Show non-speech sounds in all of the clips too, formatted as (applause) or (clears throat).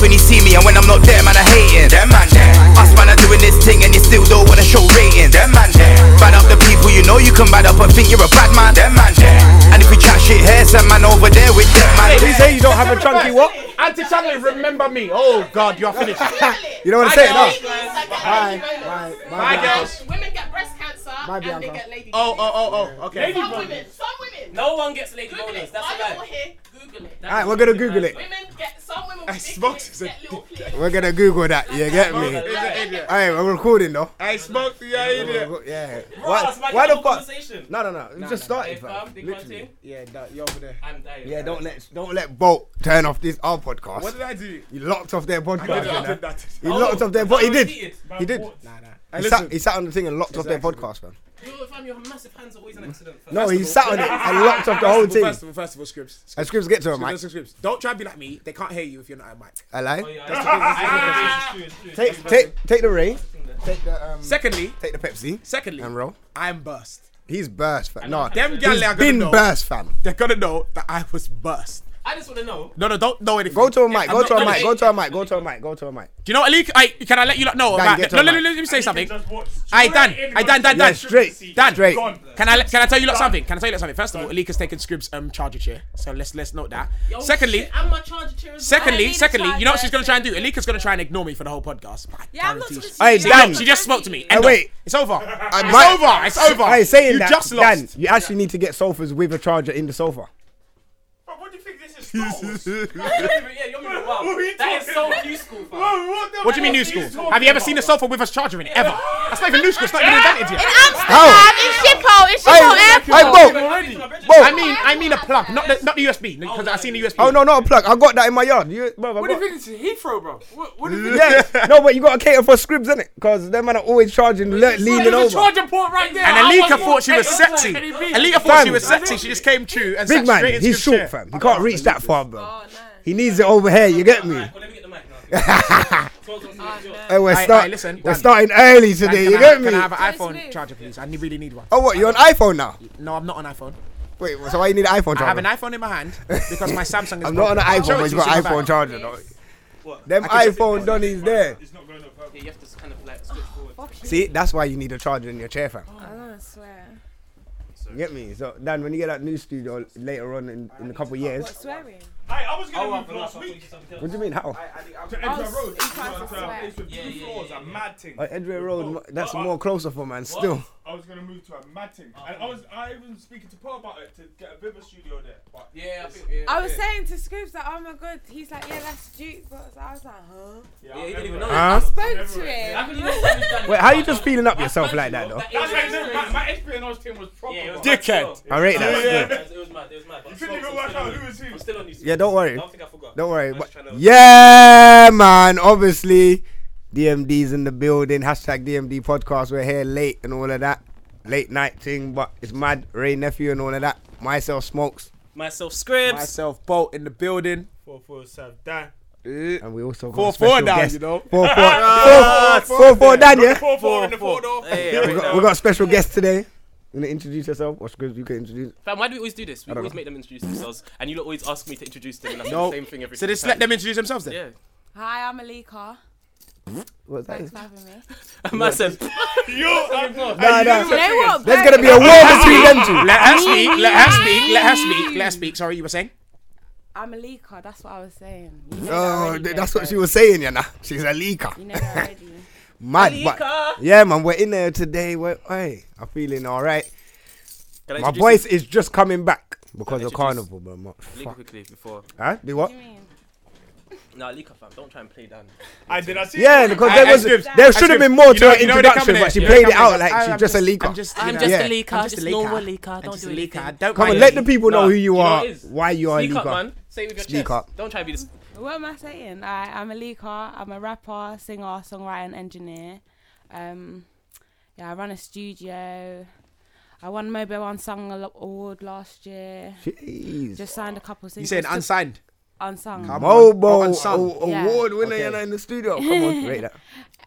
when he see me, and when I'm not there, man, I hating. Them man there. Us man are doing this thing, and you still don't wanna show ratings. Them man there. Bad up the people you know you can bad up and think you're a bad man. Them man there. And if we chat shit here, some man over there with them man. Who say you don't have a chunky what? Anti Channeling, remember me. Oh God, you're (laughs) finished. You don't want I to say it, know. no? Ladies, like the Bye, lady bye, bye, bonus. Bye, girls. Women get breast cancer Bye, and they Bianca. get lady Oh, bonus. oh, oh, oh. Okay. Some women, some women. No one gets lady Google bonus. it. That's While a you're lie. here, Google it. Alright, we're gonna Google it. Women get some women with big smoked clits it. (laughs) get little (laughs) clits. We're gonna Google that. You get me? He's an idiot. Alright, we're recording though. I smoked the idea. Yeah. Bro, Why, that's my why the whole fuck? conversation. No, no, no. We just started, Hey, fam, fam. big Literally. one Yeah, that- you're over there. I'm dying. Yeah, don't let don't let Bolt turn off this our podcast. What did I do? He locked off their podcast. I did you know? it. I did He that. locked off their but he Someone did. cheated. He did. Nah, nah. He Hey, sat, listen. he sat on the thing and locked off their podcast, man. Yo, fam, your massive hands are always an accident. Fam. No, he sat on it and locked off the First whole of all, thing. First of all, first of all, scripts. Scripts, And Scribs get to him, scripts, Mike. scripts, scripts. Don't try and be like me. They can't hear you if you're not at mic. Ah! I Oh, lie. yeah, I know. It's true, it's true, it's Take, true. take, take the rain. Take the, um, Secondly, take the Pepsi. secondly, And roll. I'm burst. He's burst, fam. No, Them gal he's are gonna been know. burst, fam. They're gonna know that I was burst. I just want to know. No, no, don't know anything. Go to a mic. Go I'm to not a mic. gonna- Go to a mic. Go to a mic. Go to a mic. Do you know what, Lee? I, can I let you lot know? Dan, about- get to no, a no, mic. no, let me say something. Just watch. Aye, Dan. Straight in, Aye, Dan, Dan, Yeah, Dan. straight, Dan. straight. Gone. Can I, can I tell you lot something? Can I tell you lot something? First of all, Alika's taken Scribs' um, charger chair, so let's let's note that. Oh, Secondly, shit, and my charger chair as well. I Secondly, need a secondly, you know what she's gonna charger. try and do? Alika's gonna try and ignore me for the whole podcast. I Yeah, I'm not guarantee talking she- to you. Hey, She, Dan. just- she just spoke to me. End Hey, wait, wait. it's over. it's might- over. It's over. Hey, saying you that, just Dan, lost. you actually need to get sofas with a charger in the sofa. Bro, what do you think (laughs) this is? Star Wars? yeah, you're moving wild. That is so new school, fam. what do you mean new school? Have you ever seen a sofa with a charger in it (laughs) ever? That's not even new school. It's not even invented yet. How? in Shippo, in Shippo Hey, Airport. hey, Bolt. Bolt. I mean, I mean a plug, not the, not the USB, because I seen the USB. Oh no, not a plug. I got that in my yard. You, bro, I What do got, you think this is Heathrow, bro? What, what do you think? yeah, (laughs) no, but you gotta cater for scribs, innit? Because them man are always charging, le- leaning There's a over. charger port right there. And I Alika wasn't- thought she was Hey, sexy. hey, hey, Alika thought she Fam. was sexy. She just came true and sat Big straight man, into he's Scribs' short, chair. fam. He can't reach that far, bro. Oh, no. He needs it over here. You get me? Alright, well, let me get the mic (laughs) now. Hey, Eh, we're, Aye, start- aye, listen, we're Dan. starting early Dan, today. can You I- get Can I me? have an It's iPhone new. charger, please? I ne- really need one. Oh, what? You're on iPhone now? No, I'm not on iPhone. Wait, so why you need an iPhone charger? I have an iPhone in my hand because my Samsung is. I'm not on an broken. iPhone, Show it but it's to got you, an see my iPhone back. charger. though. Them can just- iPhone Donny's there. It's not going up. Yeah, you have to kind of like switch forward. See, that's why you need a charger in your chair, fam. I don't swear. You get me? So, Dan, when you get that new studio later on in, in a couple of years, What, swearing? Hey, I was gonna Oh, move last week what do you mean? How? to Edgware Road. you can't But, swear. uh, It's with Yeah, two yeah, floors, yeah, a yeah. mad thing. Uh, Edgware Road, that's Oh, more closer for man. Still, I was gonna move to a mad thing, and I was I even speaking to Paul about it to get a bit of a studio there. But Yeah, I think, yeah. I was saying to Scribs that, oh my god, he's like, yeah, that's jukebox. I was like, huh? Yeah, you didn't even know. huh? Spoke to I him. couldn't even know what he's done. Wait, how you just feeling up That's yourself mad, like you that know. though? That's is like, crazy. my, my espionage team was proper. Yeah, it was bro. mad still. Dickhead. I rate Yeah, that. yeah. It was mad. It was mad. but I'm Couldn't still- even work still out on- who was who. I'm still on you. Yeah, don't worry. I don't think I forgot. Don't worry. I was But trying to- yeah, man. Obviously, DMD's in the building. Hashtag DMD podcast. We're here late and all of that. Late night thing, but it's mad. Ray nephew and all of that. Myself smokes, Myself scripts. Myself, Bolt in the building. Four four seven. Dan. and we also got Four, a special four now, guest. you know. Four four four four four, four down, yeah. Four four in the four. four door. Hey, We got, we got a special guest today. You gonna introduce yourself, or Scribs, you can introduce. Fam, why do we always do this? We always know. make them introduce themselves, and you lot always ask me to introduce them, and I say No. the same thing every So single just time. let them introduce themselves then. Yeah. (laughs) (laughs) Hi, I'm Alika. What's that? Thanks for having me. Myself. Nah, Do you nah. know what? There's gonna be a war between them (laughs) two. Let her speak. Let her speak. Let her speak. Let her speak. Sorry, you were saying. I'm Alika, that's what I was saying. You know that Oh, (laughs) already, th- though, that's what so she was saying, you know. She's a leaker. You know that already. Mad, but yeah, man, we're in there today. We're, hey, I'm feeling all right. Can I My introduce voice is just coming back because of introduce- carnival, bro. mo- you fuck. quickly before. Huh? Do what? What do you mean? Nah, Lika fam, don't try and play down. I did. I see. Yeah, because I- there I was skipped- there I should have skipped. been more You to know- her you know when they come introduction, in but she there, played yeah, it come out in like there. she's just a leaker. I'm just, you I'm know, just yeah. a leaker, I'm just, just a normal leaker. leaker. Don't just do a anything. leaker. Don't Come on, mind let me. the people know Nah, who you what are, it is? why you are a Speak up, leaker. man. Say it with your Speak chest. up. Don't try to be this. What am I saying? I, I'm Alika. I'm a rapper, singer, songwriter, and engineer. Um, yeah, I run a studio. I won Mobile Unsung Al- Award last year. Jeez. Just signed a couple singles. You saying to- unsigned? unsung. Mobo Unsung. a- Yeah. award winner, you're not in the studio. Come on, (laughs) rate that.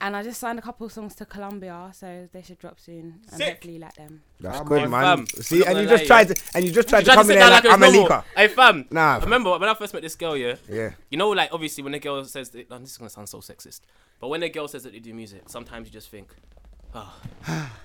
And I just signed a couple of songs to Columbia, so they should drop soon. And hopefully let them. That's Come good, on, man. fam. See, I'm and not you gonna just lie, tried to, and you just tried to Tried to come sit in there down like it I'm a was normal. leaker. Hey fam, Nah, I fam. remember when I first met this girl, yeah. Yeah. You know, like obviously when a girl says, that, oh, this is gonna sound so sexist, but when a girl says that they do music, sometimes you just think, "Ah."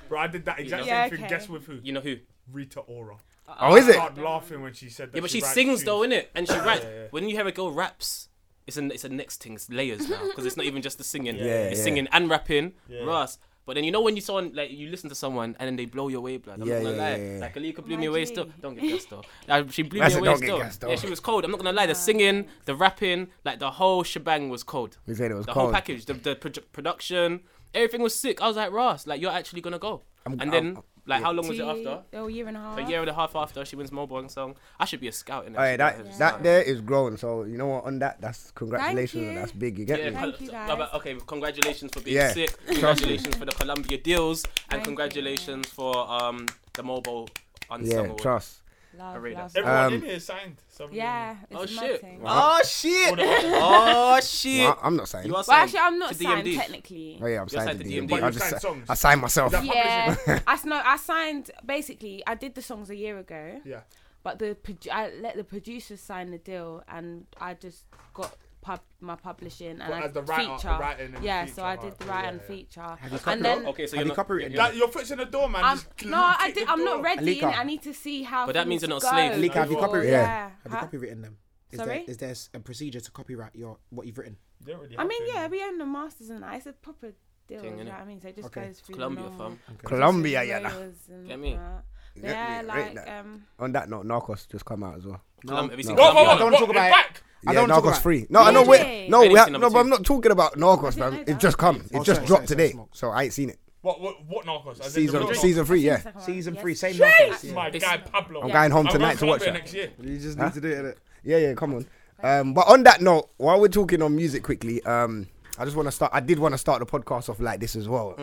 Bro, I did that exact Yeah, same thing. okay. Guess with who? you know who? Rita Ora. Oh, is it? started laughing when she said that. Yeah, but she, she writes sings tunes. though, innit? And (coughs) she raps. When you hear a girl raps, it's a it's a next thing. It's layers now because it's not even just the singing. Yeah, it's yeah. singing and rapping. Yeah. Russ. But then you know when you saw like you listen to someone and then they blow you away, blood. I'm Yeah, not gonna yeah, lie. yeah, yeah. Like Alika blew me away Imagine. still. Don't get gassed though. Like, she blew I me said, away "Don't get still. gassed, though. Yeah, she was cold. I'm not gonna lie. The singing, the rapping, like the whole shebang was cold. We said it was the cold. whole package, the the produ- production, everything was sick. I was like, Russ, like you're actually gonna go. I'm- and then I'm- like how long was it Two- after? Oh, year and a half. A year and a half after she wins Mobile Song, I should be a scout. Innit? All right, that Should be a that scout. there is grown. So you know what? On that, that's congratulations. you. That's big. You get Yeah, me? Thank col- you, guys. no, but okay, congratulations for being Yeah. sick. Trust me. Congratulations for the Columbia deals, and Thank congratulations for um the Mobile Unsung Yeah, Award. trust. Love, Arena. love, love. Everyone Um, in here signed. something. Yeah, it's Oh a mad shit. thing. Oh shit! Oh shit! Well, I'm not saying. You are Well, signed actually, I'm not to signed DMD. technically. Oh yeah, I'm signed signed to to DMD. DMD. I You just signed si- songs. I signed myself. Yeah, (laughs) (laughs) I s- no, I signed basically. I did the songs a year ago, Yeah. but the produ- I let the producers sign the deal, and I just got pub my publishing and But I as the writer- feature. the writing and yeah, feature, so I did the right, write yeah, and yeah. feature, Copyright? and then okay, so Have you're you not, copyrighted you're- Like, your foot's in the door, man. I'm Just no, I kick did, the I'm not door. ready. Alika. innit? I need to see how. But that means things you're not a go. slave. Alika, have you Oh, copyrighted? Yeah. Have you Huh? copywritten them? Is Sorry? there is there s- a procedure to copyright your what you've written? You don't really I have mean, to yeah, anymore. we own the masters and that. It's a proper deal. Thing, you know innit? what I mean, so it just Okay. goes through Columbia, the normal fam. Colombia, yeah. nah. lawyers and Get me? that. Get Yeah, me, right like now. um, On that note, Narcos just come out as well. Colum- have you seen Whoa, whoa, Columbia? whoa, don't whoa, talk about it's it. back. I yeah, don't wanna talk Narcos about- free. No, I know. Really? Wait, no, we Anything have, number no, but two. I'm not talking about Narcos, I didn't man. know It just that. come. Oh, It just sorry, dropped sorry, sorry, today, sorry. so I ain't seen it. What, what, what Narcos? As in the Season, real season three, yeah. Season Yes. three, same Narcos? Narcos. My It's- guy Pablo. I'm going home I'm tonight going to watch Colombia that. next year. You just need to do it. Yeah, yeah, come on. Um, but on that note, while we're talking on music quickly, um, I just want to start. I did want to start the podcast off like this as well.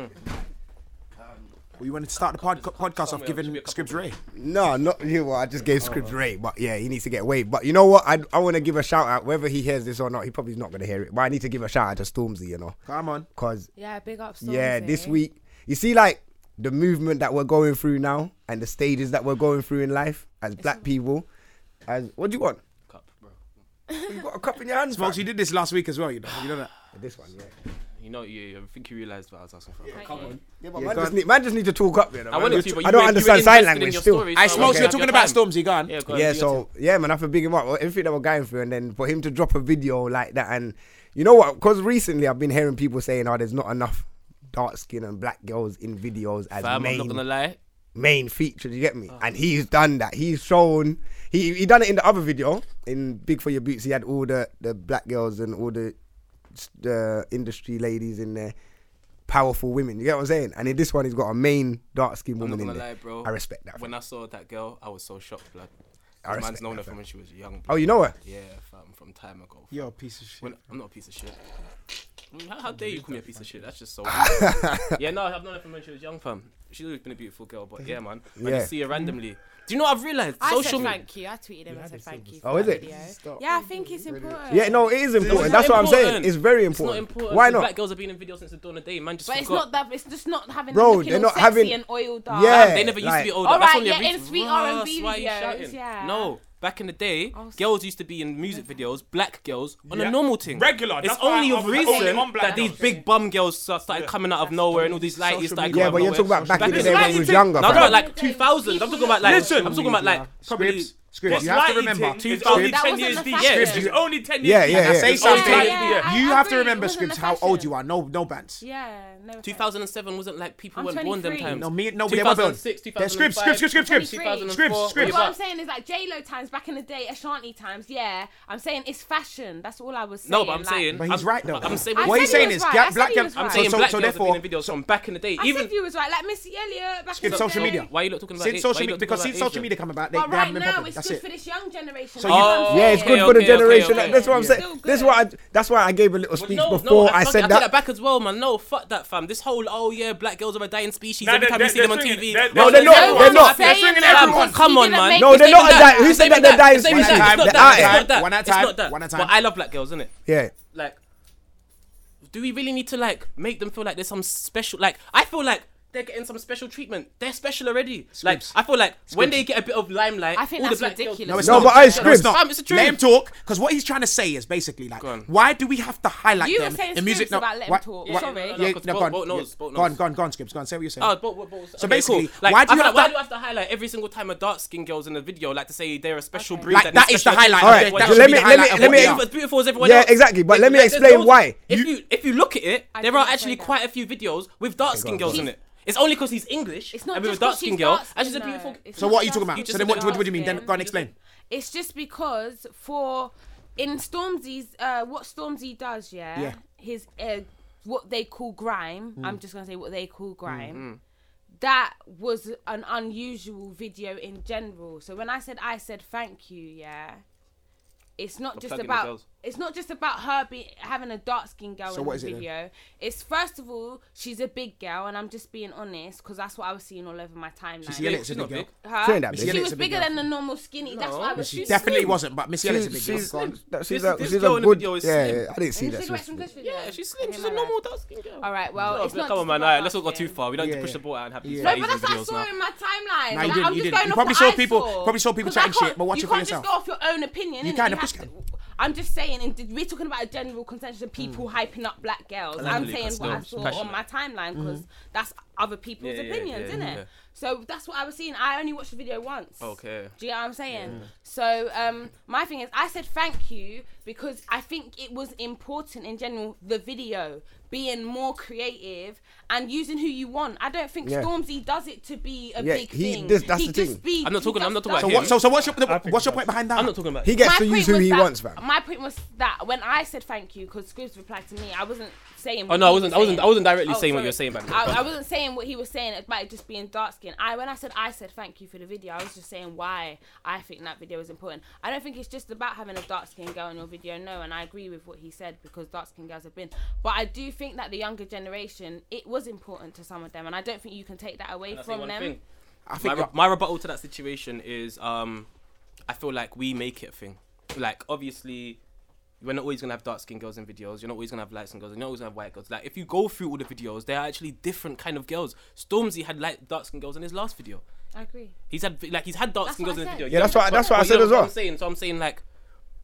Well, you want to start the pod- podcast off somewhere, should giving be a couple Scribs Ray. No, not you. Well, I just gave Scribs Ray, but yeah, he needs to get away. But you know what? I, I want to give a shout out, whether he hears this or not. He probably's not going to hear it, but I need to give a shout out to Stormzy, you know, Come on. because yeah, big up. yeah, this Stormzy. week you see like the movement that we're going through now and the stages that we're going through in life as black people. As what do you want? Cup, bro. You got a cup in your hand, Smokes, you did this last week as well. You know, you know that. This one, yeah. You know, you, I think you realised what I was asking for. Thank you. Yeah, but Yeah, man go just, on. need, man just need to talk up, you know. I man. wanted We're to, t- but you I don't were- you were understand invested sign in language your still. story, I so Smokes, okay. you're talking Have your about time. Stormzy. Go on. Yeah, go on, yeah, do your so thing. yeah, man, I have to big him up. Everything that we're going through, and then for him to drop a video like that, and you know what? Because recently I've been hearing people saying, "Oh, there's not enough dark skin and black girls in videos as Fam, I'm main not gonna lie. Oh. main feature." You get me? And he's done that. He's shown he he done it in the other video in Big for Your Boots. He had all the the black girls and all the the industry ladies in there. Powerful women, you get what I'm saying? And in this one, he's got a main dark skinned I'm woman not in gonna there. lie, bro. I respect that. When I saw that girl, I was so shocked, blood. I This respect man's known that, her fam. from when she was young. oh, blood. you know her? Yeah, fam, from time ago. You're a piece of shit. When, I'm not a piece of shit. Mm, How, how dare you call me a piece of shit? That's just (laughs) so. yeah, no, I've known her from when she was young, fam. She's always been a beautiful girl, but yeah, man. I Yeah. just see her randomly. Do you know what I've realized? I Social said media. thank you. I tweeted him. I said thank you. Oh, for is that it? video. Yeah, I think it's important. Yeah, no, it is important. not That's what I'm saying. important. It's very It's not important. important. Why because not? Black girls have been in videos since the dawn of day, man. Just but it's forgot. not that. It's just not having. Bro, them looking they're all not sexy having- and oiled up. Yeah. They never used like- to be older. All That's right, only a yeah, re- in sweet Russ, R&B why are you videos, shouting? yeah. No, back in the day, Oh, so- girls used to be in music videos, black girls on Yeah. a normal thing. Regular, It's that's why only I of was like, reason only on black that these girls. big bum girls start- started coming out of nowhere and all these lighties Social started media. coming Yeah, out but you're of talking nowhere. about back in Back the in day the when we was younger. No, I'm fam. talking about like 2000. I'm talking about like. Listen. I'm talking about like. Probably, Scribs, Scribs, This you have to lighting remember. thing is 2000 only That 10 wasn't years a deep. fashion. It's Yeah. only 10 years Yeah, deep. yeah, yeah. I say It's only something. 10 yeah, years deep. I You have agree, to it remember, wasn't Scribs, a how old fashion. you are. No, no bands. Yeah. No. offense. 2007 wasn't like people I'm weren't born them 23. times. No, me, no, they were bands. 2006, They're Scribs, 2005, Scribs, Scribs, Scribs, Scribs. 2004, Scribs, But what I'm whatever. saying is like J Lo times back in the day, Ashanti times. Yeah, I'm saying it's fashion. That's all I was saying. No, but I'm like- saying. But he's I'm- right, though. I'm saying. I What said he's he saying was is, right, I ga- said black he girls. was I'm right. saying so, black so girls therefore, have been in videos from back in the day. I even said you was right, like Missy Elliott back in Skip the social day. media. why are you not talking about since it? Why social you media, not because talking since about social Asia? media come about, they, they But right haven't been now popular. it's That's That's good it. for this young generation. So that's you- what I'm Oh, Yeah, saying. it's good for the okay, generation. okay, That's what I'm okay. Still saying. good. This is what I, that's why I gave a little But speech no, before no, I fuck said it, I take that. that back as well, man. No, fuck that, fam. This whole oh yeah, black girls are a dying species. Nah, Every they're- time you they're- see them on they're swinging TV, it. They're- no, they're not. everyone. They're not. They're They're swinging swinging everyone. everyone. Come You on, didn't man. make No, It's they're not not a that. di- Who It's said not that they're even dying? It's not species? even that. It's not They're that. It's dying. not that. One at a It's time. not that. One at a But time. I love black girls, innit? Yeah. Like, do we really need to like make them feel like there's some special? Like, I feel like they're getting some special treatment. They're special already. Like, I feel like when they get a bit of limelight, I think all that's the black girls- ridiculous. No, it's No, not. but I no, it's scribs. not. Fam, it's the Let him truth. talk, because what he's trying to say is basically like, Go on. why do we have to highlight You were them saying in music? scribs about let him why- talk. why- Sorry. yeah, No, no, 'cause no, Bolt- go on. Bolt knows, Yeah. Bolt Go on, knows. go on, go on, Scribs. Go on, say what you're saying. Oh, but, but, but, so basically, like, why do I you feel have like, why that- do I have to highlight every single time a dark skinned girl's in a video, like to say they're a special breed? Like, that that they're is the special- highlight. Alright, of it. That that's should let be me- the let me- highlight of let what me- we Beautiful- are. as beautiful as everyone Yeah, else. exactly, but Like, let me there's explain those- why. If You- you, if you look at it, I there didn't are say actually that. quite a few videos with dark skinned girls in it. It's only because he's English It's not and just with a dark 'cause she's skinned girl, dark and she's a skin, beautiful. though. It's So not what are you just talking you about? just So then look what at what do you mean? dark Then go and skin. explain. It's just because for in Stormzy's uh, what Stormzy does, yeah, Yeah. Hmm. his uh, what they call grime. I'm just gonna say what they call grime. That was an unusual video in general. So when I said I said thank you, yeah, it's not just plugging the about girls. it's not just about her being having a dark skinned girl in what the is it then? video. It's first of all she's a big girl, and I'm just being honest because that's what I was seeing all over my timeline. She's yelling at a She's big not girl. big. Her? Saying that, she bitch. was She's a big bigger girl. than the normal skinny. That's why I was She she's definitely slim. wasn't, but Miss Yellen's a big girl. She's- Go on. that- she's This- a- this she's a girl in the good- video is yeah, slim. yeah, I didn't see And that. she's she was like from Christmas, Yeah, she's slim. Okay, She's my a bad. normal dark skinned girl. All right, well, No, it's but not come just on, man. about alright, let's us, not go too yeah. far. We don't need Yeah. to push the ball out and have these No, amazing but that's what I videos saw now. in my timeline. Nah, Like, you didn't, I'm you just didn't. going You off probably what saw I people- saw. probably saw people 'Cause I chatting can't- shit, but watch you it for can't just yourself. go off your own opinion. You innit? kinda have push to- I'm just saying, and we're talking about a general consensus of people hyping up black girls. like I'm the saying Lucas what I Films, saw on passionate. my timeline because that's other people's Yeah, yeah, opinions, yeah, isn't yeah. it? So that's what I was seeing. I only watched the video once. Okay. Do you know what I'm saying? So um, my thing is, I said thank you because I think it was important in general. The video being more creative and using who you want. I don't think Yeah. Stormzy does it to be a Yeah, big he- thing. this- that's he the just thing. Be, I'm not he talking- I'm just not talking So does about what? him. So, so what's your think what's your that's- point behind that? I'm not talking about. He gets to point use who was he that- wants, man. My point was that when I said thank you, because Scribs replied to me, I wasn't saying. Oh what no, he I was wasn't. I wasn't. saying. I wasn't directly Oh, saying what sorry. you're saying back I, then. I wasn't saying what he was saying about it just being dark skinned. I when I said I said thank you for the video, I was just saying why I think that video is important. I don't think it's just about having a dark skinned girl in your video, no, and I agree with what he said because dark skinned girls have been. But I do think that the younger generation, it was important to some of them and I don't think you can take that away Can I say from one them. thing? I think My, re- you're- my rebuttal to that situation is, um, I feel like we make it a thing. Like obviously, we're not always gonna have dark skinned girls in videos. You're not always gonna have light skinned girls. You're not always gonna have white girls. Like if you go through all the videos, they are actually different kind of girls. Stormzy had light dark skinned girls in his last video. I agree. He's had like he's had dark skinned girls That's what in I his video. said. Yeah, that's what I- but- that's what I but said you know as what well. I'm saying so I'm saying like.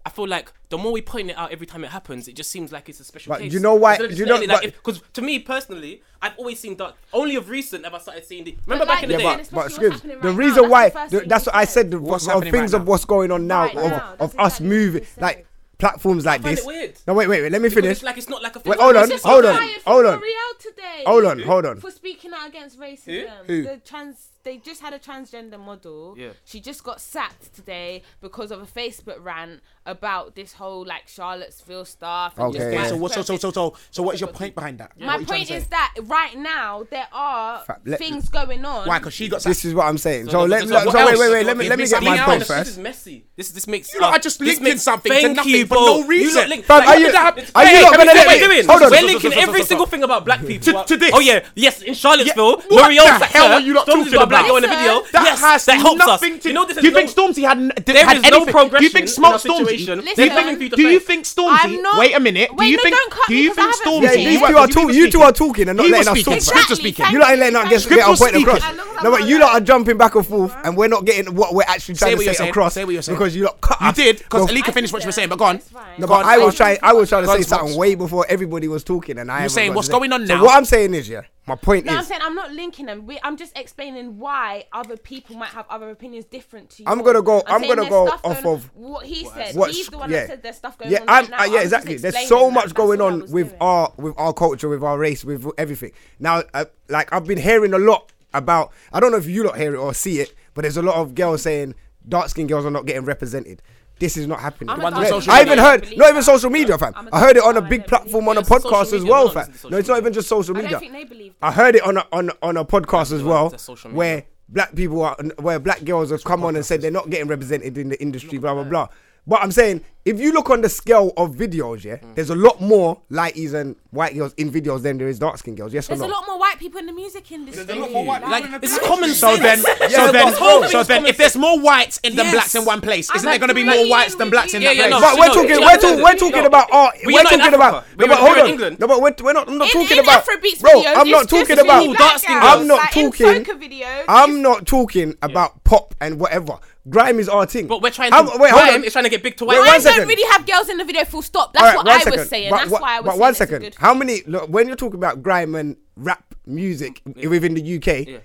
I feel like the more we point it out every time it happens, it just seems like it's a special But case. you know why- Instead of just you know- letting it, like, but- because to me personally, I've always seen dark. Only of recent have I started seeing the. Remember like back in the you Yeah, day, said, but, but especially Scribs, what's happening the right reason now, why, that's the first the, thing that's you what I said. said, the, What's of happening things right of now. what's going on now, Right of, now, of that's us exactly what moving, you said. like platforms like find this. it weird. No, wait, wait, wait, let me Because finish. it's like it's not like a. Wait, full- hold on, It's just hold like- on, fired from hold on. L'Oreal today. Hold on, hold on. For speaking out against racism. Who? The trans they just had a transgender model. Yeah. She just got sacked today because of a Facebook rant about this whole like Charlottesville stuff. and Okay, just yeah. Okay, white so what? So so so supremacy. so so what is your point behind that? What My are you trying point to say? is that right now there are Fa- let- things going on. why? Because she got This sacked. is what I'm saying. So, no, let, so let- what so wait, else? wait, wait, let me, Okay, let me miss get my something point else. This first. is messy. This this makes. You lot uh, are just this linking something to Thank nothing you, for bro. no You lot reason. link- Fam, Like, are you- it's- are it's- you hey, lot let me gonna say let what me- we're doing. hold on. We're So, so, linking so, so, every so, single so. thing about black people. to this. Oh yeah, yes, in Charlottesville, Yeah, what L'Oreal the sacked hell her. are you lot Stormzy's talking got a black about? girl in a video. That yes, has that helps us. nothing to. you know this is do you think no- Stormzy had? n- Did, There had is no anything? do you progression think in smart our Stormzy? situation. Listen, do you I'm think? not- Do you think I'm Stormzy? not- wait a minute. do Wait, you no, think? don't cut do me you 'cause think I Stormzy? haven't Yeah, finished. these Wait, two are did you talking. just You speak? two are talking and not He letting was us speaking. talk. Scripts man. was speaking. You're not letting us get Scripts get our was point speaking. across. As long as No, I'm but not you lot are there. jumping back and forth, and we're not getting what we're actually Say trying what to you're say saying. across. Say what you're saying. Because you lot cut You us. did because No, Alika finished what she was saying. But go on. It's fine. No, Go but on. I was trying. I was trying to Go on, say something Smokes. way before everybody was talking, and I. haven't saying got what's to say- going on So now? what I'm saying is, yeah, my point No, I'm is, saying I'm not linking them. We, I'm just explaining why other people might have other opinions different to you. I'm gonna go- I'm saying gonna there's go stuff off going- of what he said. what's- He's the one yeah. that said there's stuff going yeah, on. I'm, right now. uh, I yeah, was just exactly. There's explaining so that. much That's going all I on was with doing. our with our culture, with our race, with everything. Now, uh, like I've been hearing a lot about. I don't know if you lot hear it or see it, but there's a lot of girls saying dark skinned girls are not getting represented. This is not happening. I'm a Yeah, dark-skinned girl, I I even don't heard, believe not even that. social media, fam. I'm a I heard it on a dark-skinned big girl, I don't platform, on a believe that. podcast Social as media, well, no, fam. it's social No, it's not media. even just social I don't media. think they believe that. I heard it on a on a- on a podcast as well, that's social media. where black people are, where black girls have come on and said they're not getting represented in the industry, blah blah blah. But I'm saying if you look on the scale of videos, yeah, Mm. there's a lot more lighties and white girls in videos than there is dark skinned girls. Yes There's or a no? lot more white people in the music industry. There's a lot more white people Like in the it's business. common So sense. then, so then, so then, if there's more whites in than Yes. blacks in one place, isn't there I'm going to be more agreeing whites than with blacks you. in Yeah, that yeah, place? no, but we're talking, we're, no, no, talking, no, we're no. talking about art. But we're you're not in talking about. Africa. But No, you're- but hold you're in on. England. No, but we're, we're not. I'm not In- talking in about. Afrobeats bro, videos, I'm not it's just talking about. all dark skin I'm girls. not Like, in talking. Uh, soca videos, I'm not talking about pop and whatever. Grime is our thing. But we're trying I'm- to. wait, hold Grime on. is trying to get big to Wait, white. one I second. don't really have girls in the video. Full stop. That's All right, what one I second. was saying. But That's what- why I was but saying one it's a second. good- How many? Look, when you're talking about grime and rap music within the UK,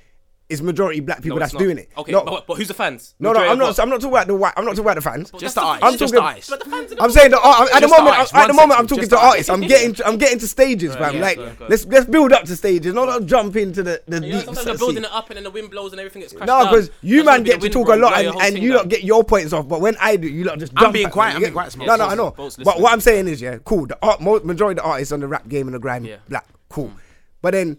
it's majority black people No, that's it's not. doing it. Okay, No, but, but who's the fans? no, no, Majority I'm of not. what? I'm not talking about the white. I'm not talking about the fans. Just Just the I'm eyes, just the talking- eyes. But the fans are the I'm saying the art. At the Just the moment, eyes, I'm- at the one moment, I'm second, talking just to the artists. eyes. I'm getting. To, I'm getting to stages, fam. yeah, Like, go, go. let's let's build up to stages, not not jump into the the You know, deep. sometimes they're sea. building it up and then the wind blows and everything gets crashed No, down. because you That's man gonna be get the to wind talk a blow, lot blow your and, whole and thing you down. lot get your points off, but when I do, you lot just jump. being at me, quiet, you I'm get being me? quiet, Smokes. No, no, Folks, I know. folks, But listen. what I'm saying is, yeah, cool. The art, mo- majority of the artists on the rap game and the grime, Yeah. black, cool. But then,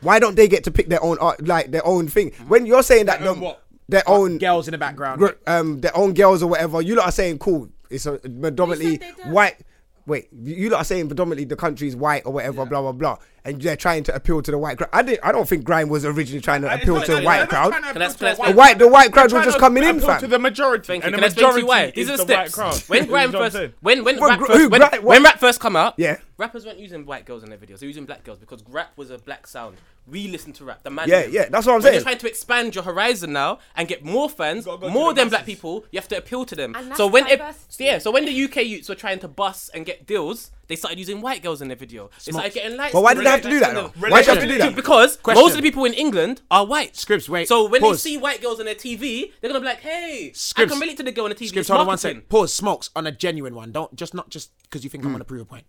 why don't they get to pick their own art, like their own thing? When you're saying that, Their own them- what? their own Girls in the background. gr- um, their own girls or whatever, you lot are saying cool. It's a predominantly they don't. white. Wait, you you lot are saying predominantly the country's white or whatever, blah blah blah, and they're trying to appeal to the white crowd. I didn't. I don't think grime was originally trying to appeal to the white crowd. let's- let's- The white, the white crowd were Trying just to coming in, appeal fam. to the majority. Thank you. and Can the I explain to you majority why? is These are the steps. white crowd. When You know Grime what I'm first, saying? when when Well, rap gr- first, who when, Grime- when rap first come out, Yeah. rappers weren't using white girls in their videos. They were using black girls because rap was a black sound. We listen to rap. The man. Yeah, did. yeah, that's what I'm When saying. You're trying to expand your horizon now and get more fans, gotta go to more the than black masses. people. You have to appeal to them. And So that's when it, diversity. yeah, so when the UK youths were trying to bust and get deals, they started using white girls in their video. They started getting lights. But why did they have to do that? Though? Why did they have to do that? Because Question. most of the people in England are white. Scripps, wait, So when pause. they see white girls on their TV, they're gonna be like, "Hey, Scripps. I can relate to the girl on the TV." Gibbs, It's hold on one marketing. second. Pause. Smokes on a genuine one. Don't just not just because you think Hmm. I'm gonna prove a point.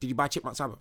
Did you buy Chipmunk's album?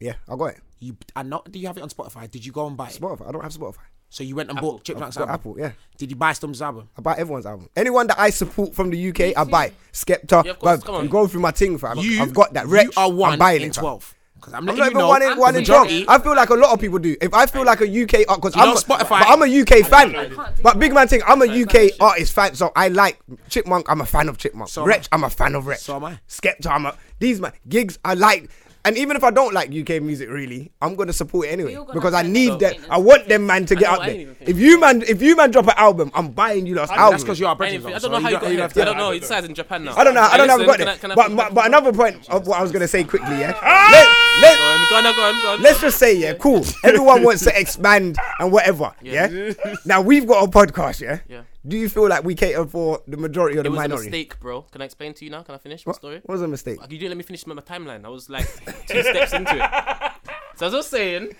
Yeah, I got it. You and not? Do you have it on Spotify? Did you go and buy it? Spotify. I don't have Spotify. so you went and bought Chipmunk's I've got album. Apple, yeah. Did you buy Storm's album? I buy everyone's album. Anyone that I support from the UK, I buy. Skepta, Yeah, of course, but come on. I'm going through my thing, fam. You, I've got that. you Wretch, are one I'm buying in it, fam. twelve. Because I'm I'm letting not you even know. one in one in drunk. majority- I feel like a lot of people do. If I feel like a UK art, because You I'm know Spotify- but I'm a UK I fan. can't do But that. big man thing, I'm a Spotify UK shit. artist fan, so I like Chipmunk. I'm a fan of Chipmunk. So am Wretch, I. I'm a fan of Wretch. So am I. Skepta, I'm a these man gigs. I like. And even if I don't like UK music, really, I'm gonna support it anyway all gonna because I have to need vote them. in and I want them man to I get know, up I didn't there. even think If you man, if you man drop an album, I'm buying you lot's album. That's because you're a British. Anything. I don't know how you got here. I don't know. It says in Japan now. I don't know. I don't know. how we got Listen, there. can I- can I But put but but it back? another point of what I was gonna say quickly, yeah. Ah! Let- let- Go on, go on, go on, go on. Let's just say, yeah, (laughs) cool. Everyone wants to expand and whatever, yeah. Now we've got a podcast, yeah? Yeah. Do you feel like we cater for the majority or the It was a minority? mistake, bro. Can I explain to you now? Can I finish my What story? what was a mistake? You didn't let me finish my my timeline. I was like (laughs) two steps into it. So as I was saying,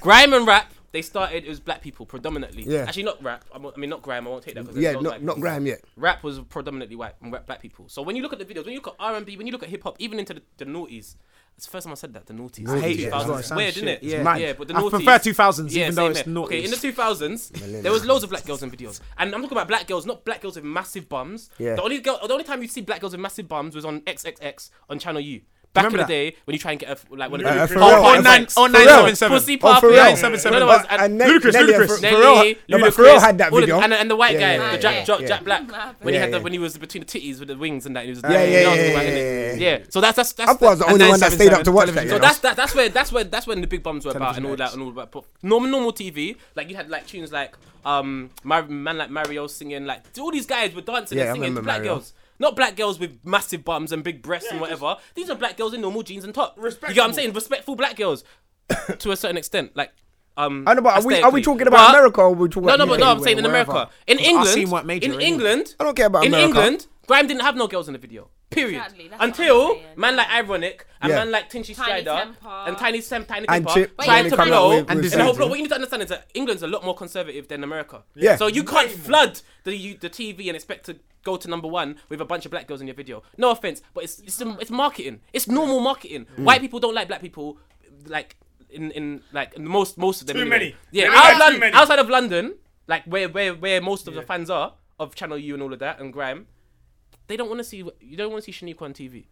grime and rap. They started. It was black people predominantly. Yeah. Actually, not rap. I'm- I mean, not grime. I won't take that. 'cause I Yeah, don't not like not it. Graham yet. rap was predominantly white and rap black people. So when you look at the videos, when you look at R and B, when you look at hip hop, even into the, the noughties. It's the first time I said that, the noughties. I hate it. 2000s. That's what it Weird, sounds isn't it? shit. It's mad. yeah, but the I noughties. prefer 2000s, even though same it's here. Okay, in the noughties. 2000s, there was loads of black girls in videos. And I'm talking about black girls, not black girls with massive bums. Yeah. The only girl, the only time you'd see black girls with massive bums was on XXX on Channel U. Back Remember in the that? day, when you try and get a, like one Uh, of the Pharrell, Oh, I oh, nine- think. oh, Pharrell. nine seven seven. Oh, Pussy Pharrell. Poppy. Yeah, seven seven seven. seven. But- and Nelly- Ludacris, Nelly and Ludacris, Pharrell- Pharrell- Nelly, no, but Ludacris, Pharrell had that all of- video. and, and the white Yeah, guy, yeah, the yeah, Jack, Jack, yeah. Jack Black, when Yeah, he had yeah. the when he was between the titties with the wings and that, he was yeah, yeah, nails and yeah, all that, yeah, innit? yeah, yeah. So that's that's that's. Up was the only one that stayed up to watch that. you So know? that's that, that's where that's where that's when the big bums were about and all Television that and all that. But normal normal TV, like you had like tunes like um Mar- man like Mario singing like all these guys were dancing Yeah, I and singing to remember black Mario. girls. Not black girls with massive bums and big breasts and whatever. These are black girls in normal jeans and top. You get what I'm Respectable. saying? Respectful black girls, (coughs) to a certain extent. Like, um. I know, but are we- are we aesthetically. talking about But- America or are we talking No, about no, but no. UK, I'm saying in wherever? America, in I've England, seen what major in anyway. England. I don't care about in America. England. Grime didn't have no girls in the video. Period. Exactly, that's what I'm Until saying. man like Ironic and Yeah. man like Tinchy Tiny Strider Temper. and Tiny Sem Tiny And Temper Chip tried when to they come out blow with- with and Susan. the whole block. What you need to understand is that England's a lot more conservative than America. Yeah. So you can't flood the you, the TV and expect to go to number one with a bunch of black girls in your video. No offense, but it's it's it's marketing. It's normal marketing. Mm. White people don't like black people, like in in like most most of them. Too anyway. many. Yeah. They don't Out like of too Lon- many. outside of London, like where where where most of the fans are of Channel U and all of that and Graham. They don't want to see you. Don't want to see Shaniqua on TV.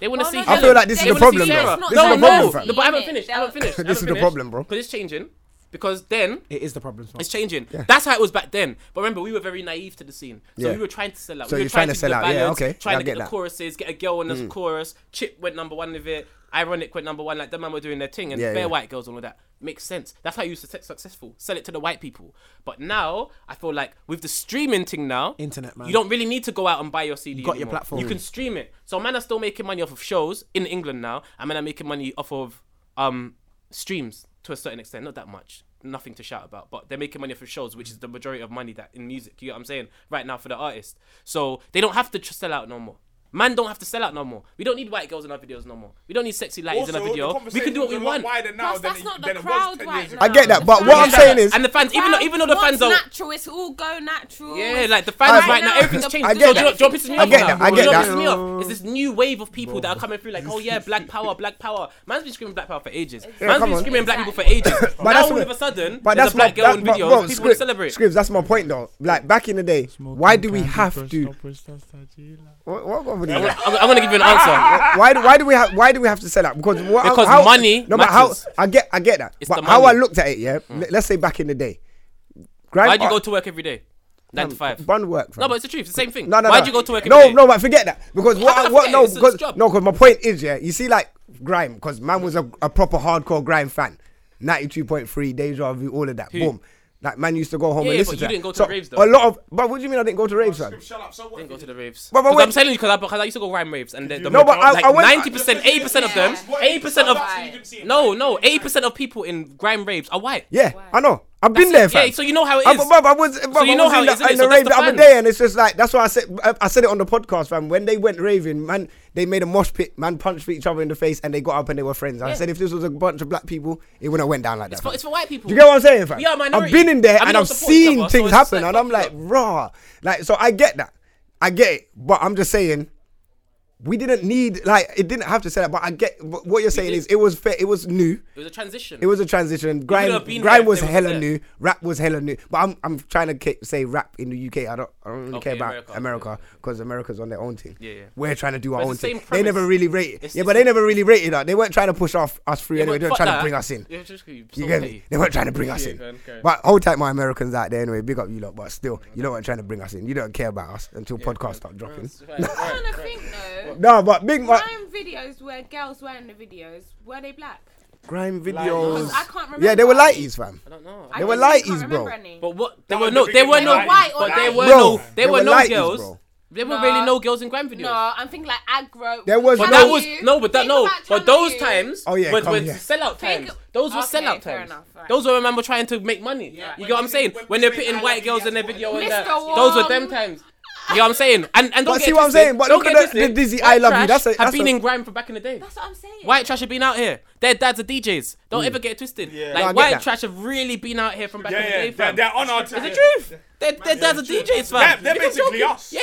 They want to Oh, see. no, no, Helen. I feel like this is the They wanna see problem, Sarah. though. This no, is the no, problem, fam. no, but I haven't finished. I haven't finished. I This haven't is the finished. problem, bro. Because it's changing. because then It is the problem. it's changing. That's how it was back then. But remember, we were very naive to the scene, so Yeah. we were trying to sell out. So we were you're trying to do sell the out, yeah, ballads, okay, Trying I to get get, the that. choruses, get a girl on the Mm. chorus. Chip went number one with it. Ironic went number one. Like the man were doing their thing, and Yeah, bare yeah. white girls and all that makes sense. That's how you su- successful. Sell it to the white people. But now I feel like with the streaming thing now, Internet, man. you don't really need to go out and buy your CD. got your anymore. platform. You can stream it. So man are still making money off of shows in England now, and men are making money off of um streams to a certain extent, not that much. Nothing to shout about, but they're making money off of shows, which is the majority of money that in music. You know what I'm saying? Right now for the artist, so they don't have to tr- sell out no more. Man don't have to sell out no more. We don't need white girls in our videos no more. We don't need sexy ladies in our Also, the video. We can do what we conversation's a lot want. wider now Plus, than that's it- not the than it was crowd 10 years right ago. now. I get that, but what I'm Yeah. saying is, and the fans, even though even though the What's fans are natural, it's all go natural. yeah, like the fans right, now, everything's changed. I so, get do you know- that. do you know what pisses me I off get now? that. I Do get you know what that. pisses me off? It's this new wave of people that are coming through, like, oh yeah, black power, black power. Man's been screaming black power for ages. Man's come been on. screaming black people for ages. But now that's all what- of a sudden, But that's there's a black my, girl that, in but, videos. bro, people Scribs- would celebrate. Scribs, that's my point though. Like back in the day, why do we have to? What, what company? I'm gonna- I'm gonna give you an answer. Why do why do we have why do we have to sell out? Because what, Because how, money No, but how matters. I get I get that. It's but the how I money. looked at it, yeah. let- Let's say back in the day. Grand, Why do you go to work every day? Nine Fam, to five. bun work, No, fam. but it's the truth. It's the same thing. No, no, Why no. do you go to work every No, day? no, but forget that because can I what, what forget? no, It's his because job. no, because my point is, yeah, you see, like grime, because man was a, a proper hardcore grime fan, ninety-two point three, deja vu, all of that, Who? boom. Like man used to go home Yeah, and yeah, listen to but you that. didn't go to so, raves, though. Oh, A lot of, but what do you mean I didn't go to raves, fam? Shut up. So what? Didn't go to the raves. But- but 'Cause wait- I'm telling you, because I, because I used to go rhyme raves, and the, the No, but I- like I went- 90%, 80% of them, What? 80% of That's- you didn't see it. no, no, 80% of people in grime raves are white. Yeah, I know. I've been That's there, fam. it. Ah, Yeah, so you know how it I, is. bruv, I was, bruv, you I know was how in it the, is, innit? in the So that's rave the the other fun. day, and it's just like that's why I said I, I said it on the podcast, fam. When they went raving, man, they made a mosh pit, man, punched each other in the face, and they got up and they were friends. I Yeah. said if this was a bunch of black people, it wouldn't have went down like It's that. for, fam. it's for white people. Do you get what I'm saying, fam? We are a minority. I've been in there I and mean, we I've support each seen other, so things it's just happen, like, and I'm like, fuck raw. Like, so I get that, I get it, but I'm just saying. We didn't need like it didn't have to say that, but I get but what you're saying did. is it was fair, it was new, It was a transition. it was a transition. would've Grime, been there grime if was they was hella there. new. Rap was hella new. But I'm, I'm trying to ca- say rap in the UK. I don't, I don't really Okay, care about America. America because America's on their own thing. Yeah, yeah. We're trying to do our But it's own the same thing. They never premise. really rated. It's- yeah, it's but the- they never really rated us. They weren't trying to push off us through Yeah, anyway. but They were fuck trying that. to bring us in. Yeah, just- you're so You get petty. me? They weren't trying to bring us Yeah, in. go on, go on. But hold tight, my Americans out there anyway. Big up you lot, but still, you lot weren't trying to bring us in. You don't care about us until podcasts start dropping. (laughs) Right, I'm right. trying to think though. No, but big my Grime videos where girls were in the videos, were they black? grime videos. I can't remember. Yeah, they were lighties, fam. I don't know. I They were genuinely can't lighties, bro. remember any. But what? There were no. There were no. They were white or But there light. were Bro, no. There they were were no lighties, girls. bro. There were No. really no girls in gram No, videos. I'm thinking like aggro. There was But no- that was no, but that Think no, about but Channel those U. times Oh, yeah, were, come were here. sellout Think- times. Those were okay, sellout fair times. enough, right. Those were when man were trying to make money. You get what I'm saying? When they're putting white girls in their video and Mr. that, those were them Wong. times. You know what I'm saying? And and don't But get see what I'm twisted, saying? But don't look at get the- twisted, the Dizzy white I Love You, trash that's a- have that's been a- in grime for back in the day. That's what I'm saying. White trash have been out here. Their dads are DJs. Don't Mm. ever get it twisted. No, I Like get white that. trash have really been out here from back in the Yeah, day. yeah. They're, fam. they're on our time. It's the truth. Their their dads are DJs, fam. They're, they're You can talk basically us. yeah.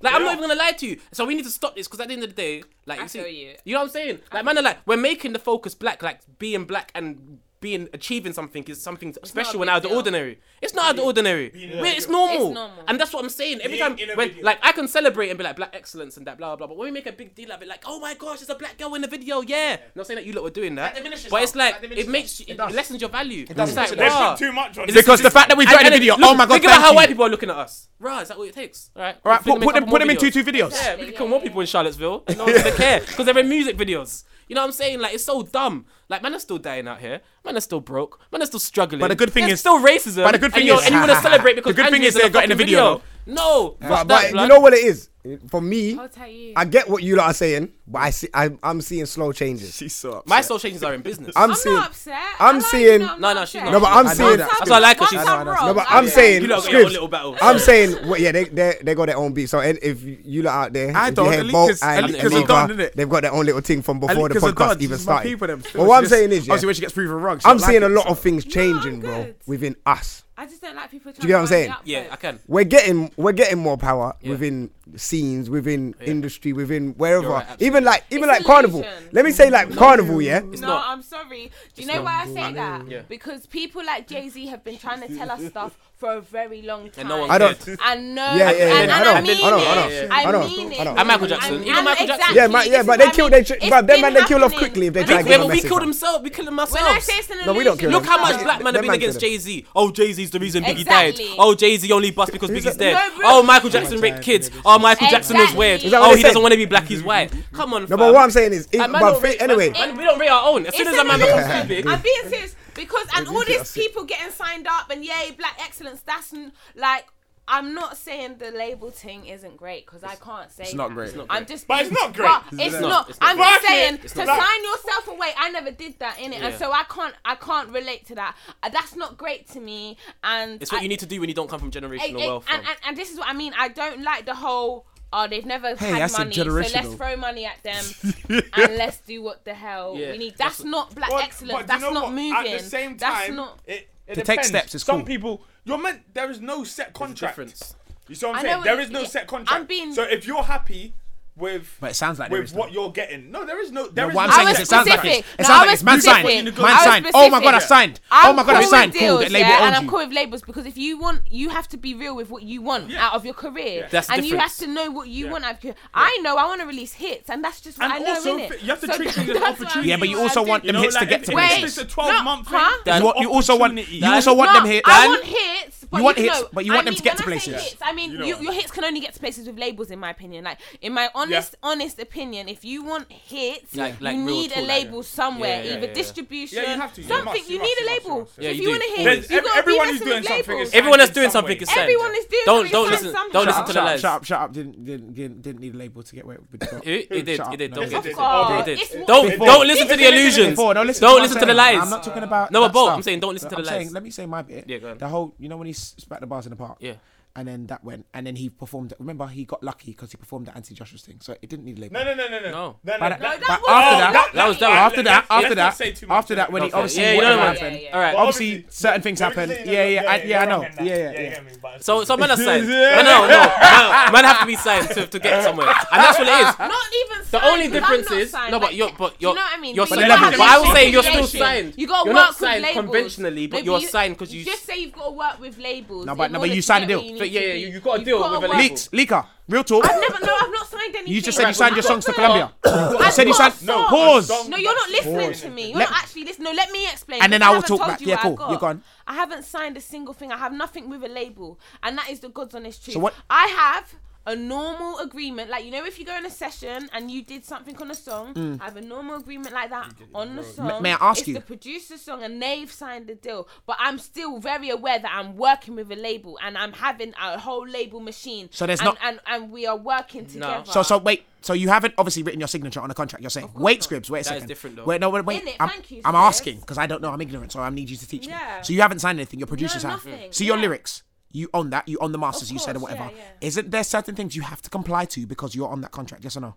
Like, I'm Yeah. not even gonna lie to you. So we need to stop this because at the end of the day, like, you I see, feel you. know what I'm saying? Like, man, are like, we're making the focus black. Like, being black and being achieving something is something not a special and big out of the deal. ordinary. It's not out of the ordinary. We're- It's normal. It's normal. And that's what I'm saying. Every Being time, in a when, video. like, I can celebrate and be like black excellence and that blah blah. blah, But when we make a big deal of it, like, oh my gosh, there's a black girl in the video. Yeah, not saying that you lot were doing that, diminishes but it's us. like That diminishes it makes it, lessens your value. It does. They put too much on. Because the fact that we've got in the video, oh my god, Think about thank how you. white people are looking at us. Right, is that what it takes? All right. All right, put, Film a put them, couple put more them in two videos. two videos. Yeah, we can kill more people in Charlottesville. No one's gonna care because they're in music videos. You know what I'm saying? Like it's so dumb. Like man are still dying out here. Man are still broke. Man are still struggling. But the good thing There's is- still racism. but the good and thing you're- is- and you want to celebrate because the good thing Andrew's is they in got in the fucking video, No, But, fuck that, but blood. you know what it is? For me, I'll tell you. I get what you lot are saying, but I see, I, I'm seeing slow changes. She's so upset. My soul changes are in business. I'm, I'm seeing. not upset. I'm I like seeing- you, I'm No, not no, she's upset. not. No, but I'm Once seeing- I'm- That's why I like her, once she's- I'm I know, I know. wrong, No, but I'm saying, You lot got your own little battles. Scribs, I'm saying, well, yeah, they, they they got their own beat. So and if you, you lot out there, I if don't, you hear at least Bolt it's- and at least it's Amiga, done, innit? they've got their own little thing from before the podcast even started. But but what I'm saying is, yeah, obviously when she gets through the rug, she I'm don't seeing like a it, lot so- of things changing, bro, good. within us. I just don't like people trying you get what I'm to wind me saying? up, yeah, though. I can. We're getting we're getting more power Yeah. within scenes, within industry, within wherever. You're right, absolutely. even like even It's like carnival. illusion. Let me say like carnival, yeah. It's no, not. I'm sorry. Do you know why I say that? Yeah. (laughs) Because people like Jay Z have been trying to tell us stuff for a very long time. And no one I don't- cared. And no, Yeah, yeah, yeah. and, and I know, I mean I know, I know, it. I know, I mean I it. know. And Michael Jackson. And- You know and Michael Jackson? exactly, Yeah, ma- yeah, this but is they what I kill- mean. they tr- It's but them been man, they kill off happening. quickly if they When try I and say Yeah, give but them we message, killed man. them self. We killed them When I ourselves. say it's an No, we don't illusion, kill Look them. how much Them black men man have been kill against them. Jay Z. Oh, Jay Z's the reason Biggie died. Exactly. Oh, Jay Z only bust because Biggie's that? dead. No, bro. oh, Michael Jackson raped kids. Oh, Michael Jackson was Exactly. weird. Is that what Oh, they he said? doesn't want to be black. He's white. Come on. No, fam. but what I'm saying is, Like, it, man but don't fa- rate- anyway, man- man- we don't rate our own. As soon as It's that man an becomes too illusion. big, I'm being serious because and all think these that's it? people getting signed up and yay, black excellence. That's n- like I'm not saying the label thing isn't great because I can't say not that. great. It's not I'm just But being- it's not great. but it's, not. not. It's not I'm just great. saying It's to not. sign yourself away. I never did that in it, and Yeah. so I can't. I can't relate to that. Uh, That's not great to me. And it's what I- you need to do when you don't come from Hey, generational hey, wealth. and, fam. and, and this is what I mean. I don't like the whole. Oh, they've never Hey, I had said money, so let's generational. throw money (laughs) at them and let's do what the hell Yeah, we need. that's That's, what- not black But- excellence. but do you that's know not what? moving. At the same time, that's not. It, To it take depends. steps is Some cool. people, you're meant. There is no set contract. difference. You see what I I'm know saying? what There you- is no yeah, set contract. I'm being- So if you're happy with, But it sounds like there with is, though. what you're getting, no, there is no. There is what I'm no saying was is it sounds like specific. it. It sounds No, I like was it's man signed. specific. I Man was signed. Oh my specific. god, I signed. oh I'm my god, I cool signed. with Cool. deals, That label yeah, owned and I'm you. cool with labels because if you want, you have to be real with what you want out of your career, That's the and you have difference. to know what you want out of your. I know I want to release hits, and that's just what And I know. also, innit? you have to So treat things as that's why- opportunities. Yeah, but you that's also what I want do. them know, hits to like, get if- to if Wait, it's places. just a 12-month thing, Huh? That- You want- you also want. opportunity. You also want no, them hits. I want hits. But You want you hits, know, but you want I them mean, to get when to I say places. Hits, I mean, You know you, what I your hits can only get to places with labels, in my opinion. Like, in my honest, honest opinion, if you want hits, Like- like you real need a talk, like- label somewhere, Yeah, yeah, either yeah. distribution, Yeah, you have to, you something. must, you you must, need you a must, you label. must. Yeah, If you you do. want to There's- hit, you ev- got to be everyone who's messing doing with something labels. is- Everyone that's in doing some something way. is signed. Everyone is doing Don't don't something signed listen. somehow. Don't listen to Shut the up, lies. shut up, shut up. Didn't, didn't, didn't, didn't need a label to get away (laughs) with the It, it did, Shut up, it did. no. Don't It's get Of it. course, It did. oh, it's more- Don't Before- (laughs) don't listen to the Before, Don't listen, illusions. to, Don't what I'm listen to the saying. lies. I'm not talking about. No, that but Bob, stuff. I'm saying don't listen to I'm the lies. saying- let me say my bit. Yeah, go on. The whole, you know, when he s- spat the bars in the park. Yeah. And then that went, and then he performed. Remember, he got lucky because he performed the Anti Joshua's thing, so it didn't need a label. No, no, no, no, No. no. no, But, but no. that after was- that, that- that was done. After that, Let's- after let's not that, say too much. after that, when he Okay. obviously Yeah, you know whatever what I mean. happened. All right. Well, Obviously, certain things happen. Obviously, Yeah, yeah, I, yeah, I you're know. wrong in that. Yeah, yeah, you yeah. get me? But- So, so man are (laughs) signed. But no, no, no, man have to be signed to, to get somewhere, and that's what it (laughs) is. Not even The signed, only 'cause I'm difference not is- signed. no, but Like, you're- but do you're- you know what I mean. you're But signed. you gotta But I would work say with you're still labels. signed. You got to You're work not with signed labels. conventionally, but No, you're signed 'cause you- just say you've got to work with labels. No, but- in no, but order you to signed a get deal. where you But need yeah, to yeah, be. you- you gotta You've deal gotta with a work- label. Leaks, leaker, real talk. I've never, no, I've not signed anything. You just said you I've signed your got songs to songs. Colombia. You I've said you got signed. songs. Pause. No, you're not listening to me. You're Let- not actually listening. No, let me explain. And then because I will haven't talk told back. you Yeah, what I cool. got. You're gone. I haven't signed a single thing. I have nothing with a label, and that is the God's honest truth. what- I have. A normal agreement, like you know, if you go in a session and you did something on a song, I have a normal agreement like that on the song. Mm. may I ask it's you? the producer's song, and they've signed the deal. But I'm still very aware that I'm working with a label, and I'm having a whole label machine. So there's and, not- and and we are working together. So so wait. So you haven't obviously written your signature on a contract. You're saying wait, Scribs, wait a That is second. different, though. Wait, no, wait, wait. Innit? I'm, Thank you, I'm Scribs. asking because I don't know. I'm ignorant, so I need you to teach Yeah. me. So you haven't signed anything. Your producers have. nothing, So your yeah. lyrics, you own that. You own the masters. you said or course, whatever. yeah, yeah. Isn't there certain things you have to comply to because you're on that contract? Yes or no?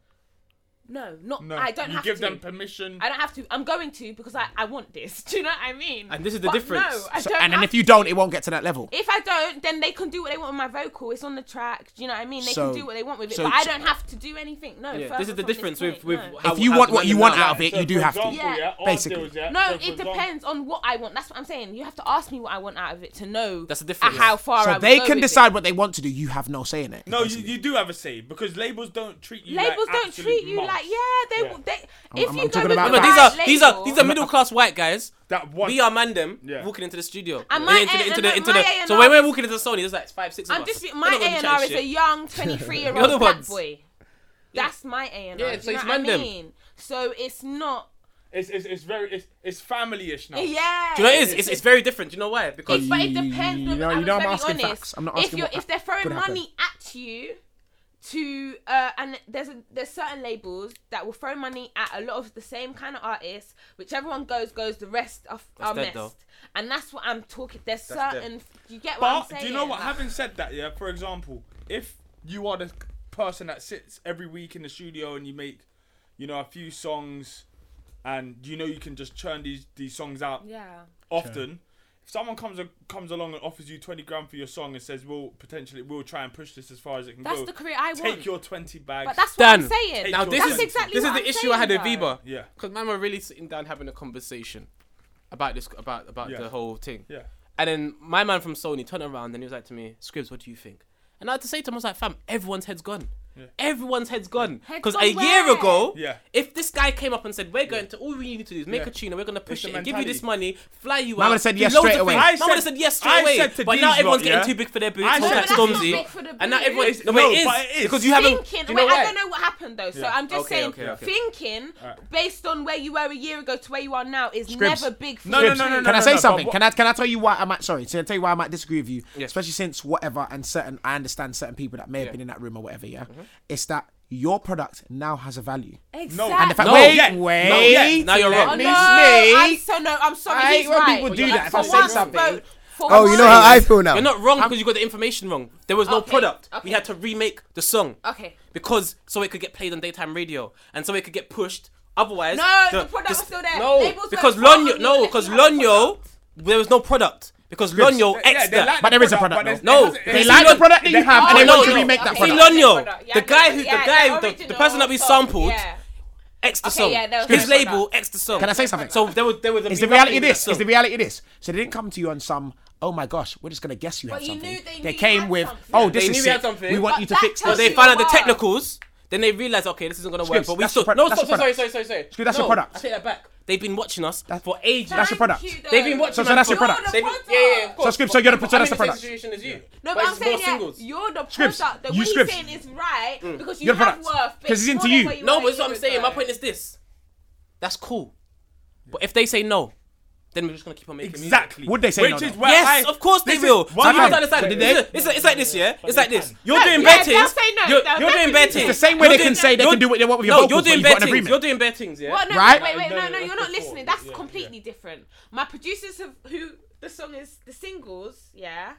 No, not I don't you have give to. them permission. I don't have to. I'm going to because I, I want this. (laughs) Do you know what I mean? And this is the But difference. No, I So- don't. and then have if you don't, it won't get to that level. if I don't, then they can do what they want with my vocal. It's on the track. Do you know what I mean? They So- can do what they want with it, so- but I so- don't have to do anything. No, Yeah, further this is the from difference with point, with no. how, If you how want the what man you is want now. out of it, So, you do for have to. example, Yeah. all Basically. deals, yeah, No, so for it example- depends on what I want. That's what I'm saying. You have to ask me what I want out of it to know That's the at difference. how far I So would they go can with decide what they want to do. You have no say in it. No, you, basically. you do have a say because labels don't treat It. you. Labels like don't absolute treat you mumps. like yeah. They Yeah. will. They, if I'm- you I'm go talking with about the Remember, these right are these are these are label- middle class white guys. That one. We are man them Yeah. walking into the studio. And my into A- the, into and the, my- into my the, A&R so when we're walking into Sony, there's like five, six of I'm us. just We're my not A gonna be and R chatting is a shit. young 23 year You're (laughs) the old black ones. boy. That's my A and R. Yeah, so it's what I man them. mean? So it's not. It's, it's, it's very it's, it's family-ish now. Yeah. Oh. Do you know what it is? It's, it's very different. Do you know why? Because It's- but it depends. You You know- I'm, you know I'm very asking honest. facts. I'm not if asking you're what if they're throwing could happen. money at you, to uh, and there's a, there's certain labels that will throw money at a lot of the same kind of artists. Whichever one goes goes, the rest of are dead, messed. though. And that's what I'm talking. There's That's dead. certain. You get what I'm But saying? do you know what? Like, Having said that, yeah. For example, if you are the person that sits every week in the studio and you make, you know, a few songs, and you know you can just churn these these songs out Yeah. often. If someone comes a, comes along and offers you twenty grand for your song and says, "We'll potentially we'll try and push this as far as it can That's go," the career I take want. your twenty bags. But that's what done. I'm saying. Now this that's is exactly this is what the I'm issue saying, I had with though. Viva. Yeah. Because man were really sitting down having a conversation about this about about Yeah. the whole thing. Yeah. And then my man from Sony turned around and he was like to me, Scribs, what do you think? And I had to say to him, I was like, fam, everyone's head's gone. Everyone's head's gone. Head's Because gone a year where? ago, Yeah. if this guy came up and said, We're going to all we need to do is make Yeah. a tune and we're going to push the it and give you this money, fly you Man out. would've said do yes loads straight of away. things." I Man would've said- said yes I straight away. said to but now Deez everyone's lot, getting yeah? too big for their boots. I Talk like said- But that's not Stormzy. big for their and now boots. everyone, It's- no, no, it is. but it is. Because you haven't. thinking. do you know wait, why? I don't know what happened though. So Yeah. I'm just Okay, saying, okay, okay. thinking Alright. based on where you were a year ago to where you are now is Scribs. never big. For Scribs. you. Can I say something? Can I can I tell you why I might sorry? Can I tell you why I might disagree with you? Especially since whatever and certain I understand certain people that may have been in that room or whatever. Yeah, Mm-hmm. it's that your product now has a value. Exactly. And the fact No. wait, Yeah. wait, No, yeah. Now you're let wrong. me Oh, no, speak. I'm so no. I'm sorry. I hate he's when right. people do that. If For I say once, something- vote for Oh, you know once. how I feel now. You're not wrong because you got the information wrong. There was no Okay, product. okay. We had to remake the song. Okay. Because so it could get played on daytime radio and so it could get pushed. Otherwise, No, the product was still there. No, Labels weren't because part of Lonyo, it no, unless because you had a Lonyo, there was no product. Because Scripts. Lonyo Yeah, X they like the But there is a product, product. but No, there's- there's- They like the product that you have and they want to remake that See product. Lonyo, the Yeah, guy the- who, the yeah, guy, the the, the person that we original song, sampled. yeah. X the Okay, song. yeah, there was His no label, product. X the song. Can I say something? So there was, there was. Is the reality this? Is the reality this? So they didn't come to you on some. Oh my gosh, we're just gonna guess you But have you something. knew they knew you came had with, something. oh, Yeah, this they is knew you sick. had something. We want But you to that fix But this. they found out the technicals. Then they realized, okay, this isn't gonna work. Scripts, But we that's still your pro- no. that's Stop, your sorry, product. sorry, sorry, sorry. Scripts, that's your No, product. I take that back. They've been watching us for ages. That's your product. Thank you, They've been watching So- us. so that's your for- product. They've been- Yeah, yeah, yeah, of course. So Scripts, so you're the- But so that's I'm the in the product. same situation as you. No, But but I'm it's more saying yeah, singles. you're the Scripts. product. The You what you're scripts. saying is right because you You're the have product. worth. but Mm. 'Cause it's more into than you. where No, were but that's a what I'm year saying. My ago. point is this. That's cool. But if they say no, then we're just gonna keep on making music. Exactly. Would they say Which no, is though? where Yes, I- of course they this will. is- So you Why have to not? understand. Did It's, it's, it's like this, yeah. It's like this. You're No, doing yeah, bad they'll things. say no. You're, They'll you're doing definitely bad do. things. It's the same way they You're can doing- say they you're- can do what they want with your no, vocals, You're but doing you've got bad an things. agreement. You're doing bad things. Yeah. What? No, Right? wait, wait, no, no, you're not Yeah, listening. That's completely different. My producers have who the song is the singles, yeah,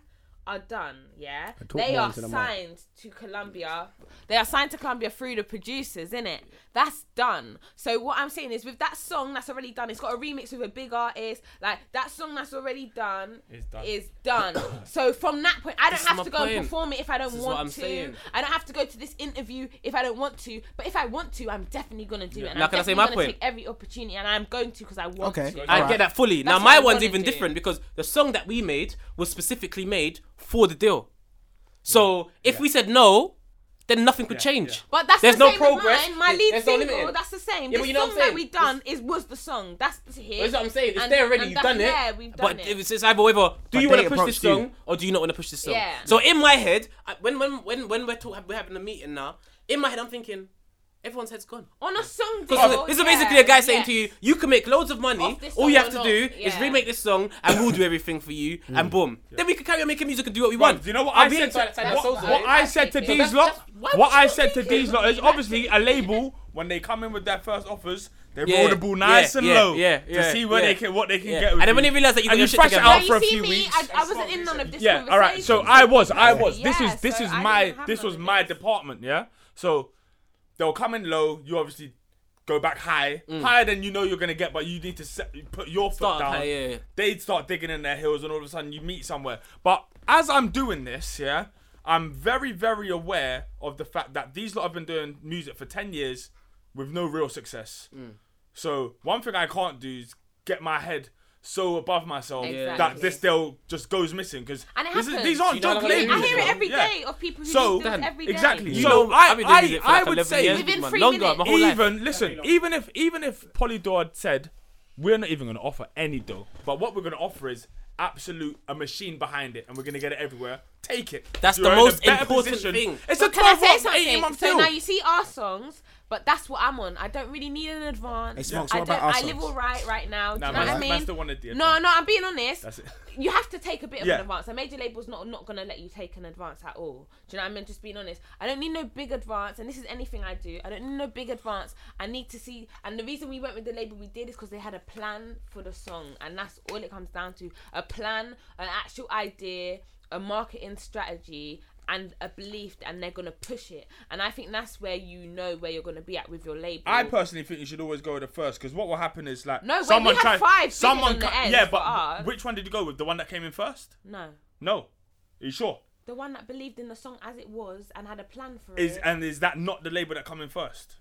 are done, yeah. talk They more are into the mic. signed to Columbia. They are signed to Columbia through the producers, innit? That's done. So what I'm saying is with that song that's already done, it's got a remix with a big artist, like that song that's already done Is done. is done. (coughs) so from that point I don't This is have my to go and point. perform it if I don't This is what want I'm to. saying. I don't have to go to this interview if I don't want to. But if I want to, I'm definitely gonna do Yeah. it. And Now, I'm can I say definitely my gonna point? take every opportunity, and I'm going to because I want Okay, to. I get that fully. That's now what my I one's wanna even do. different because the song that we made was specifically made for the deal. So if we said no, then nothing could change. But that's there's the no same progress. With mine. My lead there's no single, limiting. that's the same. Yeah, the but you know what song I'm that saying? we done is was the song. That's the hit. That's what I'm saying. It's And- there already. and You've done that- it. Yeah, we've done but it. it's, it's either whether do But you want they to push this approached you. song or do you not want to push this song? Yeah. So in my head, I, when when when when we're talk, we're having a meeting now, in my head I'm thinking everyone's head's gone. On a song Because deal, this is Oh yeah, basically a guy saying yes. to you, you can make loads of money. Off this All you song have to or do not, is yeah. remake this song, and we'll do everything for you, and boom. Then we can carry on making music and do what we want. You know what I'll I be said? inside outside To, that what, soul zone. what I said to So these that's- lot. that's- why What would I you said to think it? these lot is obviously a label when they come in with their first offers. They Yeah, roll the ball nice yeah, and yeah, low yeah, yeah, to see where yeah. they can what they can Yeah. get. And With then when you. they realise that you've and got you your shit thresh it together. out Now, you for a see few me, weeks. I, I wasn't in none of this yeah, conversation. all right. So I was, I was. this Yeah, is, this so is I my, didn't have this none was my department. Yeah. So they'll come in low. You obviously go back high, higher than you know you're gonna get, but you need to set, put your foot Mm. Start down. high, yeah, yeah. They'd start digging in their heels, and all of a sudden you meet somewhere. But as I'm doing this, yeah, I'm very, very aware of the fact that these lot have been doing music for ten years with no real success. So one thing I can't do is get my head so above myself that Exactly. this deal just goes missing because And it this happens. is, these aren't joke labels. I hear it bro. every day Yeah. of people who So- do this every day. Exactly. You so know, I, I've been doing I, music for I like would 11 say years, Within man. three Longer, minutes. my whole life. even listen, even if even if Polydor had said, we're not even going to offer any dough, but what we're going to offer is absolute a machine behind it, and we're going to get it everywhere. Take it. That's You're the in a most better important position. thing. It's But a can I 12 say month, 18 something? month So deal. now you see our songs, but that's what I'm on. I don't really need an advance. Hey, Smokes, I what about don't- our I live songs? all right right now. Do Nah, you know man, what I man mean? still wanted the no, no, I'm being honest. That's it. You have to take a bit of Yeah. an advance. A major label's not not gonna let you take an advance at all. Do you know what I mean? Just being honest. I don't need no big advance, and this is anything I do. I don't need no big advance. I need to see, and the reason we went with the label we did is because they had a plan for the song, and that's all it comes down to: a plan, an actual idea, a marketing strategy. And a belief, and they're gonna push it, and I think that's where you know where you're gonna be at with your label. I personally think you should always go with the first because what will happen is like No, wait, we someone had try- five bidding someone on the ca- end yeah, for but ours. which one did you go with? The one that came in first? no, No, are you sure? the one that believed in the song as it was and had a plan for Is it. and is that not the label that come in first?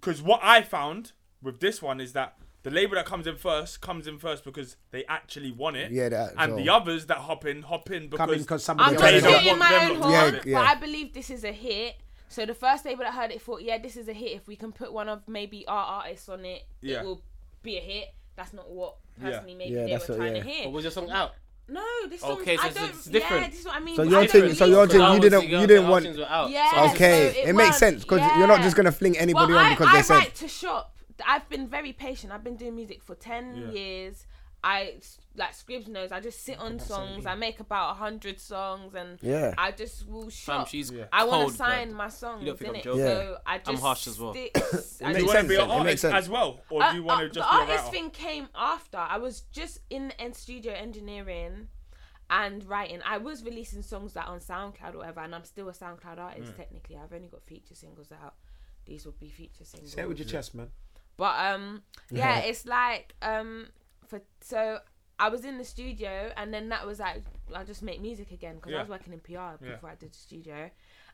Because what I found with this one is that The label that comes in first comes in first because they actually want it. Yeah, that And as the well. oters that hop in hop in because in 'cause somebody I'm trying they to don't do want in my them own to have horn, it. but I believe this is a hit. So the first label that heard it thought, yeah, this is a hit. If we can put one of maybe our artists on it, Yeah. it will be a hit. That's not what Yeah. personally maybe Yeah, they that's were what- trying yeah. to hear. But was your song out? No, this song. Okay, so I it's- don't, it's different. Yeah, this is what I mean. So I your don't thing, so believe your it. thing, you didn't, girls, you didn't our want. things were out. Yeah, okay, so it, it makes was, sense because you're not just yeah. gonna fling anybody well, on I, because I they said. write to shop. I've been very patient. I've been doing music for ten Yeah. years. I like Scribs knows. I just sit on songs. I make about hundred songs, and Yeah. I just will shop. Fam, she's Yeah. I want cold, to sign blood. my songs. You don't think I'm innit? joking? So I I'm just harsh as well. stick- It I Do just- you want to be an sense. It makes artist sense. as well, or uh, do you want uh, to the just be a artist writer? thing came after. I was just in in studio engineering and writing. I was releasing songs that on SoundCloud or whatever, and I'm still a SoundCloud artist Mm. technically. I've only got feature singles out. These would be feature singles. Say it with your chest, man. But um, yeah, it's like um, for so I was in the studio, and then that was like I just make music again because Yeah. I was working in PR Yeah. before I did the studio,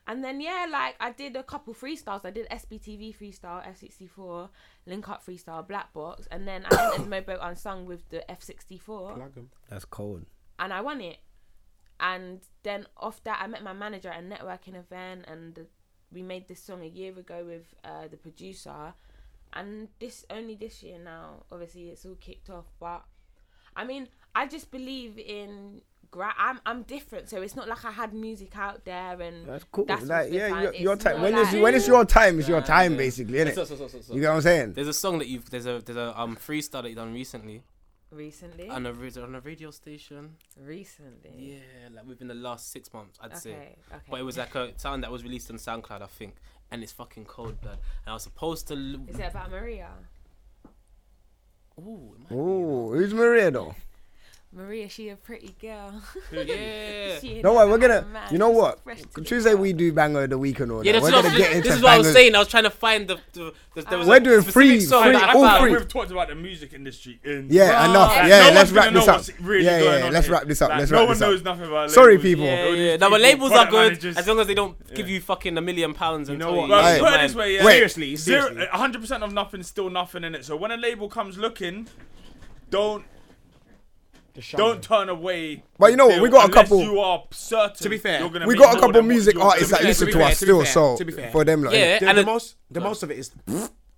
and then yeah, like I did a couple freestyles. I did SBTV freestyle, F64, Link Up freestyle, Black Box, and then I entered Mobo Unsung with the F64 That's cold. and I won it. And then off that, I met my manager at a networking event, and the, we made this song a year ago with uh, the producer. And this only this year now, obviously it's all kicked off. But I mean, I just believe in. Gra- I'm I'm different, so it's not like I had music out there and That's cool. what's like, been yeah, found. your, It's your time. not When is like- when it's your time, it's your Yeah, time, yeah. basically, Yeah, innit? so- so- so- so- so. You get what I'm saying? There's a song that you've there's a there's a um freestyle that you've done recently. Recently? On a radio on a radio station. Recently. Yeah, like within the last six months, I'd say. Okay, okay. But it was like a sound that was released on SoundCloud, I think, and it's fucking cold blood. And I was supposed to. l- Is it about Maria? Ooh, it Ooh, who's Maria though? Maria, she a pretty girl. Yeah. She ain't Don't worry, we're nothing like a gonna. man. You know She's what? fresh to the Tuesday we do banger of the week and all Yeah, that. that's We're what, gonna I was- get this, into this is what I was bangers. saying. I was trying to find the. the, the there was We're a doing specific free, song free, that I all found. free. We've talked about the music industry in. Yeah, enough. Like, yeah, no let's one's gonna wrap know this up. what's really yeah, yeah, going yeah on let's here. wrap this up. Like, let's no wrap one this knows up. nothing about Sorry, labels. people. Yeah, yeah. these No, but people, labels are product good managers. as long as they don't give you fucking a million pounds. You know Well, Yeah, put it man. this way, yeah. Wait. seriously, zero, hundred percent of nothing's still nothing in it. So when a label comes looking, don't don't turn away. But you know what, we the got a deal couple- unless You are certain. To be fair, you're gonna we make got a more couple than what music you're- artists that To be listen fair, to to be us still. fair, to be So fair, to be fair. for them, like, Yeah, The, and the it- most, the most of it is.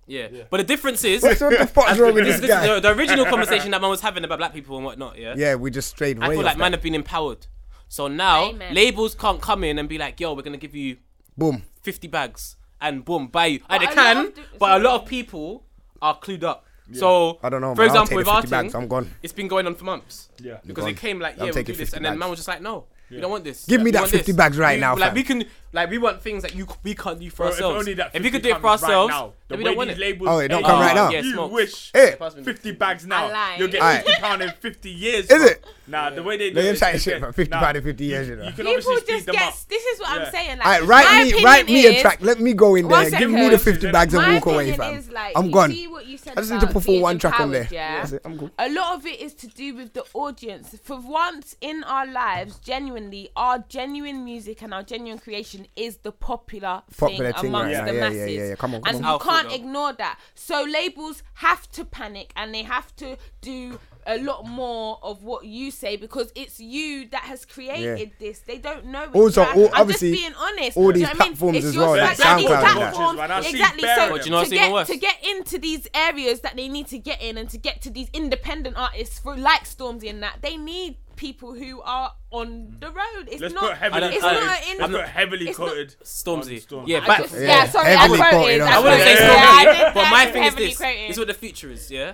Yeah. But the difference is. What the fuck's wrong (laughs) with this is guy? the, the original conversation that man was having about black people and whatnot, yeah? Yeah, we just strayed I way feel off like man that. have been empowered. So now Amen. labels can't come in and be like, yo, we're going to give you boom 50 bags and boom, buy you. And they But a lot can, of the- but a lot of people are clued up. So, I don't know, for man, I'll example, take with the 50 Arting, bags, I'm gone. it's been going on for months. Yeah. Because I'm it gone. came like, I'm yeah, we'll taking do this. 50 And then man bags. was just like, no, we don't want this. Give me We that want 50 this. bags right We- now, Like, fam. we can, like, we want things that you c- we can't do for Bro, if ourselves. only that If we 50 could do it for comes right ourselves, now, the then we way don't want these it. labels Oh, it don't take come it, right now. yeah, You smokes. wish Hey. 50 bags now. lied. You'll get Alright. 50 pound in 50 years. Is bro. it? Nah, the way they do They it. ain't chatting is shit they- for 50 nah, pound in 50 years, you know. You can People obviously just speed them up. guess. This is what Yeah. I'm saying. Like, All right, write my me, opinion write me is- a track. Let me go in One there. Give me second. the 50 bags and my walk away, opinion fam. Is like, I'm you gone. See what you said I just need to about perform being one track on there. empowered, Yeah? That's it, I'm good. A lot of it is to do with the audience. For once in our lives, genuinely, our genuine music and our genuine creation is the popular, Popular thing, thing amongst right now. the Yeah, masses. yeah, yeah, yeah. Come on, come and on. you Alpha, can't though. ignore that. So labels have to panic and they have to do a lot more of what you say because it's you that has created this. They don't know. it, Also, you know? all- I'm obviously, just being honest. all Do you these know what I mean? platforms It's as your well, like strategy, SoundCloud these and that. platforms, Man, I've seen Exactly. bare So of them. Do you know what's to even get worse? to get into these areas that they need to get in and to get to these independent artists for like Stormzy and that, they need people who are on the road. It's Let's not. put heavily it's coated. not an Let's in- put heavily it's not- coated. Stormzy. Stormzy. Yeah, I back. just- yeah, sorry, I heavily quoted, quoted. that's I wouldn't what say I said. Stormzy, Yeah, I did- but I my did thing is heavily this: quoted. it's what the future is. Yeah,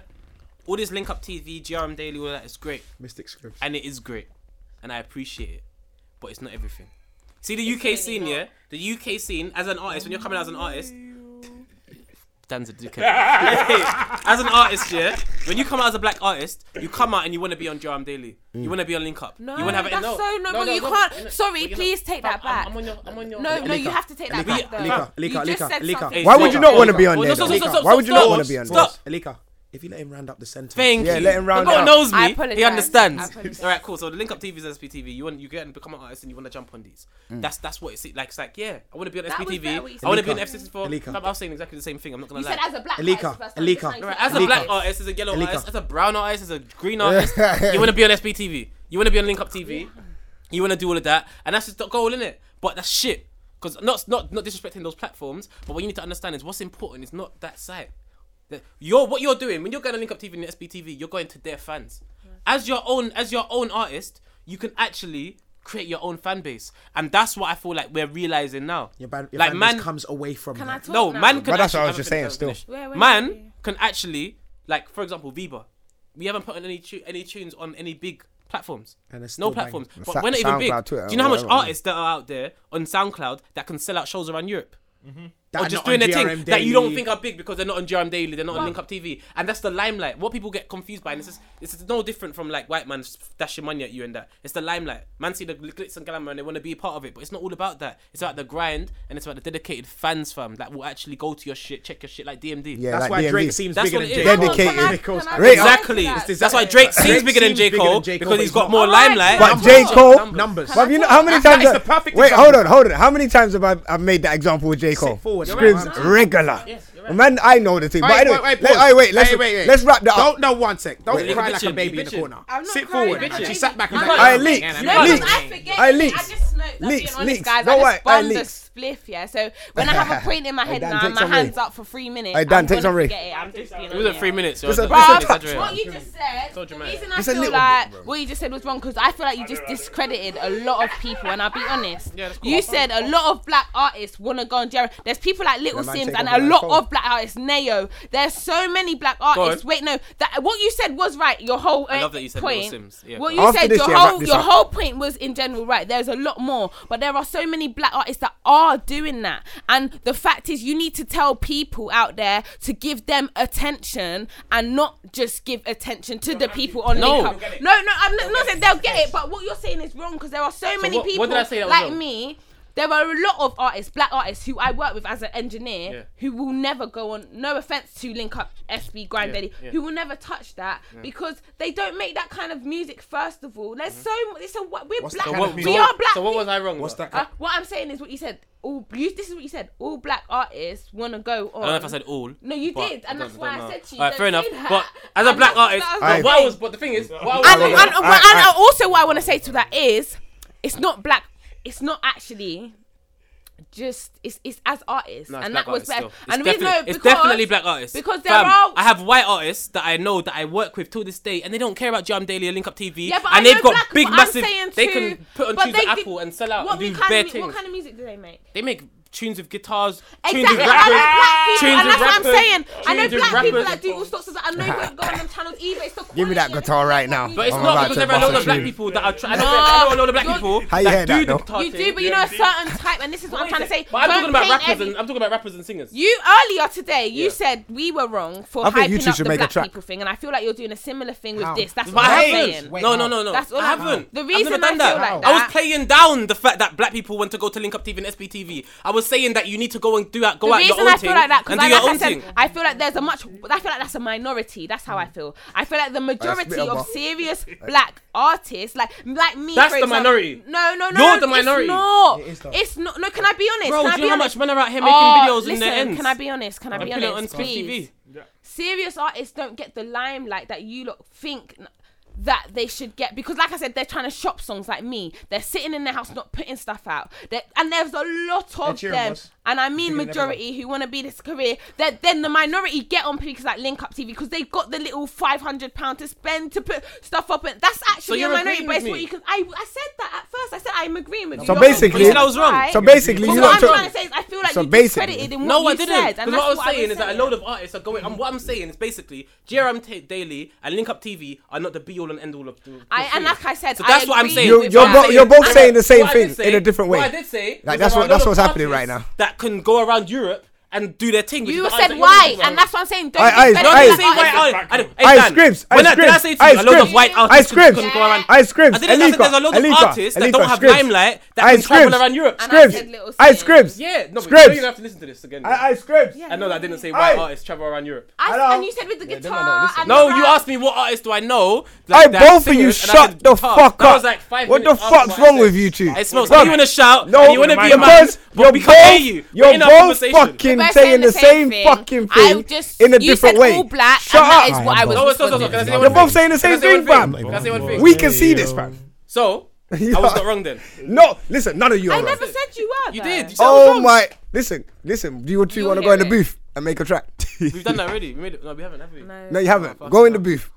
all this link up TV, GRM Daily, all that is great. Mystic scripts. And it is great, and I appreciate it, but it's not everything. See the UK scene, yeah. The UK scene as an artist, when you're coming out as an (laughs) artist, Dan's a dickhead. (laughs) as an artist, yeah, when you come out as a black artist, you come out and you want to be on GRM Daily, Mm. you want to be on Link Up, No, you want to have it. that's no. so no, no, but you no, can't. no. sorry, You're not- please take that back. I'm, on your, I'm on your. No, no, you have to take that back. though. Alika, You Alika, just Alika, said Alika. something. Why would you not want to be on Oh, there? no, though? stop, stop, stop, Why would you not stop, want to be on there? stop. Alika, If you let him round up the sentence, Thank you. the God knows me. He understands. All right, cool. So the link up TV is SPTV. You want you get and become an artist and you want to jump on these. Mm. That's that's what it's like. It's like yeah, I want to be on That was better what you SPTV. said. I want to be on Elika. F64. Elika. No, but I was saying exactly the same thing. I'm not gonna You lie. said as a black Elika. artist first, Elika. like, Right, as a Elika. "Oh, black artist, as a yellow Elika. artist, as a brown artist, as a green (laughs) artist, you want to be on SPTV. You want to be on Link Up TV. You want to do all of that, and that's just the goal, innit? But that's shit. Because not not not disrespecting those platforms, but what you need to understand is what's important is not that site. That- You're what you're doing when you're going to Link Up TV and SBTV, you're going to their fans. As your own as your own artist, you can actually create your own fan base, and that's what I feel like we're realizing now. Your ban- your like fan base man comes away from. Can that. I talk No, now? man can But that's what I actually- was just saying. Still, Wait, wait, man can actually, like for example, Viva. We haven't put on any tu- any tunes on any big platforms. And it's no still platforms. banging. But Sa- we're not even big. SoundCloud, Twitter, Do you know how much whatever. artists that are out there on SoundCloud that can sell out shows around Europe? That or are not just doing on their thing GRM that you don't Daily. think are big because they're not on GRM Daily, they're not on Well- Link Up TV, and that's the limelight. What people get confused by, and this is this is no different from like white man dashing money at you and that. It's the limelight. Man see the glitz and glamour and they want to be a part of it, but it's not all about that. It's about the grind and it's about the dedicated fans, fam, that will actually go to your shit, check your shit like DMD. Yeah, That's like why DMD. Drake seems bigger what than it J. is. Cole. Dedicated. Can I- Because- can I Right. add to Exactly. that? That's why Drake seems Drake bigger than seems J bigger than Cole J. Cole, because but he's he's got not. more Alright, limelight. But J. Cole. Numbers. But you know how many that times? is I- the perfect Wait, example. hold on, hold on. How many times have I I've made that example with J Cole? forward, you're Screams right, man. regular. Man, I know the thing. But Wait, anyway, wait, wait, let, pause. alright, wait, let's Hey, wait, wait. let's wrap that up. Don't no one sec. Don't Wait. cry You're like a bitching, baby in the you're corner. I'm not Sit crying, forward. I'm She not sat back and bitching. back. I leak, No, leak, because I forget. I I leak, just snoked. I'm leaks, being honest, leaks. guys. No, I wait, just I bummed a leaks. spliff, yeah. So when I (laughs) have a point in my Hey, head Dan, now, take and my some Ray. hands up for three minutes. Hey, Dan, I'm take some gonna Ray. forget it. I'm just being It was honest. three It's minutes. a- yo. it's a- Don't it's a- exaggerate. What you just said, So the dramatic. reason I It's a feel little like bit, bro. what you just said was wrong because I feel like you just discredited a lot of people, and I'll be honest. Yeah, that's cool. You said a lot of black artists want to go on Jerry. There's people like Little Yeah, man, Sims take and over a that lot phone. of black artists, Neo. There's so many black artists. on. Wait, no, that what you said was right. Your whole I uh, love that you said Little point. Sims. Yeah, what go you on. After said, this, your yeah, wrap whole this your up. whole point was in general right. There's a lot more, but there are so many black artists that are doing that. And the fact is, you need to tell people out there to give them attention and not just give attention to the people on No. no. No, no, I'm not, not saying they'll get it, but what you're saying is wrong because there are so many what- what people did I say that was like wrong? me. There are a lot of artists, black artists, who I work with as an engineer, Yeah. who will never go on. No offense to Link Up, SB, Grind Yeah, Daily, yeah. who will never touch that because they don't make that kind of music. First of all, there's Mm-hmm. so mu- it's a wa- we're What's that black. kind of we music? are black. So what was I wrong? What's about? that? Uh, what I'm saying is what you said. All you, this is what you said. All black artists want to go on. I don't know if I said all. No, you but did, I and don't- that's I why don't I know. said to you, Alright, don't fair enough. do that. But as a And black that's- artist, but that's the what I thing. was, but the thing is, what I was- And, and, and, All right, all right. also, what I want to say to that is, it's not black. It's not actually just. It's it's as artists, No, it's and black that artists was bad. still. It's And we definitely- know it's because- definitely black artists because there Fam, are. I have white artists that I know that I work with till this day, and they don't care about Jam Daily or Link Up TV. yeah, but and I know they've got black, big, but massive. I'm saying they too, can put on but tunes they at did- Apple and sell out What and do kind bare of, mu- things. What kind of music do they make? They make tunes with guitars, tunes Exactly, with and that's rappers, black people, tunes with and that's what I'm rappers, saying. I know tunes with black people rappers. that do all sorts of. I know what go on them channels either. It's the quality. Give me that of it. guitar right now. But it's I'm not about because to there are a bust lot of black tune. people that are trying. I know a lot of black You're- people How you that hear that, do the though? guitar You thing. do, but you know a certain type, and this is what I'm trying to say. But I'm Don't talking about paint rappers every- and I'm talking about rappers and singers. You earlier today, you said we were wrong for I think you hyping two up should the make a black track. people thing, and I feel like you're doing a similar thing with How? this. That's But what I I'm haven't. saying. Wait, no, how? no, no, no. That's all I I- haven't. The I've reason never I done feel that. like I was that- playing down the fact that black people want to go to Link Up TV and SBTV. I was saying that you need to go and do out, go The out your reason own I feel thing like that, and because do I, your like I own said, thing. I feel like there's a much. I feel like that's a minority. That's how I Mm. feel. I feel like the majority up, (laughs) of bro. serious black artists, like like me, That's for the example- minority. No, no, no. You're the minority. It's not. It is, though. It's not. No, can I be honest? Bro, can do you know I be how honest? much men are out here making Oh, videos in their listen, ends? Can I be honest? Can I And be put it on honest, Split please? TV. serious artists don't get the limelight that you lot think n- that they should get because like i said they're trying to shop songs like me they're sitting in their house not putting stuff out they and there's a lot of Sheeran them was. and i mean Beginning of majority who want to be this career that then the minority get on because like link up tv because they got the little 500 pound to spend to put stuff up and that's actually you're a minority agreeing with but it's what me? you can I, I said that at first i said i'm agreeing with you So You're not basically- You said I was wrong. right? So basically, But you what i'm lot took. trying to say is i feel like So you basically- discredited in what No, you I didn't. said Because and what I that's was what saying is that a saying. load of artists are going. And what I'm saying is basically, GRM Ta Daily and Link Up TV are not the be all and end all of the. I, and like I said, So that's I what I'm agree saying. You- with you're that. bo- you're both And saying the same what I did thing in a different way. What I did say, Like, was that's there are what- a lot that's of what's happening right artists now. That can go around Europe and do their thing. which You is the said answer why, you're and that's what I'm saying. Don't Aye, aye, be spending aye. like Don't say artists. why, aye, I don't- Hey, Ice Dan, Scrims, when Ice I- did I Scrims, say to you, Ice a lot of Scrims, white Ice artists Scrims, couldn't go around? Ice Scrims, I didn't- I said Elika, there's a lot of Elika, artists that Elika, don't have Scrims, limelight that Ice can travel Scrims, around Europe. And I said Scrims, Little Ice Sims. Scrims, Yeah, no, but you Scrims. don't even have to listen to this again. I- Ice Scrims. I know that I didn't say Aye. white artists travel around Europe. I s- Hello. and you said with the Yeah, they guitar. might not listen. and No, the you rap. asked me what artist do I know. Hey, that are both of you, singers, and I shut said the guitar. fuck That up. was like five what the minutes after fuck's what I wrong said. with you two? It smells like you want to shout. No, you want to be a man, because but we you're can't both, hear you. We're You're in our both conversation. fucking saying the same, fucking thing I just, in a you different said way. All black, Shut and that up. is what I was. No, it's not- responding. can I say You're one both thing? saying the Can I same say one thing, fam. Can I say one thing? We can see this, fam. So, I was not wrong then. No, listen, none of you I are wrong. never said you were. You though. did. You said I was Oh wrong. my! Listen, listen. Do you two You'll want to go hear in the it. booth and make a track? We've done that already. We made it. No, we haven't, have we? (laughs) No, you haven't. fuck Go in it. the booth.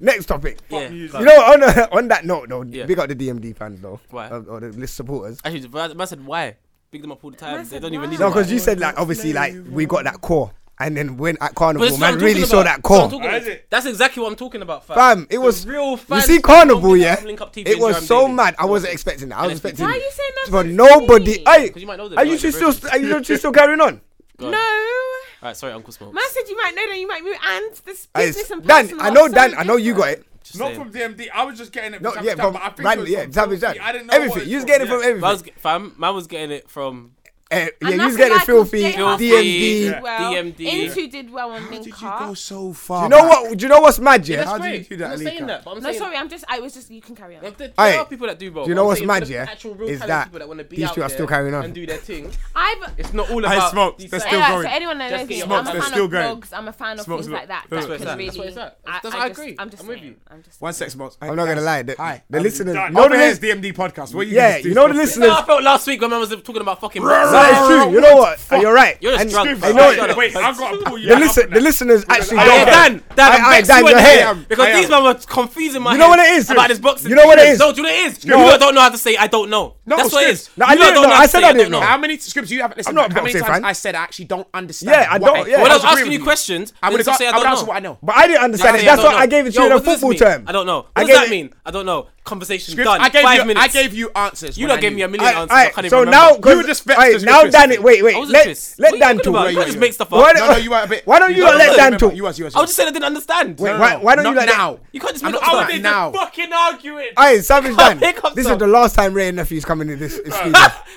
Next topic. Yeah. You know, on, (laughs) on that note though, Yeah. big up the DMD fans though, Why? Uh, or the list supporters. Actually, the man said why? Pick them up all the time. They don't even need No, them. because you said like obviously like we got that core, and then when at Carnival, it's what man, I'm really talking saw about. that That's what I'm core. talking about. That's exactly what I'm talking about, fam. Fam, it The was real You fans see that Carnival, don't yeah. link up TV It and was Jerome so Daily. mad. I wasn't expecting that. I was LFP. expecting. Why are you saying that? But to nobody. me? Hey, 'Cause you might know them, are right? you two still? They're very- Are you two still carrying on? Go on. No. All right, sorry, Uncle Smoke. Man said you might know that you might move and this Hey, business and Dan, personal I know life, Dan. so I know you got different. it. Just Not saying. from DMD. I was just getting it. No, from yeah, Savage from Jam, but I think it Randy, was yeah, from Savage Filthy. Jam. I didn't know Everything. You was getting it from Man was, everything. fam, man was getting it from Eh, Yeah, you And was that's getting why filthy. Jay Hart DMD. did well. DMD. Into did well on Did you Link go Art. so far? You know back? what? Do you know what's mad, yeah? That's do you great. do that, I'm not saying Alika? that, but I'm No, saying sorry, I'm just. I was just. You can carry on. There, there Aye. are people that do both. Do you know I'm what's saying mad, for the yeah? actual real Is talent that people that wanna be these out two are there still carrying on. and do their thing. I've. It's not all Aye, about. Smoke, these they're sides. still Yeah, going. for anyone that Just get knows me, your I'm smokes, a they're fan still of going. blogs. I'm a fan of Smokes, things like that. that's That what it's can at. That's what really. it's at. I That's- I I just- agree. I'm just I'm with saying. you. I'm just One saying. sec, Smokes. I'm not gonna lie. The, Hi. the listeners, Dan, no, over the here's lis- DMD podcast. What you yeah, do you know the this. That's listeners. how I felt last week when man was talking about fucking. That is true. You know what? You're right. You're just And drunk. I fam. know Shut it. up. Wait, I've got to pull you The, out listen, on the that. listeners actually I- don't. Hey, Yeah. Dan, Dan, I- I'm I- vexed Dan, you you're went here. there. I am. Because I am. these men were confusing my You know head what it is? About this boxing. You know what it thing. is? No, do you know what it is? No. You lot don't know how to say, I don't know. No, That's what it Scrims. is. No, I You lot didn't don't know. know how I to said say, I didn't know. How many scripts do you have? Listen, I'm not a how many boxing times fan. I said I actually don't understand. Yeah, I what don't- yeah. I When I was disagree asking with you questions, I then would have just say, I don't answered know. what I know. But I didn't understand Say, it. That's don't what I know. gave it to Yo, you in a what does this football mean? term. I don't know. What I does gave that it- mean? I don't know. Conversation Scripts, done. I gave Five you, minutes. I gave you answers. You when lot I gave knew. me a million Alright, answers. I alright, can't even so remember. now, You were just vexed alright, as now Chris, Dan, isn't it? wait, wait, I wasn't let, Chris. let What are you Dan talking talk. about? You lot just make stuff up. Why No, no, you were a bit. (laughs) why don't you No, not no, let no, Dan remember, talk? You was, you was. you I was. was just saying I didn't understand. Wait, why, why don't Not you let now. You can't just I'm make not up stuff. starting now. Fucking arguing. Hey, Savage Dan, Pick up this is some. the last time Ray and Nephew's coming in (laughs) this, this season.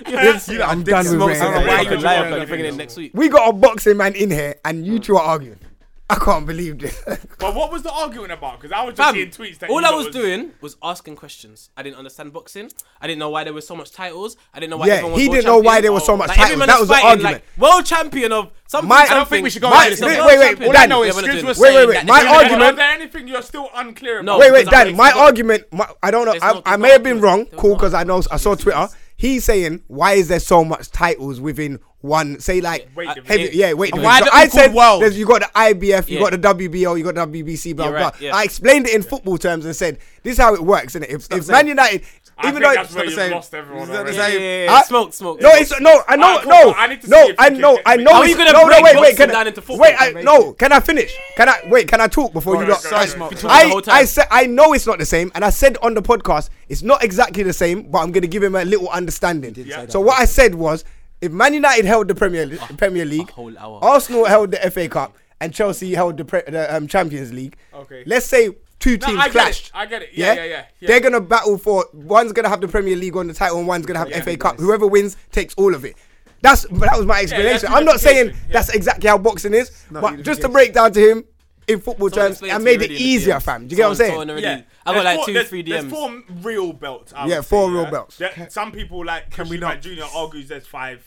Yes, you lot I'm are done with dicks. Ray I and don't know why Nephew. you You're lying, can lie man. You're about bringing it it. next week. We got a boxing man in here, and you two are arguing. I can't believe this. (laughs) But what was the arguing about? Because I was just Fam, seeing tweets that all you I lot was doing was asking questions. I didn't understand boxing. I didn't know why there were so much titles. I didn't know why Yeah, everyone was he world didn't know why champion. there were so much Like, every titles. man That that's was the fighting, argument. Like, world champion of something. My- I don't think we should go something. into this. World Wait, wait, champion. All I Dan, know is Yeah, we're Scrims doing was it. wait, saying wait, that my they didn't argument- Is there anything you're still unclear No. about? Wait, wait, Because I'm Dan. not- My argument. My, I don't know. There's I, no- I there's may no have been wrong. argument. There's Cool, no because I know I saw argument. Twitter. He's saying, "Why is there so much titles within one? Say like Weight division. heavy, yeah, wait. And division." why So don't I we call said, world? there's- you got the IBF, you Yeah. got the WBO, you got the WBC, blah You're blah." right, blah. yeah. I explained it in football terms and said, "This is how it works, isn't it? If, if the Man same. United, I even think though that's where the you've same. lost everyone It's not the already. same. Yeah, yeah, yeah. I- Smoke, smoke. No, it's no. I know, Alright, no, cool, I need to see no, if I you can know, get I me. know. How are you it's- gonna no, no, break wait, wait. boxing Can down I, into football? wait, I, no. Can I finish? Can I wait? Can I talk before you go, lot? go, so I- go, go, go. I, The whole time. I said I know it's not the same, and I said on the podcast it's not exactly the same, but I'm gonna give him a little understanding. say that. So what I said was, if Man United held the Premier Li- Premier League, whole hour. Arsenal held the FA Cup, and Chelsea held the, pre- the um, Champions League. Okay. Let's say two No, teams I get it. clashed. I get it. Yeah, yeah, yeah, yeah. They're gonna battle for one's gonna have the Premier League on the title, and one's gonna have FA Cup. Whoever wins takes all of it. That's but that was my explanation. I'm not saying unification, yeah. that's exactly how boxing is, but just to unification. break down to him in football Someone terms, explained I to me made it already in the easier, DMs. fam. Do you get what I'm Someone- saying? someone Yeah. already- I got There's like four- two, there's- three There's DMs. four real belts. I would Yeah, four say, real yeah. bells. There- some people like can we we not- Junior argues there's five.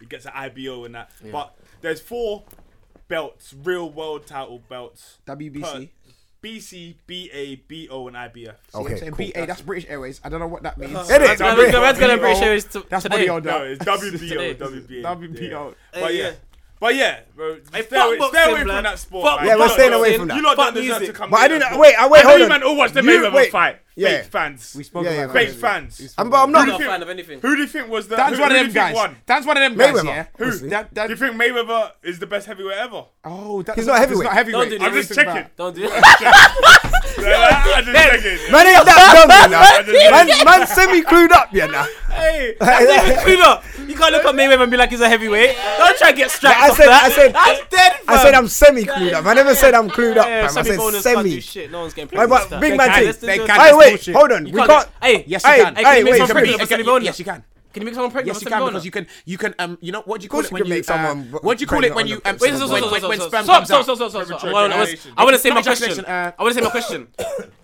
He gets an IBO and that, but there's four belts, real world title belts. WBC. BC, BA, BO, and IBF. Okay, saying cool. BA, that's British Airways. I don't know what that means. Get it? That's Man's British. gonna- man's gonna British Airways t- That's today. body No, it's (laughs) WBO, Today. WBA. WBO. Yeah. But yeah. yeah. But yeah, bro, stay, fuck away, boxing, stay away blood. from that sport. Fuck man. Yeah, we're You staying lot- away from that. You lot Fuck don't deserve to music. come But near I that didn't- sport. wait, I- wait, I know hold you on. man all watched the You- Mayweather wait. fight. Yeah. Fake fans. We spoke Yeah, yeah, about Fake that. fans. I'm, but I'm Who do not you a not. think- fan of anything. Who do you think was the? Dan's who, one who of them do you guys. think Won? Dan's one of them guys. Mayweather, Yeah. obviously. That- Do you that- think Mayweather is the best heavyweight (laughs) ever? Oh, that's He's not heavyweight. He's not heavyweight. Don't do that. I'm just Everything checking. Don't do Yeah, it. I just checking. Man ain't that dumb, you know. Man, man semi clued up, you know. Hey, that's even cleaner. You can't look at Mayweather and be like he's a heavyweight. Don't try and get strapped I off said, that. I said, that's dead. Fam. I said I'm semi clued up. I never said I'm clued up. Yeah, fam. I semi said bonus can't semi. do shit. No one's getting Wait, played but with that. Big They Man can't. T. Let's do They it. can't. Hey, Hey, wait, bullshit. hold on. You We can't- can't- Hey, Yes, hey, you can. hey, Hey, wait, wait, wait, sorry, wait. yes, you can. Yes, you can. Can you make someone pregnant? Yes, you with can Semi-bonus? because you can. You can. Um, you know what do you call course it you when can you make uh, someone b- what do you call it pregnant when on you the um, Wait, when, so, so, when, so, when, so, when so, sperm stop, comes stop, out? stop, stop, stop, stop. Premature I wanna- I wanna- ejaculation. I want to say my Not question. ejaculation, uh, I want to say my question.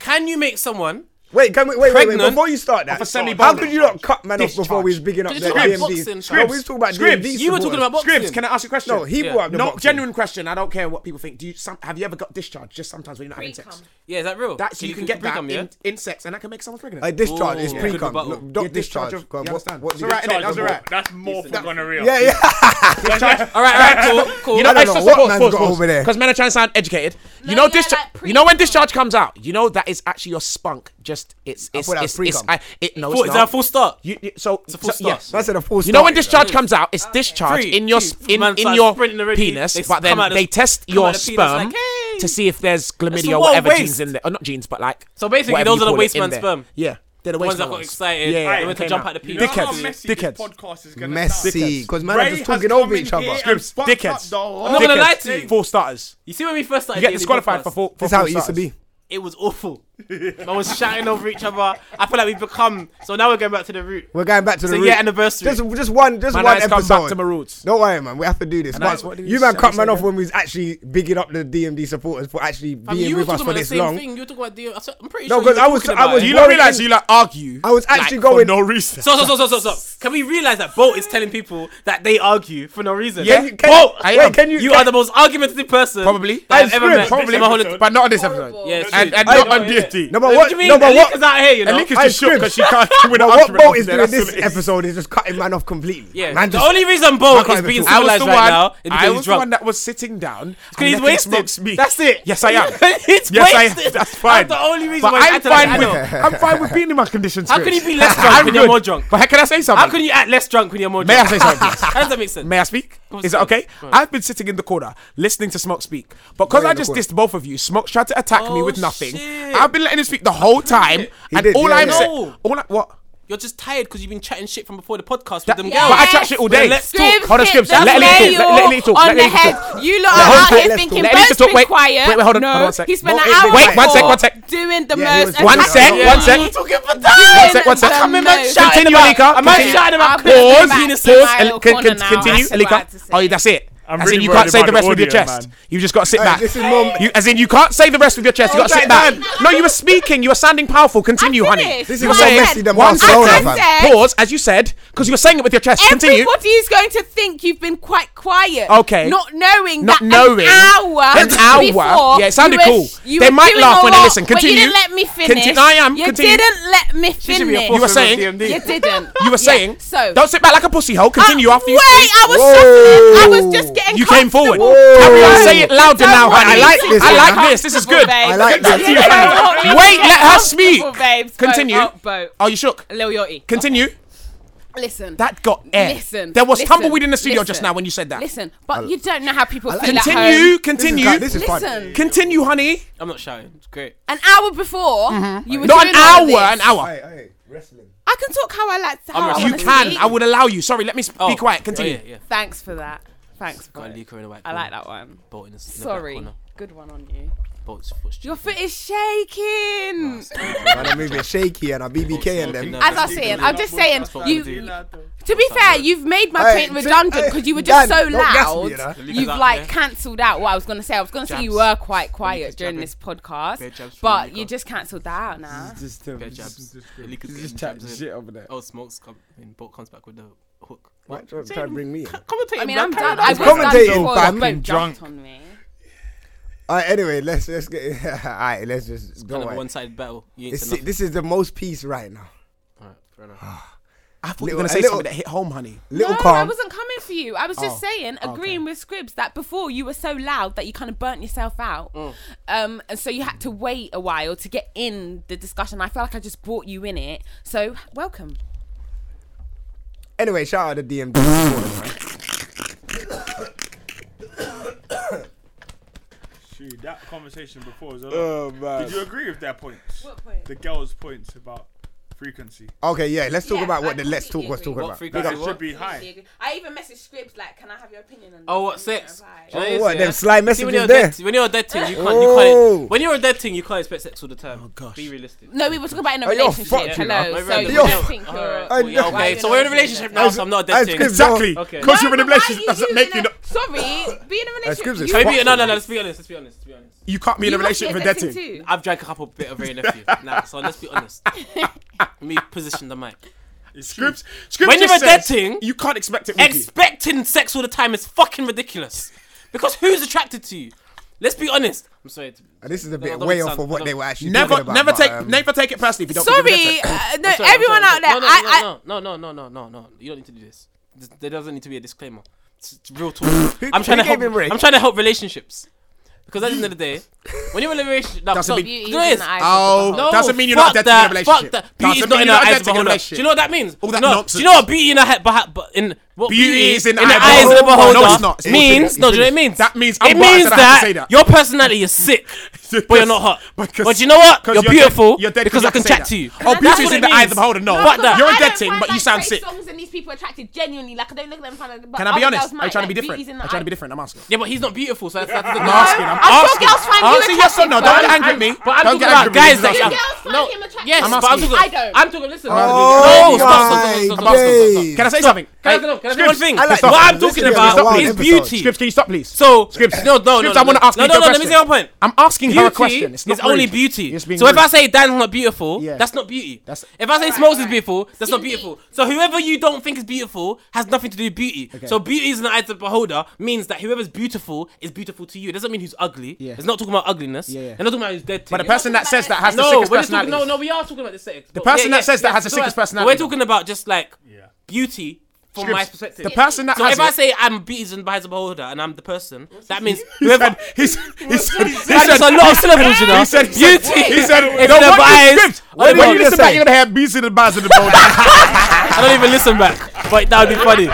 Can you make someone? Wait, can we, wait, wait, wait, Pregnant before you start that, off a semi-bonus. how could you not cut man off Discharge. before we was bigging up the Did you talk about DMDs? boxing, No, Scribs? we was talking about Scribs. DMDs. You were talking about boxing. Scribs, can I ask you a question? No, he Yeah. brought up the No, boxing. genuine question. I don't care what people think. Do you some have you ever got discharged just sometimes when you're not having sex? Pre-cum. Yeah, is that real? That so you, can, get that pre-cum, in, in sex and that can make someone pregnant. A discharge Ooh, is yeah. pre Good cum. rebuttal. Look, Don't Yeah, discharge discharge. of- Go on, what- you understand? what It's do you alright, discharge innit? That's of? alright. That's more than gonorrhea. Yeah, yeah. All right, (laughs) all right, cool, cool. You know, I I don't support, know what support, man's support, got support, over there. Because men are trying to sound educated. No, you know, yeah, discharge. like you know when pre-cum. discharge comes out. You know that is actually your spunk. Just it's it's thought that was it's, it's, pre-cum. I, it no. Full- it's not. is that a full start? You, you, so it's a full so, start. Mm. Yes. That's at a full You know when start. discharge comes out, it's discharge Three, in your two, sp- in, man's in like your sprinting already. penis, They but then come out they as- test come your out the penis sperm like, hey. to see if there's It's a chlamydia or wild whatever waste. genes in there, or not genes, but like So basically, whatever you those are the call it waste in man's there. sperm. Yeah, they're the The ones waste that got excited. Yeah, They yeah, went to came jump out. out the You penis. Oh, know how Dickheads. messy Dickheads. This podcast is gonna Messy, because man Ray are just has talking come over in each other. here and Scribs, fucked dickheads. up the whole I'm not gonna lie thing. to you. Full starters. You see when we first started, You get dating, disqualified podcast, for full. for This is how full it used to starters. be. It was awful. (laughs) I was shouting over each other. I feel like we've become. So now we're going back to the root. We're going back to the So root. yeah, anniversary. Just, just one, just Man, one I just episode. come back to my roots. Don't worry, man. We have to do this. that's But what it you is. man cut Episode, man off yeah. when we was actually bigging up the DMD supporters for actually I mean, being you were with us talking for about the this same long. thing. You were talking about the. I'm so- I'm pretty No, sure. you were 'cause I was- talking I about was- it. Do you Well, not we realize can- you like argue? I was actually like, for going. no reason. So, so, so, so, so, so. Can we realize that Bolt is telling people that they argue for no reason? Can you- can- Bolt, I am. you, are the most argumentative person. Probably. That I've Hey, ever Scrib, met. probably. in my whole life. but not on this episode. Horrible. Yeah, it's And, true. and Hey, not on yeah. DFD. No, but No, What what? do you mean? No, The but leak what? is out here, you know. Elika's Hey, just shook Scrib. because she can't win an But what argument. Bolt off is there, doing that's this all it is. episode is just cutting man off completely. Yeah. Man the just- only reason Bolt can't is even being talk. I was civilized the right one- now is I because was he's the one drunk. that was sitting down. Because he's and nothing wasted. Smokes me. That's it. Yes, I am. (laughs) it's Yes, I wasted. am. That's fine. That's the only reason But why he's I'm acting like fine an with adult. I'm fine with being in my conditions. How can you (laughs) be less drunk when you're more drunk? But hey, can I say something? How can you act less drunk when you're more May I drunk? say something? please? (laughs) How does that make sense? May I speak? Go on, Is it speak. okay? Go on. I've been sitting in the corner listening to Smoke speak, but because Wait, I no, just go on. dissed both of you, Smoke tried to attack me Oh, with nothing. shit. I've been letting him speak the whole time, and did, all yeah, I'm yeah. saying, No. all I, what? You're just tired because you've been chatting shit from before the podcast with That- them Yeah, girls. But I chat shit all day. Let's talk. Scribs Hold on, hit Scribs. the Let- let Lee talk. Let- let Lee mail talk. Let on Lee the head. talk. You lot hold are on, out here let's thinking talk. Let Lee Bert's talk. been Wait, quiet. wait, wait, hold on, no. hold on one sec. He spent No, an it- hour wait, one sec, before one sec. doing the Yeah, he most. was- One sec, one sec. Doing Talking for time. One sec, one sec. the I'm in my most. shower. Continue, about- Alika. am I continue. shouting about Pause. Pause. penises? Penises. My And little can, corner can, now. continue, That's what I Alika. had to say. Oh, yeah, that's it. I'm as in, really you worried can't say about the rest the with your audio, chest. man. You just got to sit Hey, back. this is mom- You, as in, you can't say the rest with your chest. You got to sit back. No, you were speaking. You were sounding powerful. Continue, I honey. finished. This You is more were I saying messy than One- Barcelona, I- I fam. said- pause, as you said, because you were saying it with your chest. Continue. Everybody is going to think you've been quite quiet. Okay. Not knowing Not that knowing. an hour, An hour. before Yeah, it sounded you were- cool. you They were might doing laugh a when they lot, listen. But Continue. you didn't let me finish. Continue. I am. You Continue. didn't let me should be a finish. fourth You were saying- You didn't. You were saying, Yeah, so (laughs) don't sit back like a pussyhole. Continue Uh, after you Wait, speak. I was shuffling. I was just Whoa. getting. You came forward. comfortable. Carry on, Whoa. say it louder Don't now, want honey. I me like to this. get I like this. This is good. comfortable, I babes. like Don't this. want me to Wait, get let her speak. comfortable, babes. Vote Continue. out, vote. Oh, you shook. Lil Yachty. Continue. Listen. That got air. Listen. There was listen, tumbleweed in the studio listen, just now when you said that. Listen, but you don't know how people feel at Continue. home. Continue. This is fun. Listen, Continue, honey. I'm not shouting. It's great. an hour before you were Not doing an all of hour. An this. hour. wrestling. I can talk how I like. To, how I respectful. You wanna can. speak. I would allow you. Sorry, let me sp- Oh, be quiet. Continue. Oh, yeah, yeah. Thanks for that. Thanks for Got it. Alika in the white I like corner. that one. Bolt in the, in the black Sorry. corner. Good one on you. Bolt's foot. Your foot is shaking. (laughs) Man, I'm moving shaky and I BBK and them. As I was saying, I'm just saying, you. To be Sorry. fair, you've made my Hey, point t- redundant hey, because you were just Dan, so don't gas me, you know. loud. You've Look at like that, cancelled out what I was going to say. I was going to say you Jabs. were quite Alika's quiet during jabbing. this Bare jabs podcast, from but Alika. you just cancelled that out now. Mm. Just, Bare jabs. Alika's getting tap the jabs in. shit over there. Oh, smokes. Come, I mean, Bolt comes back with the hook. Why try try and bring me in? Commentate. I mean, man. I'm Carry done. on. I was Commentating, done before fam. the boat jumped on me. Alright, anyway, let's let's (laughs) get alright, let's just Kind go. of on. one-sided battle. You ain't This, said is- this is the most peace right now. Alright, fair enough. I thought you Little- were going a to say little- something that hit home, honey. Little no, I calm. wasn't coming for you. I was just Oh, saying, agreeing with Scribs that before you were so loud that you kind of burnt yourself out, Mm. um, and so you had to wait a while to get in the discussion. I feel like I just brought you in it, so welcome. Anyway, shout out to (laughs) DMD. Shoot, that conversation before was a lot. oh man. Did you agree with their points? The girls' points about Frequency. Okay, yeah. Let's talk Yeah, about I what the let's talk completely was agree. talking about. frequency? Big up. Should be high. Completely agree. I even messaged Scribs like, "Can I have your opinion on?" Oh, this?" what And he didn't sex? reply. Do you know Oh, this, what, yeah? them sly See, messages when you're a there? Dead, when you're a dead thing, you can't. You Oh. can't when you're a dead thing, you can't expect sex all the time. Oh gosh. Be realistic. No, we were talking about in a Oh, you're relationship. fucked, you know. Maybe Hello. So I'm you You're don't fucked. think All you're. right. I Well, yeah, know. Why okay. you So we're in a not relationship doing now, that? so I'm not a I dead thing. scripted- Exactly, Okay. 'cause you're in a No, but why relationship you doesn't using make you a- not- Sorry, being in a Scribs relationship. is you- Can we fucked. be, no, no, no. Let's be honest. Let's be honest. Let's be honest. You can't be in a you must relationship be for a dating dating. too. I've drank a couple bit of (laughs) very nephew. nah, so let's be (laughs) honest. Let me position the mic. Scripts, scripts When just you're a says dating, you can't expect it. Ex- Expecting sex all the time is fucking ridiculous. Because who's attracted to you? Let's be honest. I'm sorry. to- And this is a No, bit don't way sound- off of what don't- they were actually Never, talking about. never but, take, um, never take it personally if you don't. Sorry, uh, no, I'm sorry, I'm everyone sorry. out there. No, no, I, no, I, no, no, no, no, no, no, no. You don't need to do this. Th- There doesn't need to be a disclaimer. It's it's real talk. I'm trying to gave help. him break? I'm trying to help relationships. Because at the end of the day, when you're in a relationship, no, That's a no, big- you Beauty know is what in it the is? eyes Oh, of the beholder. doesn't mean you're not fuck dating in a that, relationship. Fuck that. Beauty Doesn't is not mean in you're our eyes of dating in a beholder. Do you relationship. know what that means? All that no. Do nonsense. you know what beauty in a he- beha- but in what Beauty is in the eye of eyes of the the beholder. beholder No, it's not. It's means finished. no. It's Do you know what it finished. means? That means I'm it biased means and I have to say that that. your personality is sick, but you're not hot. But 'cause- But you know what? 'cause You're you're dead- beautiful you're dead 'cause because you I have can to say chat that. to you. Oh, That's beauty what is it in the eye of means. the beholder. No, Fuck that. you're a I dead don't thing, find, but you like, sound great sick. songs and these people attracted genuinely. Like I don't look at them attracted. Can I be honest? Are you trying to be different? Are you trying to be different? I'm asking. Yeah, but he's not beautiful, so that's, that's the I'm asking. I'm asking. girls find you Answer yes or no. Don't attractive, get angry at me. But I'm Don't talking get about angry at me. guys This that is Do asking. I'm- girls find no, him attractive? Yes, I'm but I'm asking. talking. I don't. I'm talking. Listen. Oh no, my stop, stop, stop, stop, stop, stop, stop, stop. days. Can I say something? Can I go? Can I say one thing? I like What this. I'm This is talking gonna be a about wild is episode. beauty. Scripts, can you stop, please? So Scripts. No, no, no. Scripts, I no, wanna no. ask no, you no, a no, Let me question. say one point. I'm asking her a Beauty question. It's not is only rude. beauty. It's So being if rude. I say Dan's not beautiful, Yeah. that's not beauty. That's- if I say Smalls is beautiful, that's not beautiful. So whoever you don't think is beautiful has nothing to do with beauty. So beauty is an eye to the beholder means that whoever's beautiful is beautiful to you. It doesn't mean who's ugly. Yeah. It's not talking about ugliness. Yeah, yeah. It's not talking about who's dead. But the to you. person that says that has the No, sickest we're just talking, personality. no, no, we are talking about the sex. The person that says that has the sickest personality. We're talking about just like beauty from my Scripts. perspective. The person that so has if I it- say I'm beauty and behind the beholder and I'm the person, (laughs) that means whoever. He's, he's, he's, That is a lot of syllables, you know. He said, he beauty. said, he (laughs) said, is no, in the what eyes is script? When, of the when you beholder. listen back, you're gonna have beats in the bars in the bowl. I don't even listen back, but that would be funny.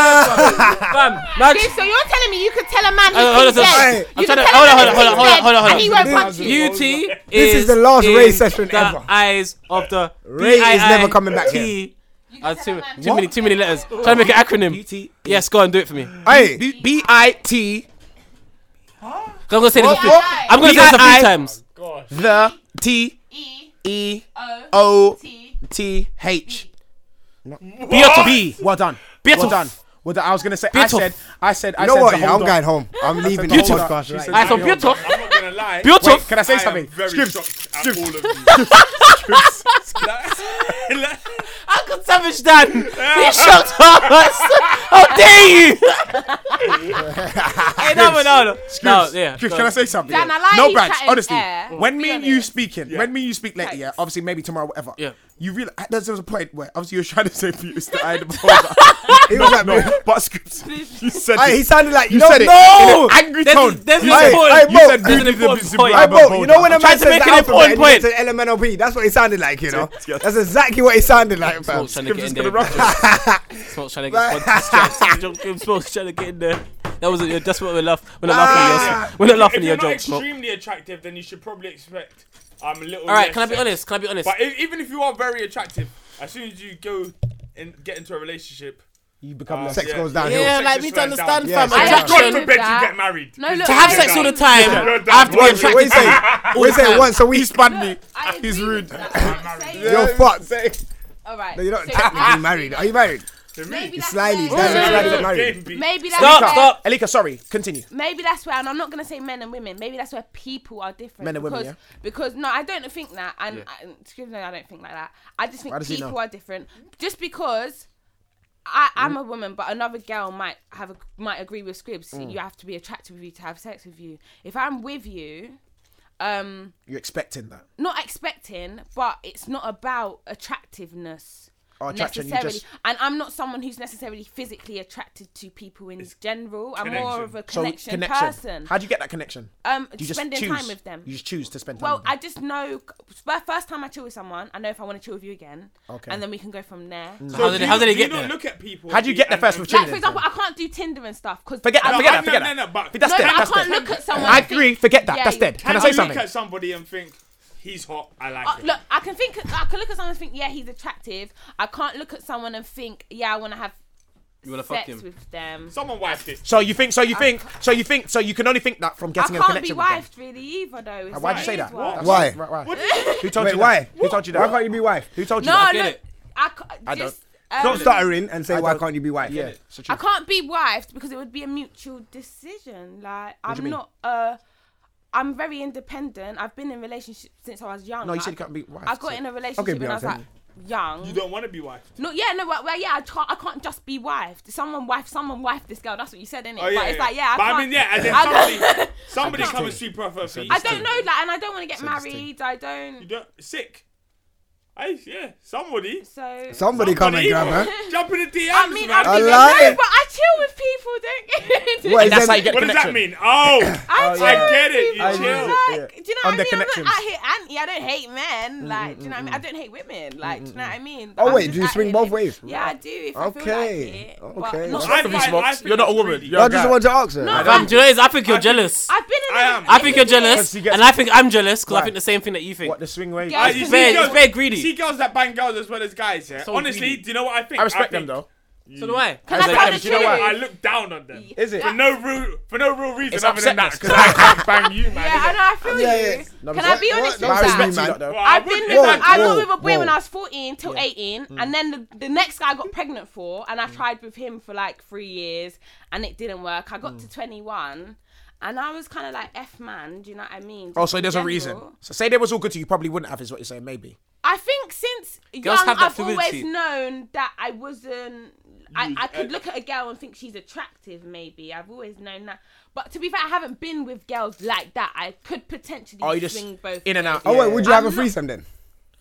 Fam, man, So you're telling me you could tell a man Uh, hold on, he's hold on. dead? I'm You trying could to- tell a hold on, hold man on, he's hold on, dead hold on, hold on. And he won't punch you. beauty. This is the last in Ray session ever. The eyes of the Ray is never coming back here. T- Uh, too, too many, too many letters. Trying to make an acronym. Beauty. Yes, go and do it for me. Hey, B I T I'm gonna say this. a few- Why? I'm gonna say this a few B-I-I. times. the T E E O O T. T H. Beautiful. B. Well done. Beautiful. Well done. Well done. I was gonna say. I Beautiful. said. I said. I you know said. what? the Yeah, hold I'm on. going home. I'm leaving the Beautiful. podcast right She now. Alright, so beautiful. I'm not gonna lie. Beautiful. Can I say I am something? very Scripts. shocked at all of you. Like- Uncle Savage Dan. You shocked us. How dare you? hey, no, no, no, no. No, yeah. Chris, go. can I say something? Dan, I like no you branch, chatting honestly. air. When Be me and you honest. speaking, when me and you speak later, yeah, obviously maybe tomorrow, whatever. Yeah. You realize there was a point where obviously you were trying to say (laughs) beauty to I before. He was (laughs) like, no, but scripts. You said Aye, it. he sounded like you, You know, said it No! in an angry There's- tone. there's you an said, important you point. said There's an beauty important is a point. blind Hey, bro, you beholder. know when a trying man to says make the an important alphabet, point. it's an LMNOP. That's what he sounded like, you know. yes. That's exactly what he sounded like, fam. Smalls trying to get in there. (laughs) Smalls trying to Right. get sponsored. Smalls trying to get in there. That was it. That's what we're laughing. We're not laughing at your. We're not laughing If at your you're not jokes, Smalls. extremely attractive, then you should probably expect um, a little. All right. less Can I be sex. honest? Can I be honest? But if, even if you are very attractive, as soon as you go and get into a relationship, You become Uh, less. Sex Yeah. goes downhill. Yeah, Sex like is me to slowing understand, down. fam. Yeah, I Attraction. God actually- forbid you that. get married. No, look. To have I sex all agree. the time, Yeah. I have to be Wait, What you attracted. say? What you say? Once a week. He spun me. I agree He's with rude. (laughs) that. That's what I'm saying. You're fucked. All right. No, you're not So technically married. Are you married? Maybe It's that's slyly. where- Dan's slyly married. Game beat. Maybe that's Stop, where- stop. Elika, sorry. Continue. Maybe that's where, and I'm not gonna say men and women. Maybe that's where people are different. Men and women, because, Because no, I don't think that, and Yeah. I- excuse me, I don't think like that. I just think does he people know? are different. Just because I, I'm Mm. a woman, but another girl might have a, might agree with Scribs. Mm. You have to be attracted with you to have sex with you. If I'm with you, um, You're expecting that. not expecting, but it's not about attractiveness. Or attraction, you necessarily, just- and I'm not someone who's necessarily physically attracted to people in general. I'm more of a So connection, connection. person. How do you get that connection? um, Do you just spending choose? time with them. You just choose to spend time. well, with them. I just know f- first time I chill with someone, I know if I want to chill with you again, Okay. Mm. and then we can go from there. How did, how did Do it you get not there? look at people? How'd you get there and- first and- with Like children? for example, I can't do Tinder and stuff because Forget that. No, Forget I- that. Forget no, that. no, no, but- That's No, dead. but I That's can't dead. look at someone. I and think- agree. Forget that. Yeah, That's you dead. Can I How say do you something? look at somebody and think, He's hot. I like Uh, him. look, I can think. I can look at someone and think, yeah, he's attractive. I can't look at someone and think, yeah, I want to have You wanna sex fuck him? with them. Someone wifed it. So you think? So you think? So you think? So you can only think that from I getting a can't be connection with them. wifed really either though. It's Why'd you say that? not his wife. That's- Why? Right, (laughs) right. Why? Who told Wait, you why? that? Who told you that? Why can't you be wife? Who told you No, that? no. it. I can't. I don't. this- um, Stop stuttering and say why can't you be wife? Yeah. So I can't be wifed because it would be a mutual decision. Like you I'm mean? not. Uh, I'm very independent. I've been in relationships since I was young. No, you Like, said you can't be wifed, I got so- in a relationship when I was Beyonce. like young. You don't want to be wifed. No, yeah, no, well, well, yeah, I can't, I can't just be wifed. Someone wife, someone wife this girl. That's what you said, innit? Oh, yeah, but it's yeah. like, yeah, I but can't. I mean, yeah, and then I somebody, don't- (laughs) somebody I can't. come and sweep her for her feet. I don't know, like, and I don't want to get this thing. married. I don't. You don't, sick. I, yeah, somebody. So. Somebody come and somebody grab her. (laughs) Jump in the DMs, I mean, man. I mean, I like no, it. but I chill with people. Don't get it. What is that's how you that? get what does that connection. mean? Oh, I, chill I with get it, you people, chill. Like, do you know On what the I mean? I'm connections. not out here anti. I don't hate Mm, men. Like, do you know what I mean? I don't hate women. Like, do you know what I mean? Oh, I'm wait, just do you out swing here both being- ways? Yeah, I do. If Okay, I feel like it. but okay. not- I find- You're I think not a it's woman. really- You're I a guy. just want to ask her. No, Fam, do you know what it is? I think you're jealous. I've been in. I a- am. I think you're jealous, Because you get- and I think I'm jealous because Why? I think the same thing that you think. What the swing wave? Yeah, I- I- you see very- girls- it's very greedy. you See girls that bang girls as well as guys. Yeah. So Honestly, greedy. do you know what I think? I respect them think though. So do I. Can As I a- tell the do you know what? truth? I look down on them. Is it? For no real, for no real reason It's other than that, upsetness. because I can't bang you, man. Yeah, is I it? know. I feel Yeah, yeah. you. No, Can but- I be What? honest with you? Don't I respect Sorry, you man. lot, though. Well, I I've been would- with Whoa, a, I got whoa, with a boy when whoa. I was 14 till 18, Mm. and then the, the next guy I got pregnant for, and I tried with him for like three years, and it didn't work. I got Mm. to 21, and I was kind of like F man. Do you know what I mean? Oh, Just so in there's a reason. general. So say they was all good to you, you probably wouldn't have, is what you're saying, maybe. I think since young, Girls have that I've always fluidity. known that I wasn't. Mm. I, I Uh, could look at a girl and think she's attractive, maybe. I've always known that. But to be fair, I haven't been with girls like that. I could potentially Oh, you just swing both. in and out. Oh yeah, wait, would you yeah. have a threesome then?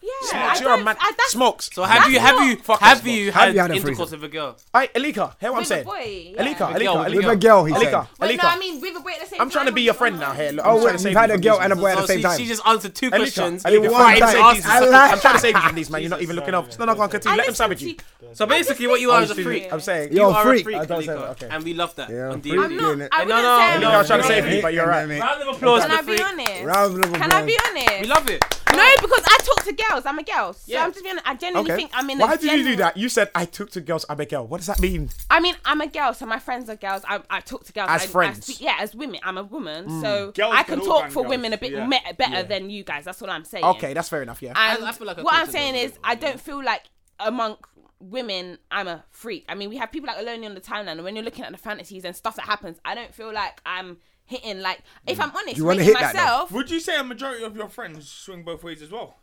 Yeah, Smokes, I you're a don't- man. I- that's- Smokes. So have you have not- you Fuck have us, you fuck. had you had a intercourse threesome? with a girl? I, Elika, hear what I'm With a saying. boy, yeah. Elika, With a girl, Elika, With with a a girl. Elika. girl, he said. Elika, Wait, no, I Elika. mean with a boy at the same I'm trying to time, be or your you friend can't? now here. Look, Oh, I'm trying wait, to you've save had you a from girl these- and a boy at the So same she, time. she just answered two questions. I mean, Elika, one I'm trying to time. save you from I these- like- I'm trying to save you from these, man. You're not even looking after. No, no, go on, I continue. Let them listen savage to you. So basically, what you are is a I'm freak. I'm saying. You You're are a freak. a I freak, don't say- Alika, okay. and we love that. Yeah, on I'm D&D. freak. I'm not. No, I wouldn't no, say. no, I'm no, Elika, I was trying to not. save you, but you're right. Round of applause Can for I the freak. be honest? Round of Can I applause. be honest? We love it. No, because I talk to girls. I'm a girl, so Yeah. I'm just being. I genuinely Okay. think I'm in. a Why did you do general- that? You said I took to girls. I'm a girl. What does that mean? I mean, I'm a girl, so my friends are girls. I, I talk to girls. As I, I friends. speak- yeah, as women, I'm a woman, so Girls I can can all talk bang for girls. women a bit Yeah. me- better than you guys. That's what I'm saying. Okay, that's fair enough. Yeah. And I- I feel like I what talk I'm to saying girls is, I don't feel like among women, I'm a freak. I mean, we have people like Alone on the timeline, and when you're looking at the fantasies and stuff that happens, I don't feel like I'm hitting. Like, if I'm honest, Mm. You wanna rating hit that, though? myself. Would you say a majority of your friends swing both ways as well,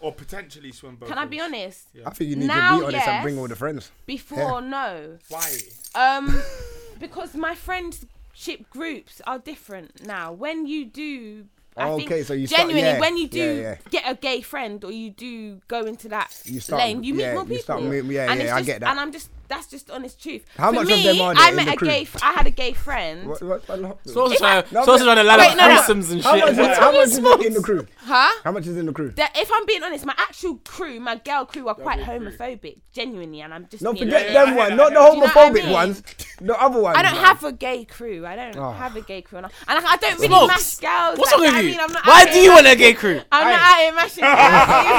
or potentially swing both? can I be honest? I think you need Now, to be honest and yes. bring all the friends. Before, no. Why? (laughs) Um, because my friendship groups are different now. When you do, I Oh, think okay, so you start- genuinely, yeah, when you do yeah, yeah. get a gay friend or you do go into that You start- lane, you meet yeah, more people. you start meeting- yeah, and yeah, it's I just, get that. And I'm just that's just honest truth. How For much of me, them are there I in met the a gay. crew? f- I had a gay friend. What, what, what, Sausage trying No, sausage but- trying to line Wait, no, no. up threesomes and how much, shit. is, how much is in the crew? Huh? How much is in the crew? That- if I'm being honest, my actual crew, my girl crew, are quite homophobic, genuinely, and I'm just. No, being forget honest. them one. Not the Do you know what I homophobic mean? ones. The other ones. I don't man. have a gay crew. I don't have a gay crew, and I, and I, I don't really mash Ah. Smokes. girls. What's wrong like with that. you? I mean, I'm not Why out do here- you want a gay crew? I'm not out here (laughs) mashing girls.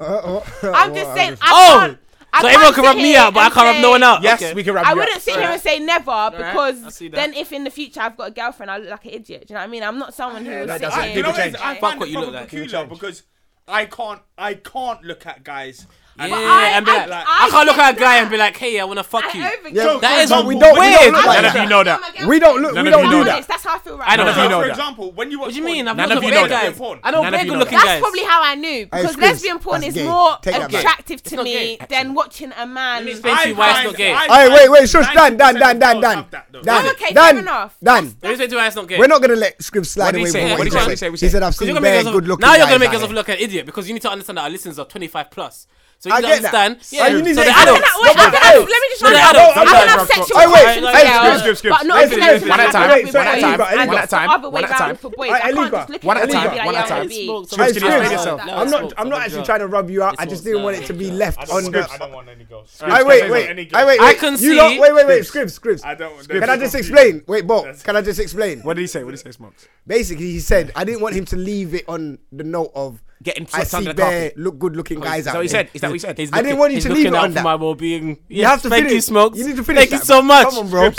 Uh-oh. (laughs) I'm just saying. I Oh, can't, I So can't everyone can sit rub me here out, but I and can't rub no say- one out. Yes, Okay. we can wrap. I you up. wouldn't sit here and say never I because see that. then if in the future I've got a girlfriend, I look like an idiot. Do you know what I mean? I'm not someone who will that sit doesn't- here. You know People what it is? change. I Fuck find what it you look proper like. peculiar because I can't, I can't look at guys. and- Yeah, I- and be I- like, I I can't look get at a guy that. and be like, hey, I wanna fuck you. I overgive. Yeah, that for is example, we don't, we don't look like weird. I None look of that. you know like that. I'm a We don't look- girlfriend. we don't I'm do honest, that. That's how I feel right I now. None don't So, of you know for that. example, when you watch What do you porn- mean? I've None not of looked you at know gay that. guys. Porn. I know None of gay you good know looking that. guys. That's probably how I knew because excuse, lesbian porn that's is gay. more Take that back. attractive to not me gay. than watching a man. me explain- I Explain to you why it's find- not gay. I Hey, find wait, wait, shush, Dan, Dan, 90% Dan, Dan, Dan. of girls have that though. Dan, Oh, okay, fair Dan, enough. Dan. Let me say to why it's not gay. We're not going to let Scribs slide did away he say? from what What he did he say? said. What did he He say? said, I've Because seen you're gonna make bare yourself, good looking now you're gonna guys make out yourself here." look like an idiot because you need to understand that our listeners are 25 plus. I get So So you can that. understand. So Yeah. you need so to explain. the adults. Wait, I the can adults. have- let me just So the try- adults. I can have Right. sexual Hey, relations with wait, hey, girls, skip, skip, skip. but Hey, not with skip, skip, girls. skip. time. Wait, sorry, Eliba, Eliba. One at a time. One at a time. One at a time. One at a time. One at a time. Hey, Scribs, can you Scribs, explain yourself? I'm No, not. it's I'm not not actually drugs. trying to rub you out. I It's just not didn't want it drugs. to be left on the. want any girls. I wait, wait, I wait, I wait. can you see- Lot, wait, wait, wait. Scribs, Scribs. I don't- Scribs. Can that's I just confusing. explain? Wait, Bob. That's- Can I just explain? What did he say? What did he say, Smokes? Basically, he said I didn't want him to leave it on the note of Getting I swept see under the bare carpet. look good looking guys Is that out. what he there. said? Is that what he said? He's I didn't looking- want you he's to leave looking it out on for that. my well-being. You Yes, have to thank finish. you, Smokes. You need to finish. Thank that, you so man. much. Come on, bro. I got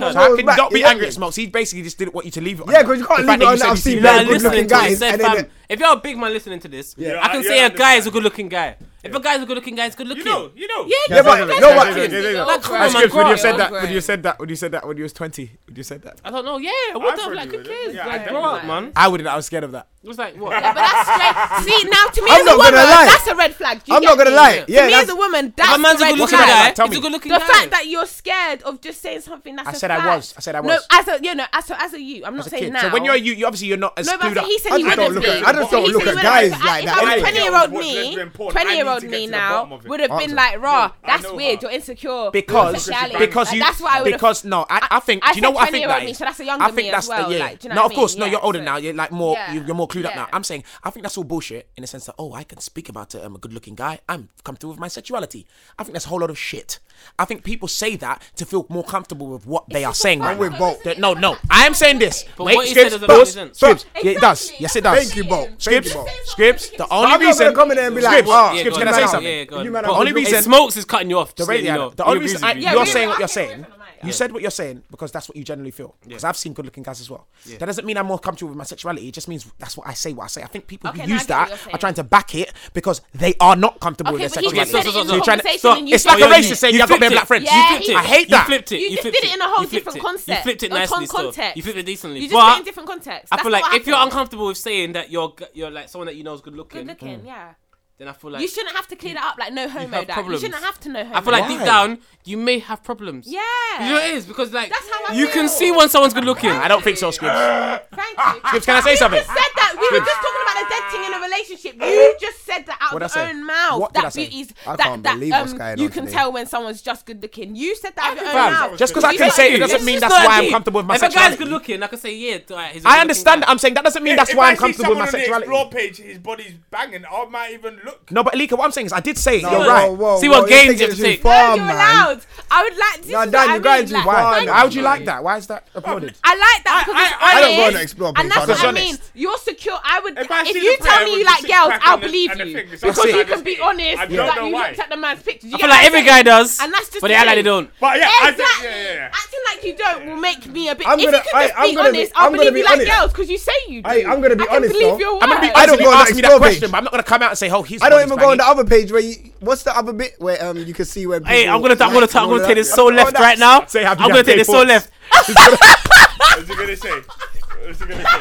my So how balls can you back. not be You angry know? at Smokes? He basically just didn't want you to leave it. Yeah, 'cause you can't The fact leave it on that you that said I've you seen see Nah, very good listening good-looking to guys, this, said, and then fam, if you're a big man listening to this, I can Yeah, say I a guy is a understand. good-looking guy. If a guy is a good-looking guy, it's good-looking. You know, you know. Yeah, Yeah, but no, but- you guys are Like, all come on, grown. man, Scribs, would you grow have said up. that? Would you have said that? Would you have said that when you was twenty? Would you have said that? I don't know. Yeah, what the heard like? you Who with it. cares? Yeah, I like, grow definitely up, man. I wouldn't. I was scared of that. It was like what? But that's straight. See, now to me I'm as not a woman, gonna lie. that's a red flag. Do you I'm get not gonna me? lie. Yeah, to me that's- as a woman, If that's a man's the a red good-looking flag. guy, Tell he's a me. good-looking The guy. fact that you're scared of just saying something that's I a said I fact. was. I said I No, was. as a you know, as a, as a you, I'm As not a saying kid. now. So when you're you, you obviously you're not as no, but I clued said up. he said I he just don't wouldn't look be. at- I just He don't said look he at wouldn't guys be. like If that. I was Anyway. twenty year old Watch lesbian me, porn. I twenty year need old to get me to the bottom now of it. would have Answer. been like, raw, that's know weird. her. You're insecure. because Sexuality. because Like, you that's what I would because no I, I think I do you know said what I think 20-year-old that me, is? so that's a younger I think me as that's the- well, yeah like, do you know no what I of course mean? no Yeah, you're older so- now you're like more Yeah. you you're more clued up now Yeah. I'm saying I think that's all bullshit in the sense that oh I can speak about it I'm a good looking guy I'm comfortable with my sexuality I think that's a whole lot of shit I think people say that to feel more comfortable with what they are just a saying fact, right though, now. isn't That- it? no no I am saying this But wait what he said Scribs doesn't make pause sense. Scribs yeah, it does Exactly, yes it that's does Thank you, Bob. Thank Scribs you, Bob. Scribs the I'm only I'm not reason gonna come in there and be like, Scribs, oh, Yeah, Scribs go can I on. say Yeah, something go on. You man But are- Only it reason- smokes is cutting you off. The just letting radio. you no. know. The He only agrees reason with I, you. Yeah, you're we- saying I what you're can saying, listen to mine. you said what you're saying because that's what you generally feel. Because I've seen good-looking guys as well. That doesn't mean I'm more comfortable with my sexuality. It just means that's what I say. What I say. I think people Okay, who no, I use get that what you're are saying. trying to back it because they are not comfortable Okay, with their but he sexuality. just said it in the you're trying to- conversation so and you it's like a flipped it. racist saying you have got flipped bare black it. friends. Yeah, you flipped he- it. I hate You that. flipped it. You just flipped did it in a whole You flipped different it. concept. You flipped it Or nicely. con- still. context. You flipped it decently. You just But put in different context. I That's feel like what if you're happened. uncomfortable with saying that you're g- you're like someone that you know is good looking, good looking, yeah. then I feel like You shouldn't have to clear that up like no homo. have That you problems. shouldn't have to know homo. I feel like Why? deep down you may have problems. yeah. You know what it is because like That's how I you can feel. see when someone's good looking. I don't think so, Scribs. Thank you. Gibbs, can I say you something? just said that. We were just talking about the dead thing in a relationship. You just said that out What'd of I your say? own mouth. What did I that say? beauty's I that can't that believe what's um, going you on can today. tell when someone's just good looking. You said that out of your own Fam, mouth. just because You I can said say it you doesn't just mean said that's It's not why I'm deep. comfortable with my If a guy's sexuality. good looking, I can say yeah. alright, he's a I good-looking understand guy. that. I'm saying that doesn't mean (laughs) that's If why I I'm see comfortable with my someone on the sexuality. Explore page, his body's banging. I might even look. No, but Alika, what I'm saying is I did say it. Whoa, You're right. whoa, whoa, See what whoa, games you're you have taking it to take. too No, far, you're man. allowed. I would like. This Nah, is Dan, what I you're going mean, too like, far, thank man. How would you like that? Why is that applauded? I like that because it's I- I- I honest, don't go on Explore page, and that's I what I don't. mean. You're secure. I would If I if, see you the tell player me with you the like six girls, pack I'll and the- believe and the you thing, it's because like you that. can be honest. I don't that know you why. looked at the man's picture. I feel like every guy does, and that's just but the they act like they thing. don't. But yeah, I Exactly. think, yeah, yeah, yeah. Acting like you don't will make me a bit. I'm if gonna- you I- can just I'm be gonna be- honest, I'll I'm gonna believe be you like honest. girls because you say you do. Hey, I'm gonna be I can honest, believe though. your I'm gonna be words. I honest. don't if You go on ask me that Explore page. question, but I'm not gonna come out and say, "Oh, he's." I don't even go on the other page where you, what's the other bit where um you can see where Hey, people I'm gonna, I'm gonna, like I'm and all gonna take this that. so Oh, left that- right now. Say happy I'm gonna birthday, take this so folks. left. (laughs) What's he gonna say? (laughs) What's he gonna say? What's he gonna say?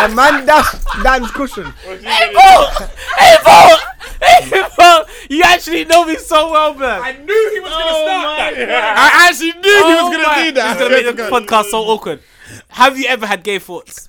And man, that's Dan's cushion. What's he gonna say? Bro, hey, bro, hey, bro, you actually know me so well, man. I knew he was gonna Oh start my that. I actually knew Oh my- This is gonna make the podcast so awkward. Have you ever had gay thoughts?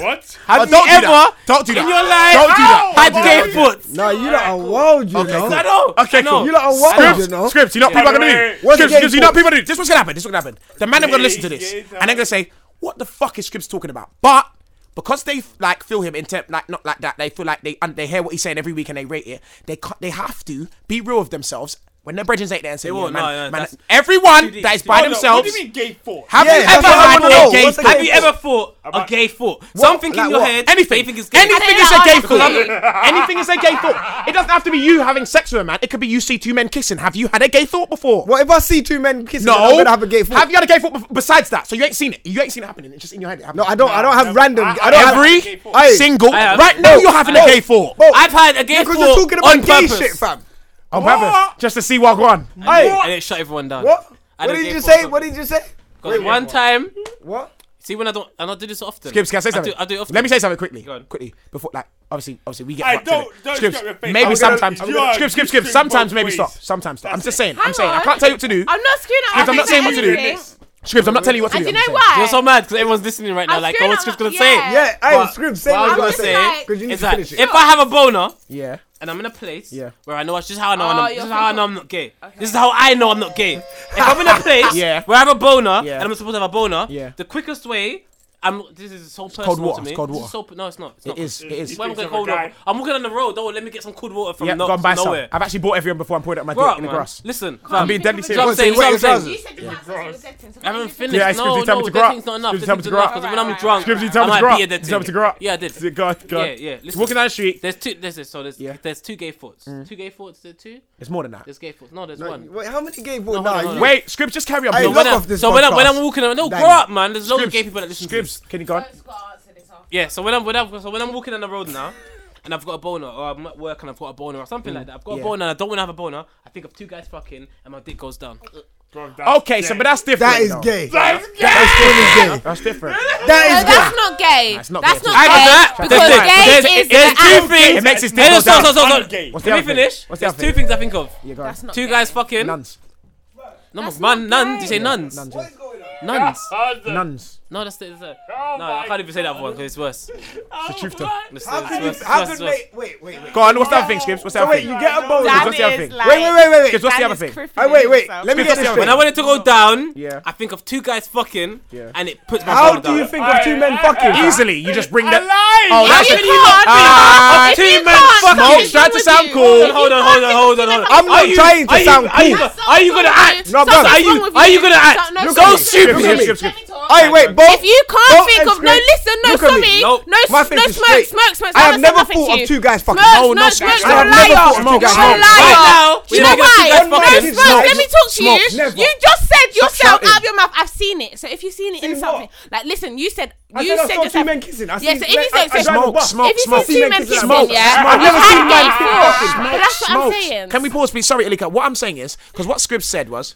What? Have Oh, Don't you do ever that. Don't do in that. your life Don't do that. had Don't do gay that. thoughts? No, you lot are wild, you know. I know. Okay, I know. cool. You lot are wild, you know. Scripts, you know what people are gonna Wait, do. wait, wait. Scripts, What's because the you know what game people are gonna do. This is what's gonna happen. This is what's gonna happen. The man are gonna listen to this, Yeah, and they're gonna say, "What the fuck is Scripts talking about?" But because they like feel him intent, like not like that, they feel like they and they hear what he's saying every week and they rate it. They can't, they have to be real with themselves when their brethren ain't there and say, yeah, won't, man, no, man, no, that's- everyone too deep, that is too by deep. No, what do themselves." you mean gay thought? Have Yeah, you that's ever what I had wanna know. a gay What's the thought? Have you ever thought a About- gay thought? Something in like your what? head. Anything. that you think is gay. Anything don't is know, a I gay don't thought. Anything is a gay thought. It doesn't have to be you having sex with a man. It could be you see two men kissing. Have you had a gay thought before? What if I see two men kissing? No. I'm gonna have a gay foot. Have you had a gay thought bef- besides that? So you ain't seen it. You ain't seen it happening. It's just in your head. No, I don't. I don't have random. I, don't have Every gay thought. Aye. single. I have. right now, Bro, you're having I a have. gay thought. Bro, I've had a gay because thought you're talking about on gay purpose. shit, fam. On purpose. Just to see what gone. And Hey, it shut everyone down. what? I What had a did gay you thought say? on What did you say? Because one time, What? see when I don't, and I do this often. Gibbs, can I say do- something? I do it often. Let me say something quickly. on. Quickly. Before, like, obviously, obviously, we get. Aye, fucked, innit? don't- don't Scripts, shut your face. Maybe I'm gonna- sometimes. you are- Scripts, you scripts, scripts. can Sometimes both maybe ways. stop. Sometimes stop. I'm That's just it. saying. Hang I'm saying. I on. can't tell you what to do. I'm not screwing out. Scribs, I'm not saying what to do. anything. Scripts, I'm not telling you what to And do. you I'm know saying. You're why? so mad because everyone's listening right now. I'm Like, sure oh, what's not- Chris gonna yeah. say? Yeah, hey, But- Scribs, say What I what was you gonna gotta say say. Because you need is to that finish it. if I have a boner, Yeah. and I'm in a place Yeah. where I know this is how I know, Oh, I'm, not- you're this is how I thinking- know I'm not gay. This is how I know I'm not gay. If I'm in a place Yeah. where I have a boner Yeah. and I'm supposed to have a boner, Yeah. the quickest way. I'm, this is so personal cold water, to it's me. cold This water. is so, no, it's not. It's It not. is, it is. Why am I Speaks of getting a cold guy. water? I'm walking on the road. Oh, let me get some cold water from Yeah, no- go and buy some. nowhere. I've actually bought everyone before and poured it at my Grow dick up, in the man. grass. Listen, I'm being deadly serious. I'm saying, What I'm is yours? saying. You said you had I haven't finished. Yeah, Scribbs, no, you tell no, me to grow up. deadling's not enough. Scribbs, you tell me to Deadling's grow not up. enough, 'cause when I'm drunk, Scribbs, you tell me I to might grow up. be a dead You tell me to thing. grow up. Yeah, I did. Go on, go on. Yeah, yeah. Listen. Walking down the street. There's two. There's this. So there's there's two gay thoughts. Two gay thoughts. There's two. It's more than that. There's gay thoughts. No, there's No, one. Wait, how many gay No, boys hold on, now? hold on. Wait, Scribs, just carry on. Hey, please. when I- so when, I, when I'm walking around, no, Dang. grow up, man. There's a lot of Scribs, gay people that listen. to Scribs, can you go on? Yeah, so when I'm when I'm so when I'm walking down the road now, and I've got a boner, or I'm at work and I've got a boner, or something Mm, like that. I've got yeah. a boner and I don't want to have a boner. I think of two guys fucking, and my dick goes down. Okay, so but that's different. That is though. gay. That That's is gay. That gay. That's different. no, that's not gay. Nah, That's not gay. it's not gay. I got that. because That's gay right. is There's- the there's two act. things- It makes his dick Hey, go stop, down. stop, stop, stop. What's the Let me other thing? finish. What's the There's other two thing? things I think of. Yeah, go on. That's not two gay. guys fucking. Nuns. No, man, nuns. You say Yeah, nuns. nuns, Nuns. yeah. Nuns. Nuns. No, that's the. that's the- No, I can't even say that one because it's worse. It's the truth, though. How It's could worse, you- it's how worse, could it's worse. they- wait, wait, wait. Go on, what's the other thing, Scribs? What's the So other wait, thing? you get a Scribs, bonus. What's the other thing? like- Wait, wait, wait, wait. Scribs, what's the other thing? Wait, wait, wait. Let me Because get this When I want it to go down, I think of two guys fucking, and it puts my How boner do you down. think of two men fucking? Easily, you just bring that. Alive! Oh, that's If it. you can't, Ah, if you Two can't, men if you can't, fucking. if Trying to you sound can't, cool. if you Hold on, hold on, hold on, hold on. I'm Are not you- trying to are you- sound are you cool. go- Are you gonna act? No, So bro. Are you are you gonna act Look so at me. Scribs, stupid? Scribs, Scribs. Hey, wait, both. If you can't both think and of no, Scribs, listen, no, look at me. sorry, Nope. no, My s- face no is smoke, straight. smoke, smoke. I have Someone said never nothing thought to of you. two guys fucking. Smokes, No, no, not smokes, Scribs. you're I a have never liar. thought of smokes. You're a Smokes. liar. now, You we're know not gonna why? do that No, fucking. smoke. Let me Smokes. talk to you. Smokes. Never. You just said yourself shouting. out of your mouth. I've seen it. So if you've seen it in something, like listen, you said I you said I said saw two yourself. men kissing. I Yeah, seen so if you men- say- I- I say- drive a bus. Smoke, If you smoke, see smoke. two men kissing, Smoke, yeah, smoke. I've you never had seen men it fucking. before. Smoke, But that's what I'm smoke. saying. Can we pause, please? Sorry, Elika. What I'm saying is, because what Scribs said was,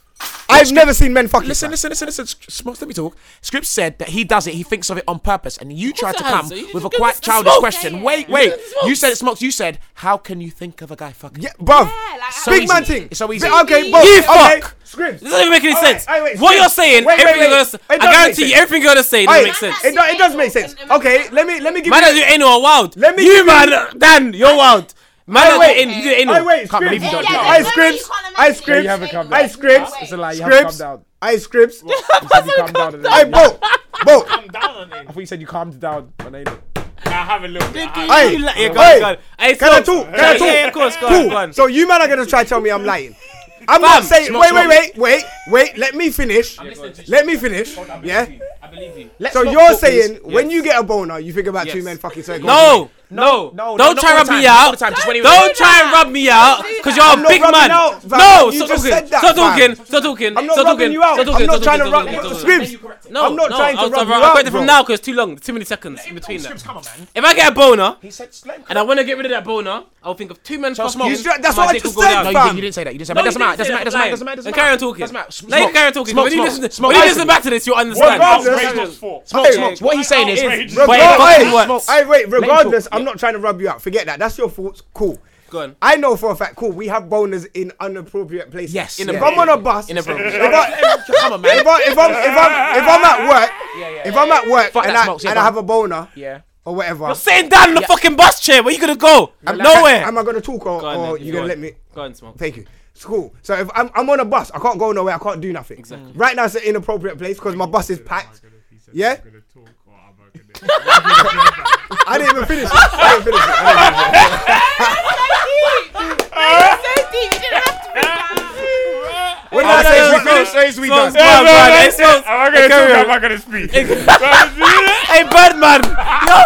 I've never seen men fucking. Listen, listen, listen, listen. Sk- Smokes, let me talk. Scripps said that he does it. He thinks of it on purpose, and you tried to it has. come You just with a give us quite the childish smoke. question. Yeah, yeah. Wait, You wait. give us the You smokes. said it, Smokes. You said, how can you think of a guy fucking? Yeah, bruv. so Big easy. man thing. It's so easy. Okay, bruv. You okay. fuck. Scribs. This doesn't even make any All sense. right, all right, wait, What you're Scribs. saying, Wait, wait, everything wait. you're gonna say, It I does make guarantee you, sense. everything you're gonna say All doesn't make right, sense. It, do- it does make sense. Okay, let me let me give Man, you. you ain't no wild. Let me You give man, Dan, you're wild. Man, wait. you ain't you ain't I no. wait, Scribs. believe you don't know. I Scribs. I Scribs. You haven't come I down. Scribs. It's a lie, you haven't Scribs. come down. I Scribs. Calm down. and then- I Bo. (laughs) Bo. I thought you said you calmed down. when I- I have a little bit. I Hey, You like- yeah, hey, go on, go on. Hey, can I Smokes. talk? Can Yeah, I talk? yeah, of course, go on, cool. go on. So you man are gonna try to tell me I'm lying. I'm not Fam, saying. smoke, wait, smoke. wait, wait, wait, wait. Let me finish. listening to you. Let me finish. Yeah. I believe you. so not you're talk, saying please. when you get a boner, you think about two Yes. men fucking. So it goes away. No, no, no, Don't not try all to rub the time, me not all out. the time, just when he was- Don't try and rub me out, cause you're I'm a not big rubbing man. out, fam. No, You stop just talking. said that, Stop fam. talking. Stop talking. I'm not Stop rubbing talking. you out. Stop I'm talking. not Stop trying to talking. rub. Stop talking. Scribs. No, I'm not no, trying to I'll stop rub you right- out, I'll correct it bro. from now because it's too long. Too many seconds in between that. Come on, man. If I get a boner He said, let him and I want to get rid of that boner, I'll think of two men So fucking. smoke. You ju- that's my what I dick just will go said, down. No, Fam. you, you didn't say that. You didn't say that. No, But it doesn't you matter. didn't Doesn't matter. say Doesn't matter. Doesn't matter. that. Doesn't And matter. carry on talking. Doesn't matter. Now you carry on talking. When you listen, when you listen back to this, you'll understand. (laughs) Regardless- Smoke, Hey, smokes. What he's saying is, outrageous. but it Regardless- fucking works. Hey, wait. Let him Regardless, talk. I'm not trying to rub you out. Forget that. That's your thoughts. Cool. Go on. I know for a fact. Cool. We have boners in inappropriate places. Yes, If yeah. I'm on a bus. Inappropriate. If I- Come on, man. if, I, if, I'm, if, I'm, if I'm at work, if I'm at work Fuck and, that I, smokes, yeah, and I go on. have a boner Yeah. or whatever, You're sitting down in the fucking bus chair. Where you gonna go? Nowhere. am I going to talk or, Go on, or then. you Go going to let on. me? Go on, smoke. Thank you. It's cool. So if I'm, I'm on a bus, I can't go nowhere, I can't do nothing. Right now it's an inappropriate place because my bus is packed. Yeah? (laughs) I didn't even finish. it. I didn't finish. it. I didn't finish it. What did I say? As we What- finish, what- as we done. Am Hey, Smokes. I Carry gonna talk? on. Am I gonna speak? Hey, Birdman! Yo!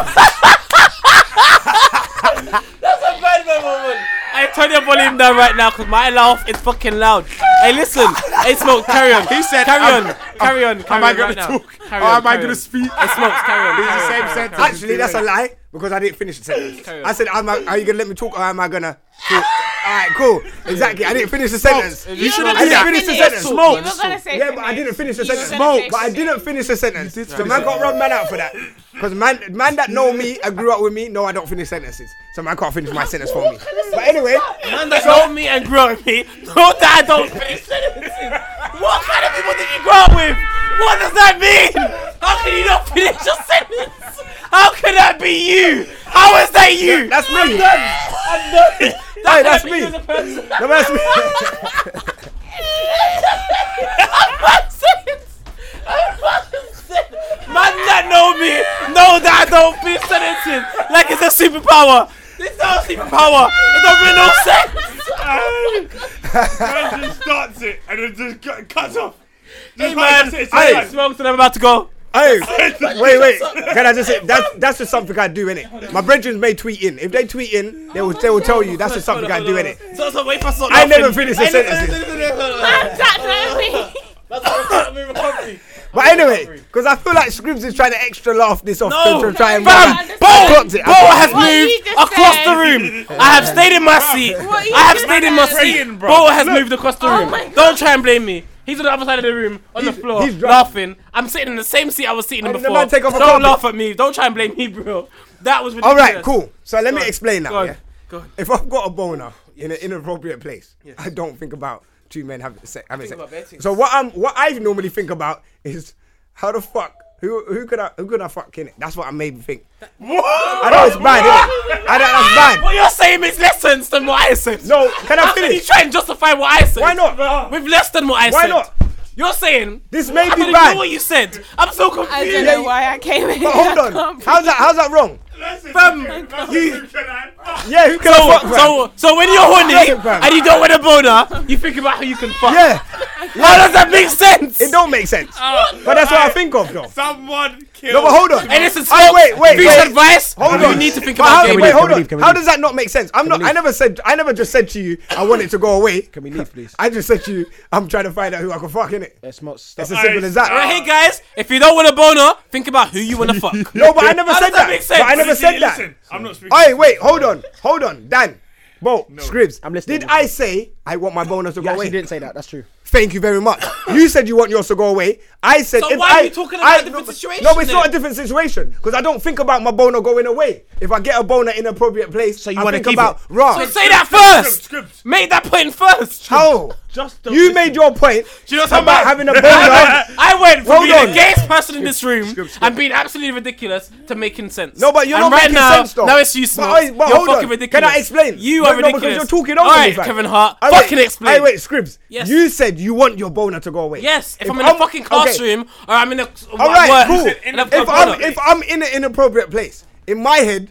That's a Birdman moment! Hey, turn your volume down right now because my laugh is fucking loud. Hey, listen! Hey, Smoke, carry on. He said, carry on. carry on. Carry Am I on gonna right now. talk? Carry Or on, am I carry gonna on. speak? Hey, Smokes, carry on. It's the carry same on, carry on, sentence. Actually, that's a lie because I didn't finish the sentence. Carry on. I said, am I, "Are you gonna let me talk or am I gonna?" Talk? All right, cool. Exactly. I didn't finish the sentence. You should I didn't finish the sentence. Smoke. You were gonna say Yeah, but I finish. didn't finish the You were sentence. gonna say But I finish. didn't finish the sentence. So man got run man out for that. Because man, man that know me, I grew up with me. No, I don't finish sentences. So man can't finish my sentence for me. But anyway, Man that know me and grow up with me, know that I don't finish sentences. What kind of people did you grow up with? What does that mean? How can you not finish your sentence? How can that be you? How is that you? that's me. Hey, that's me. No, that's me. (laughs) Man that know me know that I don't be sentenced like it's a superpower. It's not a superpower. It don't make no sense. Man just starts it and it just cut- cuts off. Hey Just like man, this, it's I like- smoked and I'm about to go. Hey, wait, wait. Can I just say that's that's just something I do in it. My brethren may tweet in. If they tweet in, they will they will tell you that's just something I do in it. So, so wait for so I never finished the sentence. But anyway, because I feel like Scribs is trying to extra laugh this off No. to, to try and Fam, I Bo- clocked it. Bo has What moved he just across said. the room. I have stayed in my seat. What you I have just stayed in my said. seat. Praying, bro. Bo has Look. moved across the Oh room. my God. Don't try and blame me. He's on the other side of the room, on the floor, laughing. I'm sitting in the same seat I was sitting in And the before. man take off a Don't carpet. laugh at me. Don't try and blame me, bro. That was All ridiculous. right, cool. So let me explain now. Go on. yeah? Go on. If I've got a boner in an inappropriate place, I don't think about two men having sex. Having Think about bare sex. things. So what I'm what I normally think about is how the fuck who who could I who could I fuck in it? That's what I made me think. I Oh, know it's bad, innit? I know that's bad. What you're saying makes less sense than what I said. No, can I You finish? try and justify what I said. Why not? With less than what I Why said. not? You're saying this may I be don't bad. Know what you said? I'm so confused. I don't know why I came in. But hold on. How's that? How's that wrong? Fam, you. Yeah, who can I so, fuck, fam? So, so when you're Fuck horny it, fam. and you don't want a boner, you think about how you can fuck. Yeah. How does that make sense? It don't make sense. but that's what I think of though. Someone No, but hold on. And listen, Uh, Hey, Smoke, Oh, wait, wait, piece wait. of advice. Hold you on. need to think But how, about it. wait, hold on. How does that not make sense? I'm not. I never said. I never just said to you. I wanted to go away. Can we leave, please? I just said to you. I'm trying to find out who I can fuck in it. That's not. It's Ah, as simple as that. Right here, guys. If you don't want a boner, think about who you want (laughs) to fuck. No, but I never How said does that. that. Make sense? But I never said that. I'm not Hey, wait, hold on, hold on, Dan, Bo, Scribs. I'm listening. Did I say I want my bonus to go away? You didn't say that. That's true. Thank you very (coughs) much. you said you want yours to go away. I said. So if why I, are you talking about I- a different no, situation No, it's not a then? different situation because I don't think about my boner going away. If I get a boner in an appropriate place, so you wanna think keep about it. raw. So say that first. Make that point first. How? Just You made your point. Do you know what's about mad? (laughs) having a I boner. went, I went from Hold being on. the gayest person in this room and being absolutely ridiculous to making sense. No, but you're and not right making now, sense, though. Now it's you, But Smoke. I- but you're hold on. fucking ridiculous. Can I explain? You No, are no, ridiculous. because you're talking over All me, right, fam. Kevin Hart. Hey, wait. fucking explain. Hey, wait, Scribs. Yes. You said you want your boner to go away. Yes, if, If I'm in I'm- a fucking okay. classroom or I'm in a All right, work, cool. and I've if got a I'm boner. if I'm in an inappropriate place, in my head,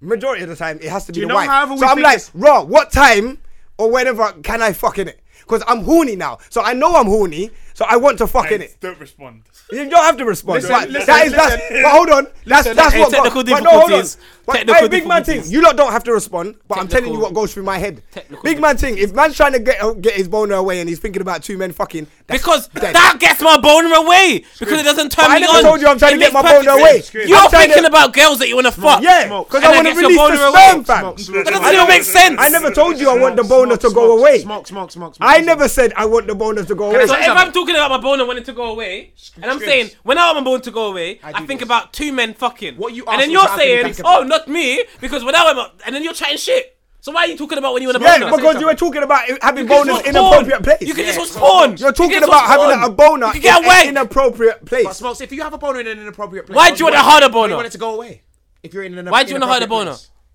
majority of the time it has to be you the know wife. however we So I'm think like, raw. What time or whenever can I fuck in it? Because I'm horny now, so I know I'm horny, so I want to fuck in it. Don't respond. You don't have to respond. Listen, but listen, that is that's. listen. But hold on, that's Listen, that's hey, what. technical but no, hold on. difficulties. But, Technical hey, big man thing. You lot don't have to respond, but I'm telling you what goes through my head. Big man thing. If man's trying to get get his boner away and he's thinking about two men fucking, that's because dead. that gets my boner away because it doesn't turn But I me never on. told you I'm trying It to get my makes boner perfect away. sense. Screw it. You're I'm trying thinking to- about girls that you want to fuck. Yeah, because And I that want to gets your release the boner away. sperm, fam. That doesn't even make sense. I never told you I want the boner to go away. smoke, smoke, smoke, I never said I want the bonus to go away. So if I'm talking about my boner wanting to go away, and I'm scripts. saying when I want my boner to go away, I, think about two men fucking. What you and then asking you're is how can you saying, think about oh, not me, because when I want my, and then you're chatting shit. So why are you talking about when you want a yeah, boner? because you were talking about it- having can bonus just in watch porn. appropriate place. You can just watch porn. You're talking You can just about watch having a porn. boner You can get in away. an inappropriate But place. smokes, if you have a boner in an inappropriate place, Why do you want a harder boner? You want it to go away. If you're in an Why do you want a harder boner?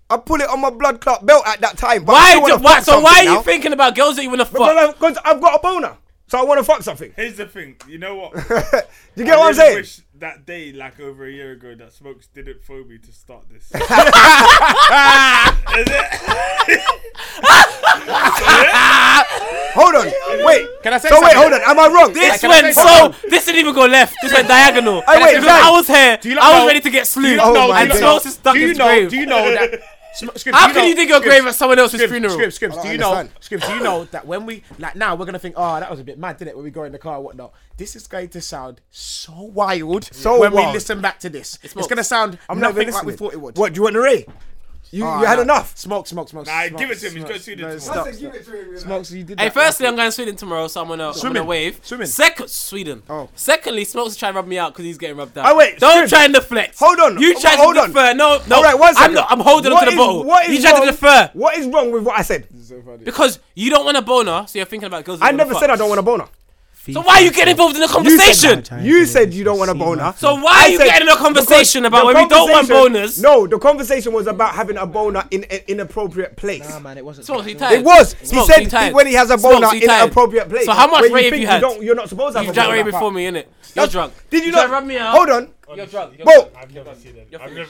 I pull it on my blood clot belt at that time. But I Why? still Do, wanna why fuck so why are something you now. thinking about girls that you want to fuck? Because I've, 'cause I've got a boner, so I want to fuck something. Here's the thing. You know what? You get what I I'm really saying? Wish that day, like over a year ago, that Smokes did it for me to start this. Hold on, wait. Can I say so? Wait, something? hold on. Am I wrong? This Can I went say so. something? This didn't even go left. This went diagonal. Hey, wait, because guys. I was here. Do you lot I was know- ready to get do you slewed. lot know- and do you lot- Smokes is stuck do in you his know- grave. do you (laughs) know that- How can you dig your grave at someone else's funeral? Scripts, scripts. Do you know? understand. Scripts, do you know that when we like now we're gonna think, oh, that was a bit mad, didn't it? When we go in the car, and whatnot. This is going to sound so wild. So when we wild. listen back to this, it's, Smokes. gonna sound I'm not nothing gonna like we listen. thought it would. What do you want to rate? You, Oh, you had no. enough. Smoke, smoke, smoke. Nah, smoke, give it to him. He's smoke, got to see no, this. stop, stop. Smokes, you did Hey, that last firstly, I'm going to Sweden tomorrow, so I'm on a, I'm on Swimming? a wave. Swimming? Second, Sweden. Oh. Secondly, Smokes is trying to rub me out because he's getting rubbed out. Oh, wait, Don't Scribs. try and deflect. Hold on. Oh, You tried hold to on. defer. No, no. All right, one I'm, second. not, I'm holding What onto the is- bottle. What is you tried wrong, to defer. What is wrong with what I said? Because you don't want a boner, so you're thinking about girls. that I you wanna never fuck. said I don't want a boner. So why are you getting involved in the conversation? You said you don't want a boner. So why are I you said- getting in a conversation because about the when we don't want conversation- boners? No, the conversation was about having a boner in an inappropriate place. Nah, man, it wasn't. Smokes, he tired. It was. He Smokes, said tired. when he has a Smokes, boner he in an tired. appropriate place. So how much When you rave think you had? don't, you're not supposed to have You a boner. drank rave before me, innit? You're drunk. Did you try not- to rub me out? Hold on. You're drunk. You're Bo. drunk. I've never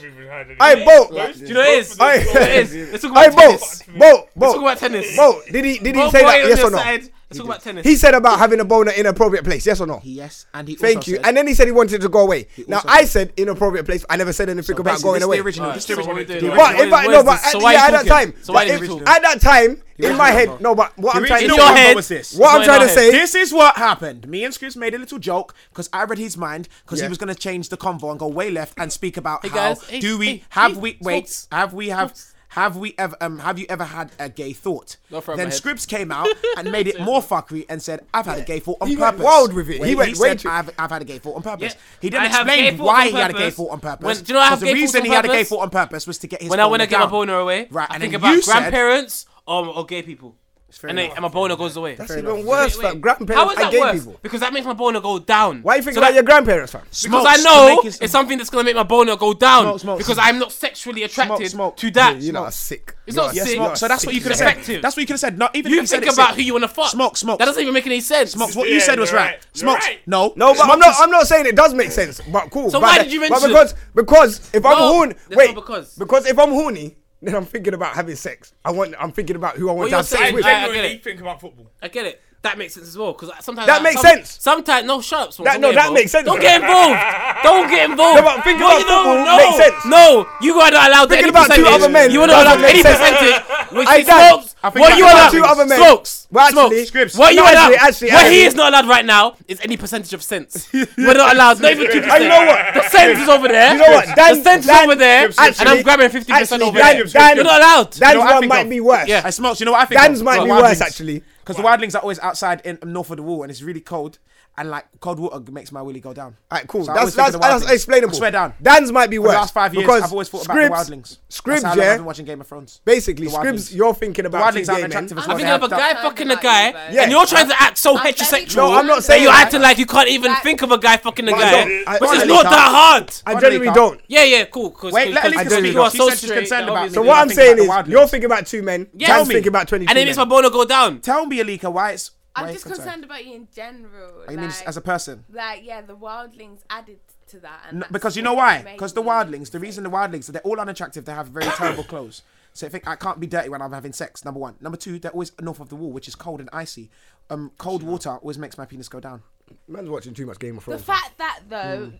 even had any. I Bo. Do you know what it is? Aye. Do you know what it is? Let's talk Aye, about tennis. Bo. Bo. Bo. Let's talk about tennis. Bo. Did he? Did he Bo say boy that? on Yes your or no? side. Let's talk about tennis. He said about having a boner in an appropriate place. Yes or no? Yes, and he Thank also you. said- and then he said he wanted to go away. Now also I said inappropriate place. I never said anything about basically, going this is the away. original, this is the But original. if So what is- I what no, is but this? at- So why yeah, are at you that talking? time, So why is if- it original? at that time, The in my original head, no, but what The I'm trying to original say, number what was this. I'm trying to say, This is what happened. Me and Scribs made a little joke because I read his mind because Yeah. he was going to change the convo and go way left and speak about Hey, how guys. Hey, do we hey, have hey, we wait Smokes. have we have. Have we ever um have you ever had a gay thought? Not from Then my head. Scripps came (laughs) out and made it more fuckery and said, "I've had a gay thought on He went purpose." wild with it. He went way said, too- I've, "I've had a gay thought on purpose." Yeah. He didn't I have gay explain thoughts why on he had a gay purpose. thought on purpose. When- do you know I Because have the gay thoughts reason on he had a gay purpose? thought on purpose was to get his when I want to boner get my down. boner away, Right, I and think then about you said- grandparents or, or gay people. fair And, they, enough. and my boner goes away. That's even worse. Like How grandparents is and that gay worse? people. Because that makes my boner go down. Why you think So about that- your grandparents, fam? Because I know it's something that's gonna make my boner go down. Smokes, smokes, because smokes. I'm not sexually attracted to that. You know, sick. It's You're a- not sick. you're a So that's what you could have Perspective. said. That's what you could have said. Not even You if you said think it about said- who you wanna fuck. Smoke, smoke. That doesn't even make any sense. Smoke. What you said was you're right. right. You're Smokes. right. No. No, but I'm Smokes not. is- I'm not saying it does make sense. But cool. So but why that- did you But mention because because if I'm No, horny, there's wait, no because. if I'm horny, then I'm thinking about having sex. I want. I'm thinking about who I want What to you're have sex saying, with. I, I get it. Think about football. I get it. That makes sense as well. Because sometimes That I- makes some- sense. Sometimes no, shut up. Smalls. That- Don't no, get that involved. makes sense. Don't get involved. Don't get No, involved. but thinking What about you know- football no, makes sense. No, you gotta allow Thinking any about two percentage. other men You wanna doesn't allow make any sense. percentage. Which I is done. smokes. I think What I've you done allow? two other men. Smokes. Well, actually, Smokes. Scripps. What you No, allow? actually, actually, What actually. he is not allowed right now is any percentage (laughs) of sense. We're not allowed. Not even two percent. And you know what? The sense is over there. You know what? the sense is over there, and I'm grabbing fifty percent over Dan, there. Dan, You're not allowed. Dan's You know what I one think might of? be worse. Yeah, I smokes. You know what I think? Dan's might be worse actually. Because the wildlings are always outside in um, north of the wall, and it's really cold. And like cold water makes my willy go down. Alright, cool. So I that's always think that's, of the Wild that's Things. explainable. I swear down. Dan's might be For the worse. last five years, because I've always thought about the Scribs, Wildlings. Scribs, That's how long yeah. I've been watching Game of Thrones. Basically, The Wildlings. Scribs, you're thinking The about two Wildlings aren't gay men. attractive as I well. think They of a have guy dark- fucking a guy, Yeah. and you're trying to act so heterosexual. No, I'm not that saying you're that. acting like you can't even think of a guy fucking a But I guy, don't. I- which is Honestly, not I- that hard. I generally don't. Yeah, yeah, cool. Cause, Wait, cause, let Alika cause speak. you are She so said she's straight. concerned that about- So obviously- what I'm think about saying the is, Wildlings. you're thinking about two men. Yeah. Dan's Tell me. thinking about twenty. and it makes my boner go down. Tell me, Alika, why it's. why I'm it's just concerned about you in general. Oh, you mean as- like- as a person? Like, yeah, the wildlings added to that. And No, that's because you know what why? made Because the me- wildlings, the reason the wildlings, they're all unattractive. They have very terrible (coughs) clothes. So I think I can't be dirty when I'm having sex. Number one. Number two, they're always north of the wall, which is cold and icy. Um, cold water always makes my penis go down. Man's watching too much Game of The Thrones. fact that, though,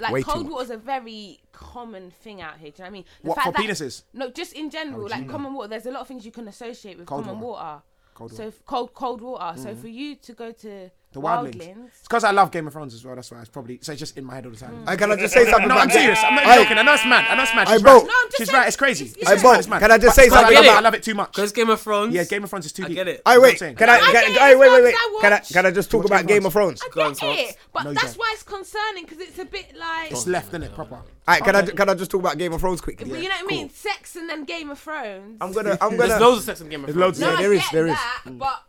like, Mm. Way too cold much. water's a very common thing out here. Do you know what I mean? The What, fact for that- penises? No, just in general. Oh, like, Gina. common water, there's a lot of things you can associate with Cold common water. water. Cold So, water. if cold, cold water. So, Mm. for you to go to The wildlings. wildlings. It's because I love Game of Thrones as well. That's why it's probably so it's just in my head all the time. I- can I (laughs) just say something No, about I'm Game- serious. I'm not I- even joking. I know it's mad. I know it's mad. I She's vote. right. No, She's right. It's crazy. It's I just vote. mad. It's mad. Can I just But say because something I love, it. about- I love it too much. Because Game of Thrones. Yeah, Game of Thrones is too deep. get it. I wait. saying. Can I? I Can, get I it wait, as well, wait, wait. 'cause I Can I? watch. Can I just talk about Game of Thrones? Get it? But No, you that's don't. why it's concerning because it's a bit like. It's left in it proper. Alright, can I? Can I just talk about Game of Thrones (laughs) quickly? But you know what I mean? Sex and then Game of Thrones. I'm gonna. I'm gonna. There's loads of sex in Game of There's loads, Thrones. yeah, I there is, get there is. that, Mm. But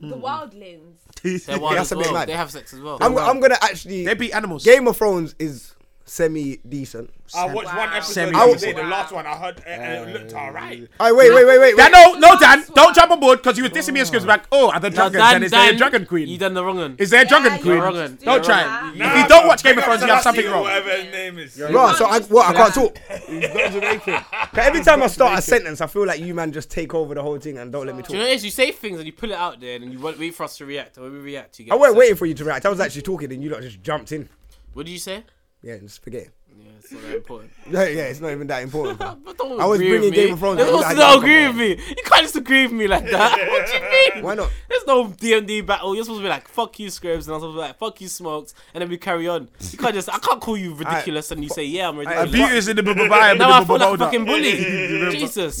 the Mm. wildlings. They're wild as well. They have sex as well. I'm, They're I'm gonna actually. They beat animals. Game of Thrones is semi decent. I watched one episode Semi- the other I- day, the last one. I heard uh, uh, it looked alright. I wait, wait, wait, wait. Dan, wait. no, no, Dan, don't jump on board because you were dissing me and Scribs like, oh, are the Now, dragons? Dan- and is there a Dan, dragon queen? You done the wrong one. Is there a dragon You're queen? wrong one. Don't You're try. wrong. If you don't watch Game of Thrones, you have something wrong. Whatever his name is. Bro, so I what? I can't talk. He's not Jamaican. 'Cause Every time I start a sentence, I feel like you man just take over the whole thing and don't let me Do you know talk. what it is? You say things and you pull it out there and you wait wait for us to react. When we react, you get I wasn't upset. waiting for you to react. I was actually talking, and you lot just jumped in. What did you say? Yeah, just forget. it. Yeah, it's not that important. Yeah, yeah, it's not even that important. bro. But don't I was agree bringing with Game me. of Thrones. You're I was supposed to like, not agree with me. You can't just agree with me (laughs) like that. What do you mean? Why not? There's no D and D battle. You're supposed to be like, fuck you, Scribs, and I'm supposed to be like, fuck you, Smokes, and then we carry on. You can't just, I can't call you ridiculous and you say, yeah, I'm ridiculous. Beauty is in the babaya. Now I feel like a fucking bully. Jesus.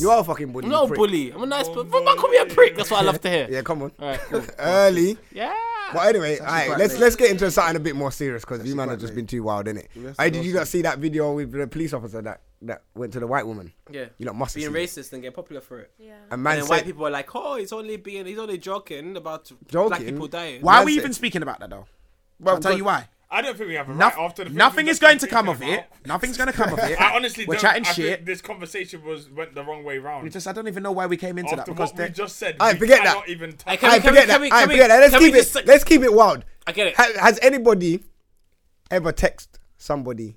(laughs) You are a fucking bully. I'm not a prick. bully. I'm a nice person. Fuck, call me a prick. That's what I love to hear. Yeah, come on. Alright, cool. (laughs) Early. Yeah. But anyway, all right, quite let's late. let's get into something a bit more serious because you man have just been too wild, innit? That's I did awesome. you not see that video with the police officer that that went to the white woman. Yeah. You lot must have being seen it. racist and get popular for it. Yeah. And man then said- white people are like, oh, he's only being, he's only joking about black Joking? people dying. Why are we even speaking about that though? I'll tell you why. I don't think we have a Noth- right after the things nothing we've is done going to speaking come of it. about. Nothing's going to come of it. I honestly we're don't- chatting I think shit. this conversation was went the wrong way round. We just I don't even know why we came into After that because what they- we just said, I we forget cannot that. even I touch it. forget that. I forget that. Let's keep it. let's keep it wild. I get it. Ha- has anybody ever text somebody?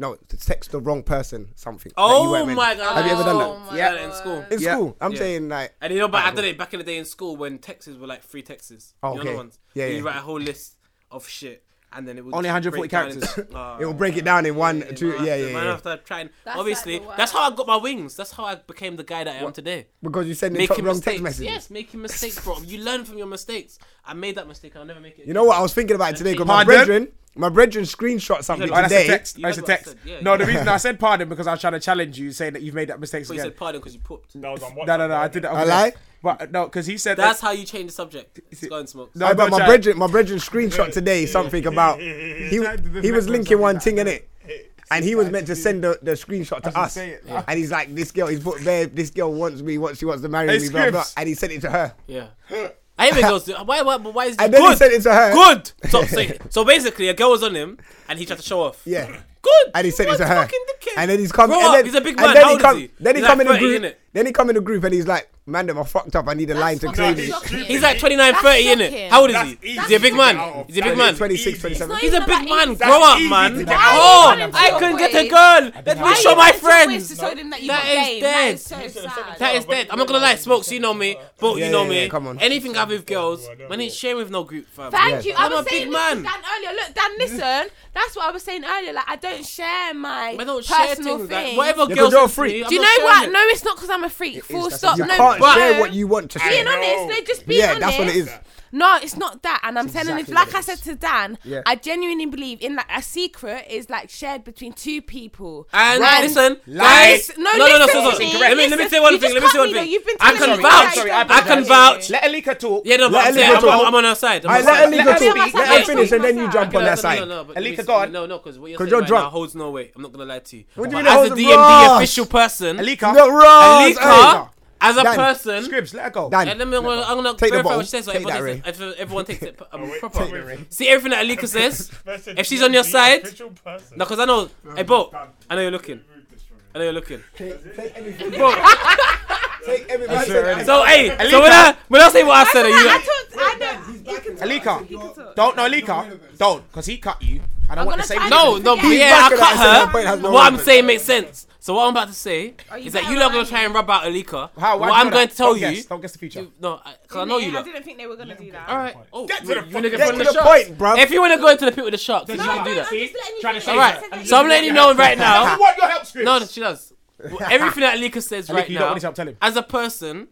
No, to text the wrong person something. that you Oh weren't meant- my god! Have you ever done Oh that? my God, in school. In school. I'm saying like. And you know, but I did it back in the day in school when texts were like free texts. Oh, You know the okay. ones. Yeah, You yeah. write a whole list of shit, and then it would Only just 140 break down into- (laughs) characters. Ah. it will break it down in one, two. Yeah, yeah, Man, yeah. after trying, That's like obviously, the worst. that's how I got my wings. That's how I became the guy that I am today. Because you sent the Making top- wrong text mistakes. messages. Yes, making mistakes, bro. You learn from your mistakes. I made that mistake. I'll never make it. You know what? I was thinking about it today because my Pardon? brethren, my brethren screenshot something Oh, that's today. a text. That's a text. no, the reason I said pardon because I was trying to challenge you, saying that you've made that mistake But you again. said pardon because you pooped. no, no, no, I did that. I over lie? there. But no, because he said That's that- how you change the subject. It's gone smoke. No, but my brethren, my brethren screenshot today something about he, he was linking one thing in it, and he was meant to send the, the screenshot to us, and he's like, this girl, he's put babe, this girl wants me, what she wants to marry Hey, me, blah blah, Scribs. and he sent it to her. Yeah. I even goes. Why? Why? But why is And it then he good? sent it to her. Good. So, so, so basically, a girl was on him, and he tried to show off. (clears throat) Yeah. Good. And he sent it to her, and then he's come, Grow and up. then, He's a big and man. then How he old is come, he? then he He's come like in the 30, group, innit? then he come in the group, and he's like, man, them, I fucked up, I need a line to claim He's, this. like 29, 30, innit? How old is That's he? easy He's a big to get out man. of. He's a That's big man. 26, 27. He's a big man. That's Grow up, easy to man. get Oh, out of. I couldn't get a girl. Let me Why show you going my to friends. Just to show them that you That were is gay. That is dead. so sad. That is dead. I'm not gonna lie, Smokes, you know me, but Yeah, you know yeah, me. yeah, come on. Anything I have with girls, when it's sharing with no group, fam. Thank you. I I'm was a big saying this to man. Dan earlier. Look, Dan, Mm-hmm. listen. That's what I was saying earlier. Like, I don't share my I don't share personal things, like, things. whatever Yeah, 'cause girl you're a says to me, freak. I'm Do you not know what? sharing it. No, it's not because I'm a freak. Full That's- stop. You no, can't no. share what you want to share. Being honest, no, just being Yeah, honest. that's what it is. No, it's not that, and I'm It's telling exactly you, like what it I said to Dan, Yeah. I genuinely believe in like a secret is like shared between two people. And listen, Lies. guys, No, no, no, no, listen so, to so, me. let me let me Listen. say one You thing. just Let me say cut one me, though. thing. You've been I telling can me that vouch. you don't I can do vouch. Let Elika talk. Yeah, no, but Let I'm saying Elika I'm talk. on- I'm on her side. I'm Aight, on her let side. Elika Let her talk. Let speak. Yeah. her finish and then you jump Okay, on no, her no, no, side. no, but Elika, listen, go on. No, no, because what you're 'Cause saying you're right drunk. now holds no weight. I'm not gonna lie to you. What do you mean it But As a holds DMD brass? official person, Alika. Alika, Not brass, Alika. as a Dan, person, Scribs, let her go. Yeah, let me, I'm gonna, I'm gonna Take the verify bottle. what she says. so Take everyone, that, takes it, if everyone (laughs) takes it um, proper. take it, Ray. See everything that (laughs) Alika says. Person if she's on your DMD side, official person. no, because I know. Hey, Bo, I know you're looking. I know you're looking. Bro. Take every So, man said- hey, so when I when I say what I said, are you like, Alika, don't no Alika, don't, because he cut you. I don't want the same. No, no, but He's yeah, back I at that, so that cut point her. has no What I'm relevance. saying makes sense. So what I'm about to say you is that better you lot gonna try and rub out Alika. How? Why What do you I'm know going that? to tell Don't you, guess, don't guess the feature. no, because I know you I lot. didn't think they were gonna do that. All right. Oh, Get you to the you wanna point. get Get put in to the the shots? point, bruv. If you wanna go into the pit with the sharks, you No, can no, do no, that. I'm just letting you finish. All I right. said So that I'm you letting you did know that. (laughs) right now. (laughs) You want your help, Scripps? No, she does. Well, Everything that Alika says Alika, right you don't want now, this help, tell him. as a person,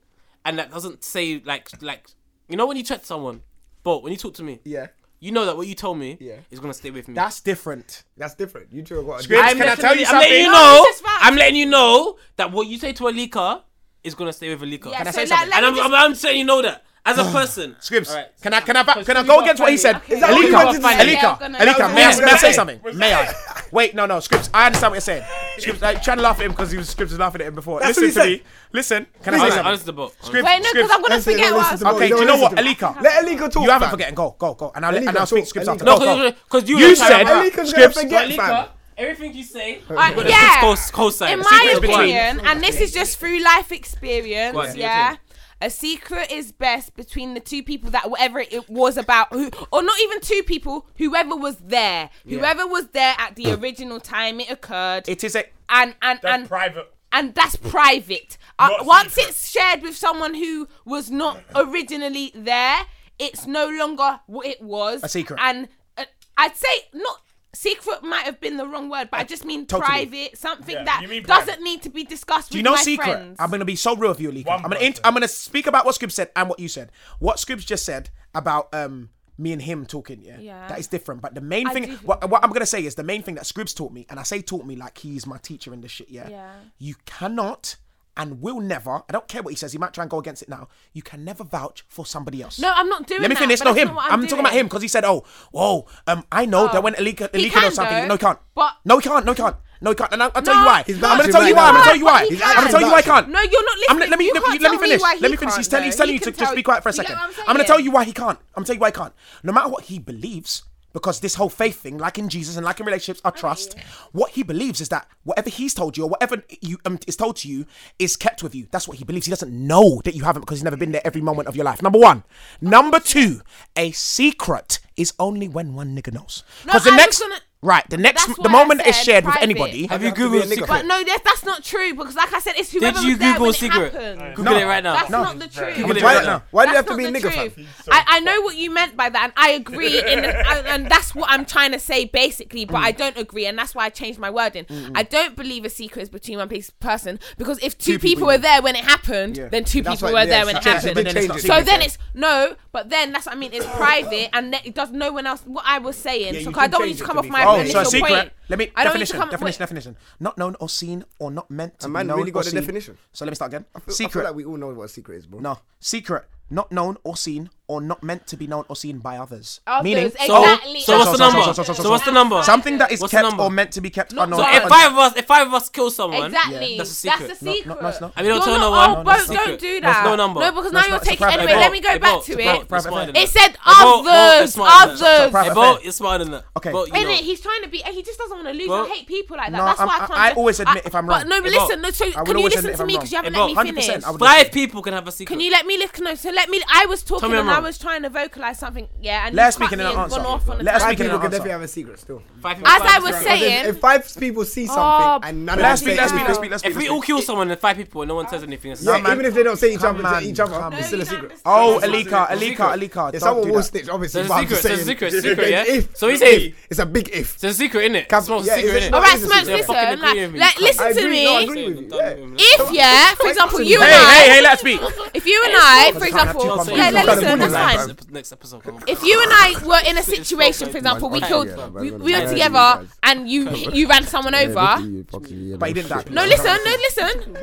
and that doesn't say like like, you know when you chat to someone, but when you talk to me, yeah, you know that what you told me is gonna stay with me. That's different. That's different. You two are what? Scribs, I'm can I letting- tell you I'm letting something? you No, know. it's just facts. I'm letting you know that what you say to Alika is gonna stay with Alika. Yeah, can I so say let- something? let and me I'm, just- I'm, I'm saying you know that as a person. Scribs, Alright. can I can I back- can I you go got against what he funny. said? Okay. You Alika, got funny. Alika, Okay, I'm gonna- Alika, Okay. may I may I say Okay. something? May I? Wait, no, no, Scripps. I understand what you're saying. Scripps, like trying to laugh at him because he was Scripps was laughing at him before. That's listen what to he me. Listen, can I say Listen, something? honest to Bo. Scripps, Wait, no, 'cause Scripps. I'm gonna Listen, forget don't what I listen was- to Bo. Okay, do Don't you know what, listen to Bo. Alika? Let Alika talk, You haven't fam. forgetting. Go, go, go. And I'll let- and Alika I'll speak talk, Scripps Alika after. talk. Go, go. No, 'cause- 'cause you were you trying said to- Alika's gonna forget, Alika, fam. Everything you say, Uh, you've got to yeah. co- co-sign. In The my secret's between- opinion, and this is just through life experience, Go on, do your yeah. A secret is best between the two people that whatever it was about, who, or not even two people, whoever was there, Yeah. whoever was there at the original time it occurred, It is a and and That's and private. and that's private. Uh, Not once secret. it's shared with someone who was not originally there, it's no longer what it was. A secret. And uh, I'd say not secret might have been the wrong word, but I just mean Oh, Totally. private, something Yeah, that you mean private. doesn't need to be discussed Do you with know my secret? friends. I'm gonna be so real with you, Alika. I'm gonna int- I'm gonna speak about what Scribs said and what you said. What Scribs just said about um me and him talking, yeah, Yeah. that is different. But the main I thing, do- what, what I'm gonna say is the main thing that Scribs taught me, and I say taught me like he's my teacher in this shit, yeah. Yeah. You cannot and will never, I don't care what he says, he might try and go against it now. You can never vouch for somebody else. No, I'm not doing Let me that, finish. but No, that's him. not what I'm, I'm talking about doing. Oh. him because he said, "Oh, whoa, um, I know that when Elika, He Elika can knows something, though, no, he can't. but- no, he can't. No, he can't. No, he can't. And I'll, I'll tell No. you why. He's I'm gonna vouching tell you right why. I'm now. gonna tell you But why. he I'm gonna can. tell you why I can't. No, you're not I'm gonna, let me listening. You let, me- can't let me tell me finish. why let he me finish. He's can't, telling he's though. telling He you to can just tell be you- quiet for a You get second. what I'm I'm gonna saying? tell you why he can't. I'm gonna tell you why he can't. No matter what he believes, because this whole faith thing, like in Jesus and like in relationships, I trust. What he believes is that whatever he's told you or whatever you um, is told to you is kept with you. That's what he believes. He doesn't know that you haven't because he's never been there every moment of your life. Number one. Number two. A secret is only when one nigga knows. No, Because I the was next gonna- right, the next That's the why moment I that is said shared with private. anybody. But no, that- that's not true because, like I said, it's Did whoever you was there Google when secret? it happened. Google No. it right now. That's No. not the truth. Google it Why- right now. why do you That's have to not be the nigger, fam? truth. I, I know what you meant by that, and I agree. in the, and, and that's what I'm trying to say basically, but Mm. I don't agree, and that's why I changed my wording. Mm-mm. I don't believe a secret is between one pe- person because if two, Two people, people, were yeah. there when it happened, Yeah. then two That's people why- were yeah, there when it it's- it's a happened. big change, so isn't it? then it's no, but then that's what I mean. It's private, and that- it does no one else. What I was saying, Yeah, so you I can don't want change you to it come to off be my fair. Oh, initial so a secret. point. Let me I don't want you to definition. come. definition. Definition. Not known or seen or not meant to A be man known really or got the seen. definition. So let me start again. feel- I feel secret. like we all know what a secret is, bro. No, secret. Not known or seen, or not meant to be known or seen by others. Others, Meaning, exactly. So- so what's the number? So what's the number? Something that is What's the kept number? or meant to be kept. unknown. So if five of us, if five of us kill someone, Exactly. that's a secret. That's a No, no, secret. no, it's not. And we don't You're tell no not- one. oh, but don't do that. There's no number. No, because No, now it's you're not. It's a taking- private anyway, Hey, let me go hey, back Bolt, to it's a it. Bolt, it's Private smarter event. than It that. said Hey, Bolt, Bolt, it's others, smarter than that. others, Hey, Bolt, others. it's smarter than that. Okay. Isn't it? He's trying to be. He just doesn't want to lose. Well, I hate people like that. no, That's I'm- why I I- can't. I do- always admit if I'm But wrong. no, but Hey, Bolt. listen. No, so I would can you always listen admit to if me I'm because you wrong. haven't Hey, let me Bolt, finish. 100%, I would Five always- people can have a secret. Can you let me listen? No, so let me. I was talking me I'm and I wrong. was trying to vocalize something. Yeah, and Let you us speak cut in me an and answer. gone off on a Let us tangent. speak in an answer. have a secret still. people As have I a was secret. saying- if five people see something Oh, and none Let's of them say speak, let's speak, anything- let's speak, let's speak. If we all kill someone and five people and no one says anything, it's a yeah, secret. even if they don't say each Come other, on, to each other, come it's still a secret. Oh, Alika, Alika, Alika. If don't someone do will that. snitch, obviously. There's a but I'm secret, just there's a saying- secret, it's a secret, yeah? If, So he's if. if. It's a big if. It's a secret, innit? Smoke's yeah, a secret, it's innit? a- All right, it's a Smokes, secret. listen. Like, like, listen I to agree- me. no, I agree with you. If yeah, for example, you Hey, and I. hey, hey, let's speak. If you and I, for example, yeah, let- listen, that's fine. Next episode. If you and I were in a situation, for example, we Okay. killed, Yeah, we, but- we were Yeah, together, and you you ran someone over. But he didn't die. No, listen, no, listen.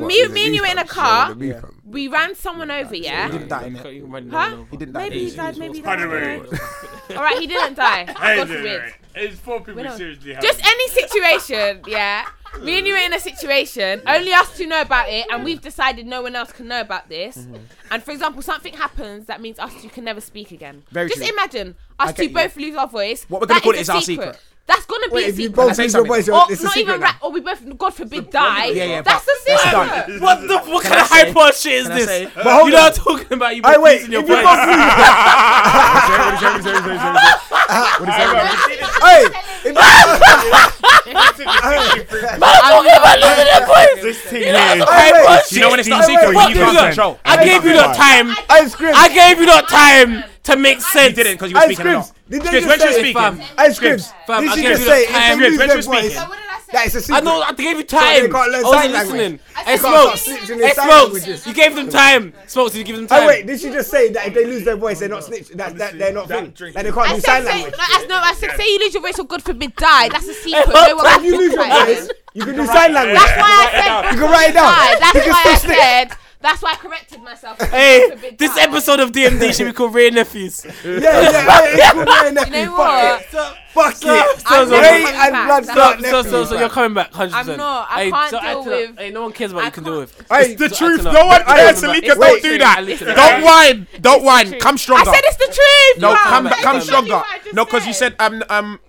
Me, me and you were in a car. We ran someone over, He yeah. didn't die. innit? Huh? He didn't die. Maybe he died. Maybe he died. I Anyway. don't know. All right, he didn't die. Hey, God wait, wait, forbid. wait. It's four people We know. seriously (laughs) have Just any situation, yeah. Me and you are in a situation. Only us two know about it, and we've decided no one else can know about this. Mm-hmm. Mhm. And for example, something happens that means us two can never speak again. Very Just true. imagine I us get two you. both lose our voice. What we're gonna That call it a is our secret. That's gonna be Wait, a if secret. you both lose your voice, Oh, or it's a not secret even now. ra- or we both, God forbid, die. Yeah, yeah, that's but a that's secret. done. What the what Can kind of I say- hyper shit is can I this? say- You But hold know what on. I'm talking about. You Hey, put wait, peas in your if you brain. both Sorry, sorry, sorry, sorry, sorry, sorry. What is (laughs) that? Hey! if- You know when it's not a secret, you can't control. I gave you that time. I gave you that time to make sense. You didn't because Ice Scribs, did they just say- Ice Scribs, did I you gave just you that say if time. they lose their Scribs, when she was voice, speaking. that is a I secret? know. I gave you So they can't learn time. I wasn't sign language. listening. They Hey, can't start Smokes. snitching their Hey, sign Smokes. languages. You gave them time. Smokes, did you give them Oh time? wait, did she just say that if they lose their voice, they're not snitch? That, that they're not thing. That they can't I do said, sign say, language. no, I, no, I said, say you lose your voice, or God forbid, die. That's a secret. But no one if (laughs) can you talk lose your about it. voice, you can do sign language. That's why I said. You can write it down. die. That's You can why I still snitch. said. That's why I corrected myself. God Hey, forbid, this die. episode of DMD should be called (laughs) Ray Nephews. Yeah, yeah, yeah, it's called Ray and Nephew. You Fuck know what? it. Fuck it. So, so, Ray so- and Blood so- start so, so, so, Nephew. you're coming back, 100%. I'm not. I Hey, can't so deal act it up. with. Hey, no one cares about what you can deal with. Hey, the truth. No one cares, Alika. Don't do that. Don't whine. Don't whine. Come stronger. I said it's the truth. No, bruv. come back. Come stronger. No, because you said um um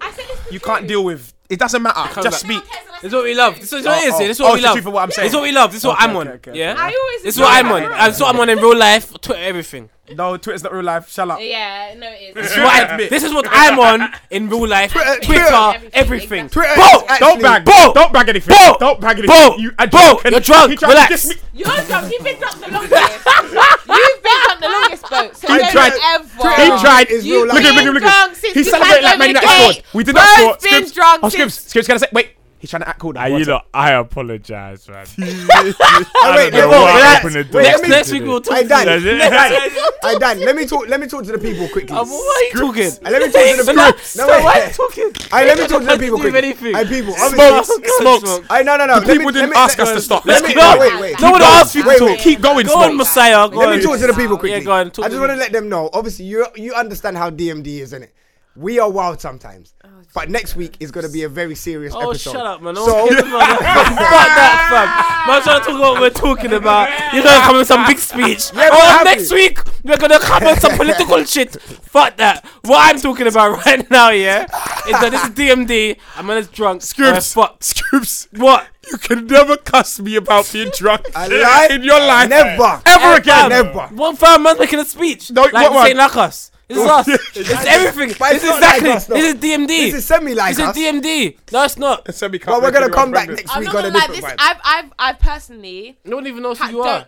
you can't deal with. It doesn't matter. Come Just back. speak. This is what we love. This is what it is. Oh, This is oh. what Oh, we it's the love. truth of what I'm This saying. is what we love. This is what Okay, I'm on. okay, okay, yeah. okay. I always this is what know I'm that. on. This is what I'm on in real life. Twitter everything. No, Twitter's not real life. Shut up. Yeah, no, it This (laughs) is. is (laughs) what, I, this is what I'm on in real life. Twitter, everything. Twitter, Bo, Don't bag. Bo, Don't bag anything. Bo, Don't bag anything. Bo, You- I Bo, drunk and- you're he drunk. tried to Relax. diss me. You're drunk. You've been drunk the longest. You've been drunk the longest, boat. So He don't tried- Ever. He tried. You've Look at him, been look at him, look at drunk him. since He you celebrated had like Man over the United scored. gate. We did not Boat's score. been Scribs. drunk Oh, since Scribs. Scribs, can I say? Wait. He's trying to act cool. Ah, you know, I apologize, man. Oh, wait, I don't know wait, what relax. happened to Wait, this let me- today. Hey, Dan. That's it. Hey, Dan, let me talk. Let me talk to the people quickly. Um, what are you Scripts. talking? Hey, Let me talk to the Scripts. people. So why are you talking? Hey, let me (laughs) talk to the people Do quickly. anything. Hey, people. Smokes, obviously- smokes. Smokes. Hey, no, no, no. The Let me- people let didn't me- ask let- us to stop. let Let's me- keep going. Wait, wait. No one keep going. asked you to Wait, talk. wait. Keep going, Go on, Smoke. Messiah, go Let me on. talk to the people quickly. Yeah, go on, talk I to just want to me. let them know. Obviously, you you understand how DMD is, innit? We are wild sometimes. But next week is going to be a very serious Oh, episode. shut up, man. No So, one's cares (laughs) about that. Fuck that, fam. Man, trying to talk about what we're talking about. You're going to come with some big speech. Yeah, but oh, happy. next week, we're going to cover some (laughs) political shit. Fuck that. What I'm talking about (laughs) right now, yeah, is that this is DMD. I'm going to drunk. Scripts. Uh, fuck. Scripts. What? You can never cuss me about being drunk I lied. in your life. Never. Ever again. One fam man's making a speech. No, like, what this ain't one? like us. This is us. This is everything. But This it's is not like exactly. us, though. This is DMD. This is semi like This us. is DMD. No, it's not. It's semi. But we're gonna come back next I'm week not on a gonna lie. different This vibe. I've I've I've personally. No one even knows who (laughs) you are.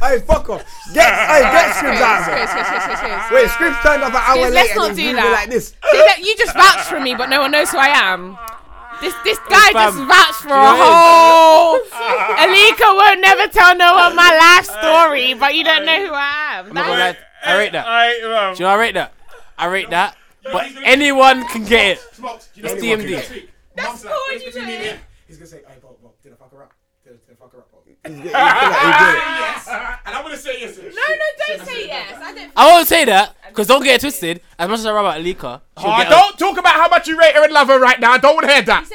Hey, fuck off. Get, hey, get Scribs out of Scribs, Scribs, Scribs, here. Scribs, Scribs. Wait, Scribs turned up an hour Scribs, later. let's not and he's do moving that. Like this. See, that- you just vouched for me, but no one knows who I am. This this guy just fam. vouched for Do you know a what it is? whole. (laughs) Alika won't never tell no one my life story, but you don't know who I am. I'm not gonna That- lie. I rate that. Do you know I rate that? I rate that. But anyone can get it. It's DMD. That's cool. You know. He's gonna say, "Hey, Bob, Bob, did I fuck her up? Did, did I fuck her up, Bob?" Yes. And I'm gonna say yes. No, no, don't say yes. I don't. I won't say that because don't get it twisted. As much as I rub out Alika, she'll Oh, get don't talk about how much you rate her and love her right now. I don't want to hear that.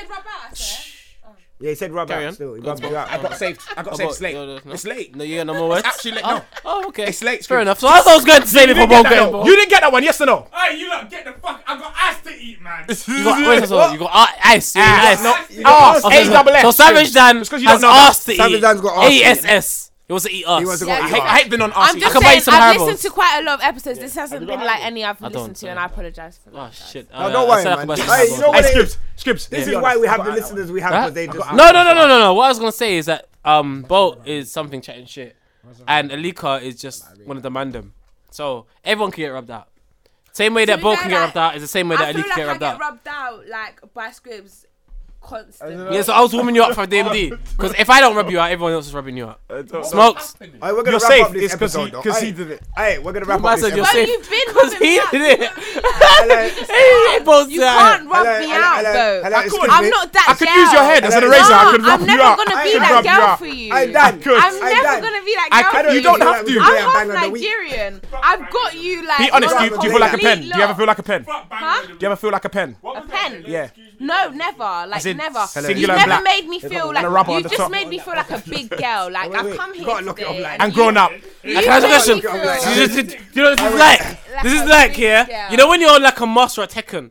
Yeah, he said rub Carry out on. still. He Go rubbed on. you out. I got saved. I got saved. It's late. It's late. Oh, No, you got no more words. actually late. No. Oh, okay. It's late. Fair enough. So that's what I was going to say You before didn't get Bob that, got though. involved. You didn't get that one, yes or no? Hey, you lot, get the fuck. I got ass to eat, man. You got, wait, so, you got i- ice. You got Ah, ice. no, you got Ah, ice. okay, A so- double S. So Savage Dan It's 'cause you has don't know that. asked to Savage eat. Dan's got asked to eat. ASS. He wants to eat us. He wants to Yeah, go I eat hate- us. I hate the non-ass I'm eaters. just I can buy you saying, some I've Haribo's. listened to quite a lot of episodes. This hasn't been like any I've I don't listened to, and I apologize for that. Oh shit. No, don't worry, man. Hey, you know what? Scribs, Scribs. This is Yeah. why we have the listeners we have Huh? because they just. No, no, no, no, no, no. What I was gonna say is that um, Bolt is something chatting shit, and Alika is just one of the mandem. So everyone can get rubbed out. Same way that be Bolt fair, can get like, rubbed out is the same way I that feel Alika can like get I rubbed get out. rubbed out like by scribs constantly. Yeah, so I was warming you up for DMD because if I don't rub you out, everyone else is rubbing you up. What's Smokes. happening? Alright, we're gonna wrap up this episode, though. Aye. Hey, we're gonna wrap Man up said this you're episode. safe. (laughs) Because (laughs) he did it. He ain't supposed You to- can't rub Hello, me hello, out hello, though. hello, I excuse am me. not that I could girl. use your head as an No, eraser. I could rub I'm you never out. gonna I be could that rub you girl out. for you. I done. I'm I never done. gonna be that I girl. could- for you don't have to. I'm Yeah, half bang on the week. Nigerian. I've got you like. Be honest, on do you, do you feel like a pen? Do complete you ever feel lock. like a pen? Huh? Do you ever feel like a pen? A pen? Yeah. No, never. Like in never. hello, You yellow never and black. made me They've feel got like a rubber you on the just top. made me feel like a big girl. Like I've come here today And grown up. You And can I ask a question? make me feel This is- this is- you know what this is like? This is like, yeah? You know when you're like a master at Tekken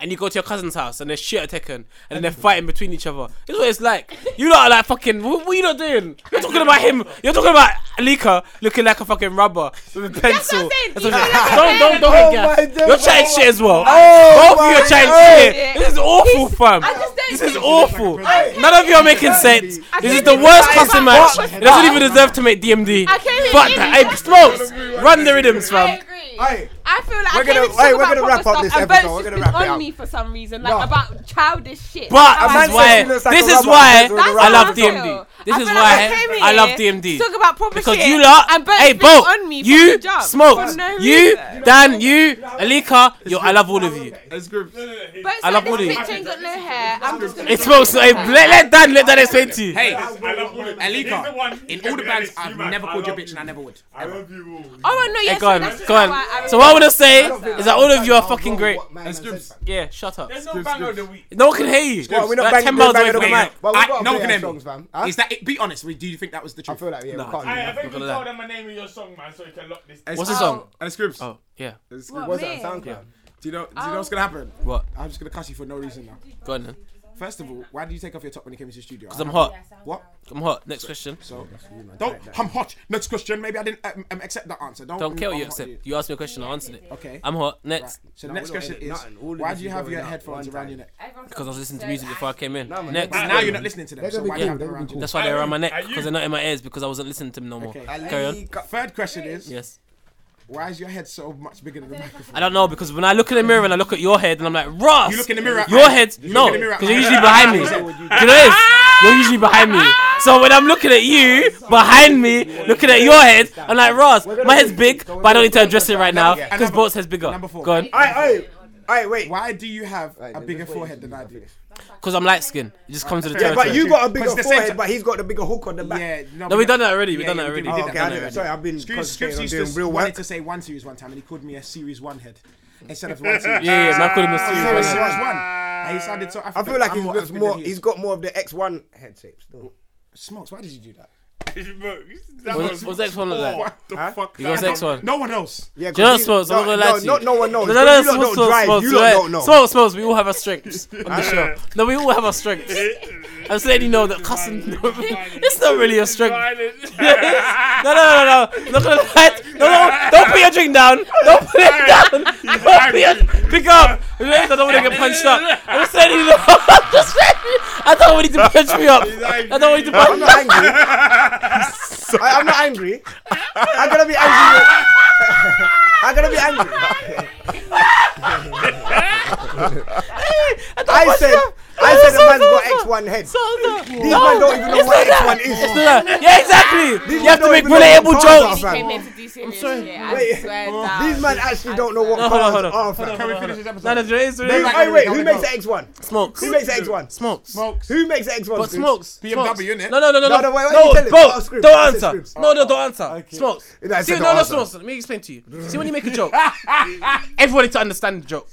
and you go to your cousin's house and they're shit at Tekken and they're fighting between each other. This is what it's like. You lot are like fucking, what, what are you not doing? You're talking about him. You're talking about Alika looking like a fucking rubber with a pencil. That's what I'm saying. Don't, don't, Oh don't my get days. gas. You're chatting shit as well. Oh Both of you my are chatting days. shit. This is awful, fam. This is awful. None of you are making sense. This is the even worst buy custom match. that. It doesn't even deserve to make DMD. I came here Fuck to that. give you- Hey, smokes. Run the rhythms, fam. I feel like We're we're gonna- gonna, I hey, can't we're we're gonna gonna wrap wrap up this this episode. episode. We're We're gonna gonna wrap it on up. me for some reason, like about childish shit. But How I this is feel. why, this is why That's how I love feel. DMD. I This feel is like I why came I love here DMD. to Talk about proper Because shit. you lot, and Bert hey, spit Bolt, on me you, from the jump Smokes, for no you, reason. Dan, you, Alika, yo, I love all of you. Bert's I like, love this all of you. Bitch ain't got no hair. I'm just gonna It smokes, hey, let, let Dan, let Dan explain to you. Hey, Alika, in all the bands, I've never called you a bitch and I never would. I love you all. Oh no, Hey, yes, go on, that's go how on. I- So what I want to say I feel- is that all of you are fucking great. Yeah, shut up. There's no bang of the week. No one can hear you. Well, We're we're not not banging- ten we're miles away banging from on the the mic. mic. Well, we've got No to one play can our hear me. songs, fam. Is that? It, be honest. Do you think that was the truth? I feel like yeah. I, I think you told them my name in your song, man, so you can lock this. What's the song? And Scripps. Oh, yeah. It's What, What's me? that? SoundCloud. Yeah. Do you know? Do you Oh. know what's gonna happen? What? I'm just gonna cuss you for no reason now. Go on then. First of all, why did you take off your top when you came into the studio? Because I'm hot. What? I'm hot. Next question. So, Don't. I'm hot. Next question. Maybe I didn't um, um, accept that answer. Don't. Don't mm, care what I'm you hot, accept. dude. You asked me a question, I answered it. Okay. I'm hot. Next. So the next question is, why do you have your headphones around your neck? Because I was listening to music before I came in. No, man, Next. but now you're not listening to them, They're so gonna be why do you cool, have them they're gonna around be your- cool. That's why they're around my neck. Are you- Because they're not in my ears because I wasn't listening to them no more. Okay. Carry on. Third question is, Yes. Why is your head so much bigger than the microphone? I don't know because when I look in the mirror and I look at your head and I'm like, Ross, You look in the mirror at Your mine. head, You no, look in the mirror at because you're mine. (laughs) usually behind me. That's Do what you know this? You're usually behind me. So when I'm looking at you behind me, looking at your head, I'm like, Ross, my head's big, but I don't need to address it right now because Bolt's head's bigger. Go on, I, I, I, wait. Why do you have a bigger forehead than I do? because I'm light skinned. It just comes to the Yeah, territory. but you got a bigger the forehead, center- but he's got the bigger hook on the back. Yeah, No, we done that already, we done that you already. did We that. did Okay, that I didn't- already. Sorry, I've been Scripps- concentrating Scripps on used doing to- real work. wanted wanted to say one series one time, and he called me a series one head instead of one series. Yeah, yeah, man called him a I series said one Series head. one. And he sounded so. I feel like he's got more. He's got more of the X1 head shape still. Smokes. Why did you do that? That Was- was- was X1 like that? What the fuck? You was X1? No one else. Yeah, Do you know 'cause Smokes? I'm not no, gonna lie no, to you. No, no one knows. No, no, you lot Smokes, don't Smokes, drive. Smokes, you lot right? don't know. Smokes, Smokes, we all have our strengths on Huh? the show. No, we all have our (laughs) strengths. (laughs) I'm just letting you know that cussing, (laughs) it's not really a strength. (laughs) no, no, no, no. Look at that. No, no, don't put your drink down. Don't put it (laughs) down. Don't put your, pick up. Relax, I don't want to get punched up. I'm just letting you know. (laughs) I'm just letting you- I don't want you to punch me up. I don't want you to punch I'm not (laughs) angry. I, am not angry. I'm gonna be angry. I'm gonna be (laughs) angry. I said, I said the man's got X1 head. These No, men don't even know it's what not X1 that. is. It's not that. Yeah, exactly. These You have men to don't make even know what relatable cars jokes. are, fam. Came in to do serious shit. I Wait. swear These down. men actually don't know what No, cars hold on, hold on. are, Hold fam. on, hold on, hold on. No, no, there is- there Wait, is- wait, wait, there who is- makes the X1? Smokes. Who makes the X1? Smokes. Smokes. Who makes the X1? But Scribs? smokes. smokes. innit? No, no, no, no, No, no. no, wait, wait, no, tell him. Bo, Oh, Scribs, I don't said answer. Scribs. No, no, don't answer. Smokes. No, I See, said no, don't no, answer. smokes. Let me explain to you. See, when you make a joke, (laughs) everyone needs to understand the joke.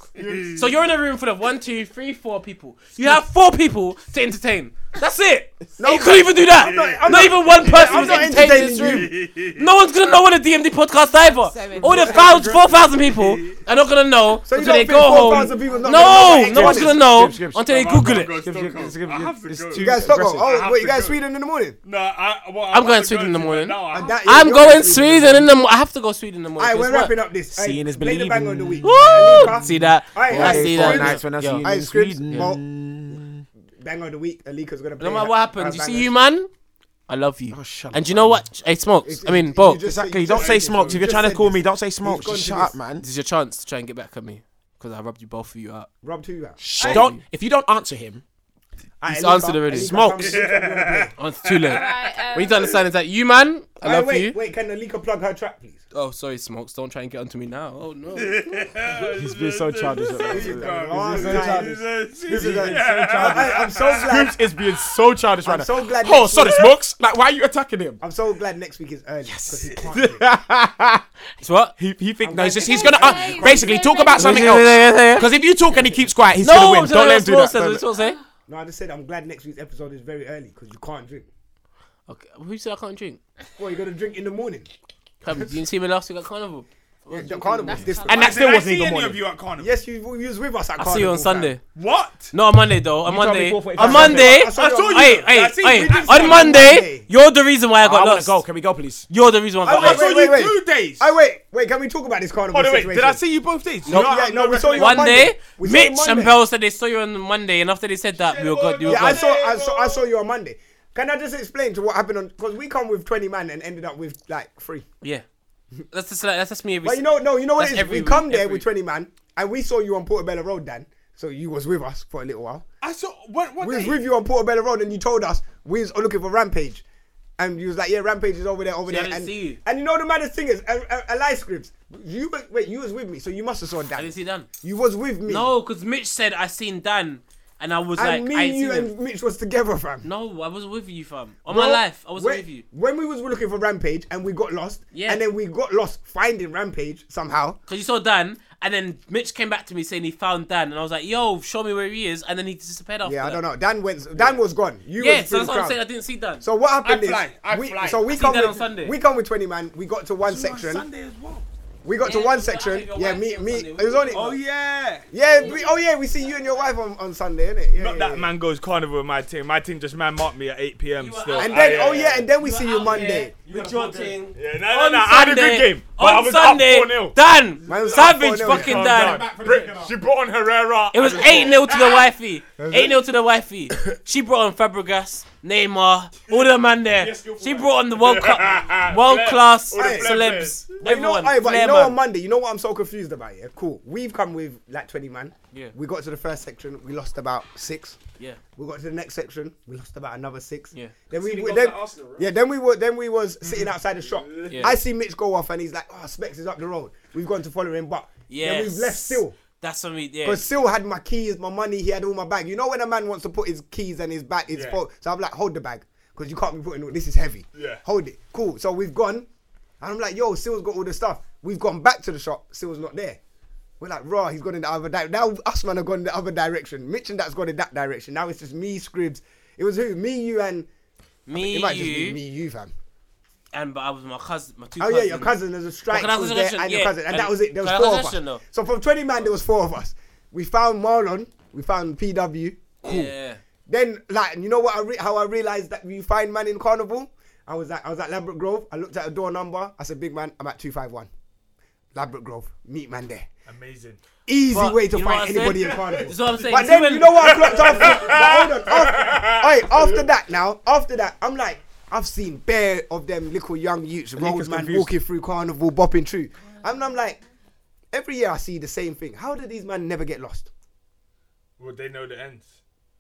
So you're in a room full of one, two, three, four people. You have four people to entertain. That's it. you couldn't even do that. I'm not, not- I'm not- even one person I'm was not entertained in this entertaining room. No one's gonna know what a DMD podcast either. All the thousand, four thousand people are not gonna know you until don't they think go home. 4,000 people not gonna know No, what no one's Xbox gonna is? know Skip, skip, skip. until they Come on, Google I'm it. going You You guys Stockholm? Oh, wait, you guys Sweden in the morning? No, I. Well, I'm going to Sweden in the morning. And that- I'm you're going going Sweden, in the morning. I have to go Sweden in the morning. Alright, It's we're work. wrapping up this. Aight, Seeing is play the bang of the believing. week. Woo! See that? Alright, I alright, see Scribs. that. Yo. Alright, Scribs, Mo- Bang of the week. Alika's gonna play. No matter what happens, Alright, you bang see it. you, man. I love you. and you know what? Hey, smokes. I mean, Bo. Exactly. Don't say smokes. If you're trying to call me, don't say smokes. gone Just to Shut this. up, man. This is your chance to try and get back at me because I rubbed you both of you out. Rob two out. Shh. Don't. If you don't answer him, He's answered already. Smokes. Oh, it's too late. We need to understand is that you, man. I Alright, love wait, you. wait. Can Alika plug her track, please? Oh, sorry, smokes. Don't try and get onto me now. Oh no. He's been so childish. This is right going now. on, He's been so guys. childish. This He's is been so going- childish. I- I'm so glad. Scripps is being so childish right I'm now. so glad Oh, next sorry, week- Smokes. Like, why are you attacking him? I'm so glad next week is early. Yes. (laughs) It's what? He, he think, no, he's just, he's gonna uh, basically talk about something Yeah, yeah, yeah, yeah. else. Because if you talk and he keeps quiet, he's No, gonna win. so Don't let him that's do what that. says, Don't that's let- what says. No, I just said I'm glad next week's episode is very early because you can't drink. Okay. Who said I can't drink? Well, you gotta drink in the morning. Come, you didn't see me last week at Carnival. Yeah, the carnival. This And that still Did I wasn't see even any morning. of you at carnival? Yes, you, you was with us at I carnival. see you on fam. Sunday. What? No, on Monday though. On You told me Monday. 4:45 On Monday. I saw you on- Hey, hey, I see you. hey. We did see you On on Monday, Monday. you're the reason why I I got wanna lost. go. Can we go, please? You're the reason why I got Oh, Wait, lost. wait, wait, wait. I wait, wait. Can we talk about this carnival Oh, no, wait. situation? Did I see you both days? No, yeah, no, we saw you on One day, Monday. We saw you Mitch Monday. and Bell said they saw you on Monday, and after they said that, we were good. We were Yeah, I good. saw, I saw, I saw you on Monday. Can I just explain to what happened on? Because we come with twenty man and ended up with like three. Yeah. That's just like, that's just me every. But you know, no, you know what that's it is. every We week, come there every- with twenty man, and we saw you on Portobello Road, Dan. So you was with us for a little while. I saw. What? What? We was day? with you on Portobello Road, and you told us we was looking for Rampage, and you was like, "Yeah, Rampage is over there, over See, I there." didn't and, see you. and you know the maddest thing is, a, a, a lie scripts. You was- wait, you was with me, so you must have saw Dan. I didn't see Dan. You was with me. No, because Mitch said I seen Dan, and I was and like, me, I ain't you, seen him. and Mitch was together, fam. No, I was with you, fam. On Bro, my life, I was when, with you. When we was looking for Rampage and we got lost, Yeah. and then we got lost finding Rampage somehow. Because you saw Dan, and then Mitch came back to me saying he found Dan, and I was like, yo, show me where he is, and then he disappeared after Yeah, I that. don't know. Dan went. Dan was gone. You Yeah, was so through that's the what I'm crowd. saying. I didn't see Dan. So what happened I is fly, I we fly. so we I see come Dan on with Sunday. we come with twenty man. We got to one section. We got to one section. Yeah, me me. It was only. Oh yeah. Yeah, we, oh yeah, we see you and your wife on, on Sunday, innit? Yeah, Not yeah, that man goes carnival with my team. My team just man marked me at 8 p.m. Still. yeah. And then, oh yeah, and then we see you Monday. With your team. Yeah, no, no, no. I had a good game. but I On was Sunday, up 4-0. Dan, Man was up savage 4-0, fucking yeah. Dan. Brit- She brought on Herrera. It was 8 0 to the wifey. 8 0 to the wifey. She brought on Fabregas, Neymar, all the man there. She brought on the World Cup, world class (laughs) All the celebs. players. But you know, Everyone. aye, but you Flair know know man. on Monday, you know what I'm so confused about? Yeah, cool. We've come with like 20 man. Yeah. We got to the first section, we lost about six. Yeah. We got to the next section, we lost about another six. Yeah. Then we, See, they we got then, that Arsenal, right? yeah, then we were then we was sitting outside the shop. Yeah. I see Mitch go off and he's like, oh, Specs is up the road. We've gone to follow him, but then we've left Yes. still. That's what I mean. Yeah. Because Sil had my keys, my money, he had all my bag. You know when a man wants to put his keys and his bag, his Yeah. phone. So I'm like, hold the bag. Because you can't be putting all this is heavy. Yeah. Hold it. Cool. So we've gone. And I'm like, yo, Sil's got all the stuff. We've gone back to the shop. Sil's not there. We're like, raw, he's gone in the other direction. Now us man have gone in the other direction. Mitch and that's gone in that direction. Now it's just me, Scribs. It was who? Me, you, and Me, it might just be you. me, you, fam. And but I was my cousin, my two Oh cousins. yeah, your cousin. There's a Well, strike can I ask was a there, question? and your Yeah, cousin, and, and- that was it. There was can I ask four a of us. question, though? So from 20 man, there was four of us. We found Marlon. We found PW. Cool. Yeah. Then like, you know what? I re- how I realized that you find man in Carnival. I was at I was at Labrador Grove. I looked at a door number. I said, "Big man, I'm at two five one, Labrador Grove. Meet man there." Amazing. Easy But way to you know what find I'm anybody in saying? Carnival. (laughs) That's what I'm saying. But See then when- you know what I clocked after? but hold on. After, Oi, after that now, after that, I'm like, I've seen bare of them little young youths, road is man confused. walking through carnival, bopping through. And I'm like, every year I see the same thing. How do these men never get lost? Well, they know the ends.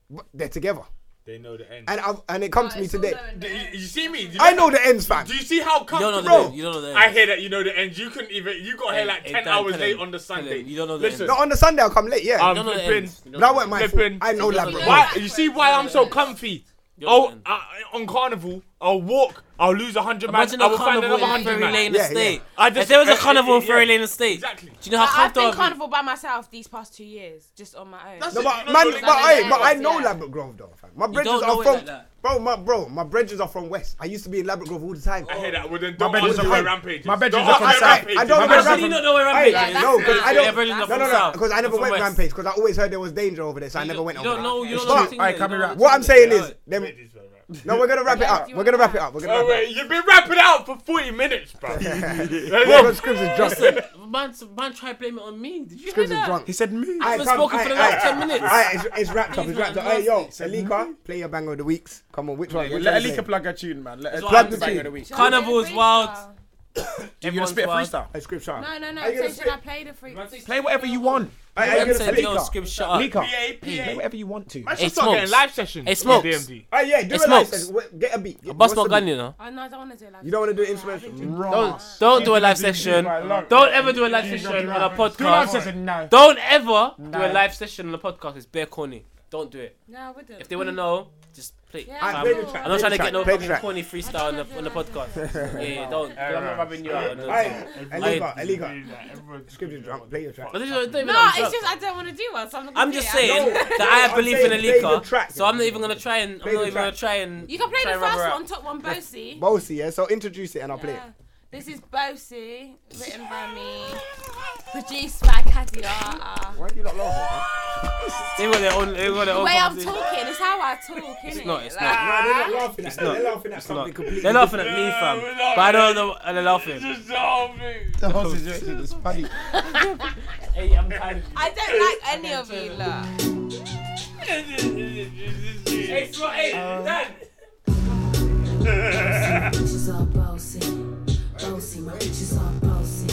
But they're together. They know the ends. And I've, and it comes to me today. Do you, you see me? Do you I know- know the ends, fam. Do you see how don't know the comfortable? ends, you don't know the I ends. hear that you know the ends. You couldn't even. You got here like ten hours late on the Sunday. You don't know Listen, No, on the Sunday I'll come late, yeah. Um, I'm flipping. That weren't my fault. Flipping. I know Labrador. Why? You see why I'm so comfy? Oh, I- on carnival, I'll walk. I'll lose a hundred man. Imagine I a will find carnival another in hundred Ferry man. Lane Estate. I If just- there was a uh, carnival in yeah. Ferry Lane Estate, Exactly. do you know how I've been comfortable? I'd be? carnival by myself these past two years, just on my own. No, but, man, but, I, but I know Labrador Grove though. Fam. My You bridges don't know are it from like that. bro, my bro, my bridges are from West. I used to be in Labrador Grove all the time. I hear that. Well, then My don't bedroom's ask are where from- rampage. my bedroom's Don't are from ask where South. rampage I is. don't My know bedroom's Rampage. are from- Hey, No, because I don't. No, no, no, South. because I never From went West. rampage because I always heard there was danger over there, so I never went you over don't there. know- you It's don't know true. anything Alright, there, come you and don't- wrap. What I'm saying is, them- no, we're gonna wrap it up. We're gonna wrap it up. We're gonna Oh, wrap it wait, you've been rapping out for 40 minutes, bro. Well, because Scribs is drunk. Listen, man, man, try to blame it on me. Did you hear Scribs is that? drunk. I've Aight, been come, spoken for the aight, last aight. ten minutes. Aight, it's, it's wrapped up. It's He's wrapped up. not Hey, yo, nasty. Alika, play your bang of the weeks. Come on, which one? Yeah, Which let one you Alika playing? plug a tune, man. Let That's her what I'm plug the saying. tune. Carnival's wild. You gonna Everyone's spit a wild. freestyle? A script No, no, no. Are you gonna So should I play the free? Play whatever you want. Hey, Play hey, whatever- said, yo, Lika. Scribs, shut up. Lika, PA, play whatever you want to. Man should Hey, start getting Smokes. live sessions Hey, on Smokes. DMD. Oh yeah, do it It like smokes. this. Wait, Get a beat. A What's bus the not gun, beat? you know. Oh no, I don't want to do that. You don't want to do it instrumental. Don't, don't do a live session. Don't ever do a live session on a podcast. Do live session, no. Don't ever do No. a live session on a podcast. It's bare corny. Don't do it. No, I wouldn't. If they want to know, just play. Yeah, Um, I play the I'm track, not play trying the to get track, no play the fucking track. corny freestyle on the, on the (laughs) podcast. yeah, don't. 'cause I'm not rubbing you out. Hey, Alika, I- Alika. Script is drunk. Play your track. But this is- don't even- No, I'm it's drunk. just I don't want to do one. So I'm, not gonna I'm do just it. saying No. that I have I'm belief in saying play the Alika, so I'm not even gonna try and Play I'm not the even gonna try and. You can play try the and rub her first out. one, top one, Bosie. Bossy, yeah. So introduce it and I'll play it. Yeah. This is Bosie, written by me, produced by Kadiata. Why do you not love her? They got their own. They got The their own. way I'm competition. talking is how I talk, innit? It's not. It's Like- not. they're not laughing It's at that. not. They're laughing at It's something not. completely They're laughing at different. me, fam. No, But I don't know. why They're laughing. (laughs) The whole situation is funny. Hey, I'm tired. I don't like any of you, look. Hey, so, hey, Dan. bitches are bossy. Bossy, my bitches are bossy.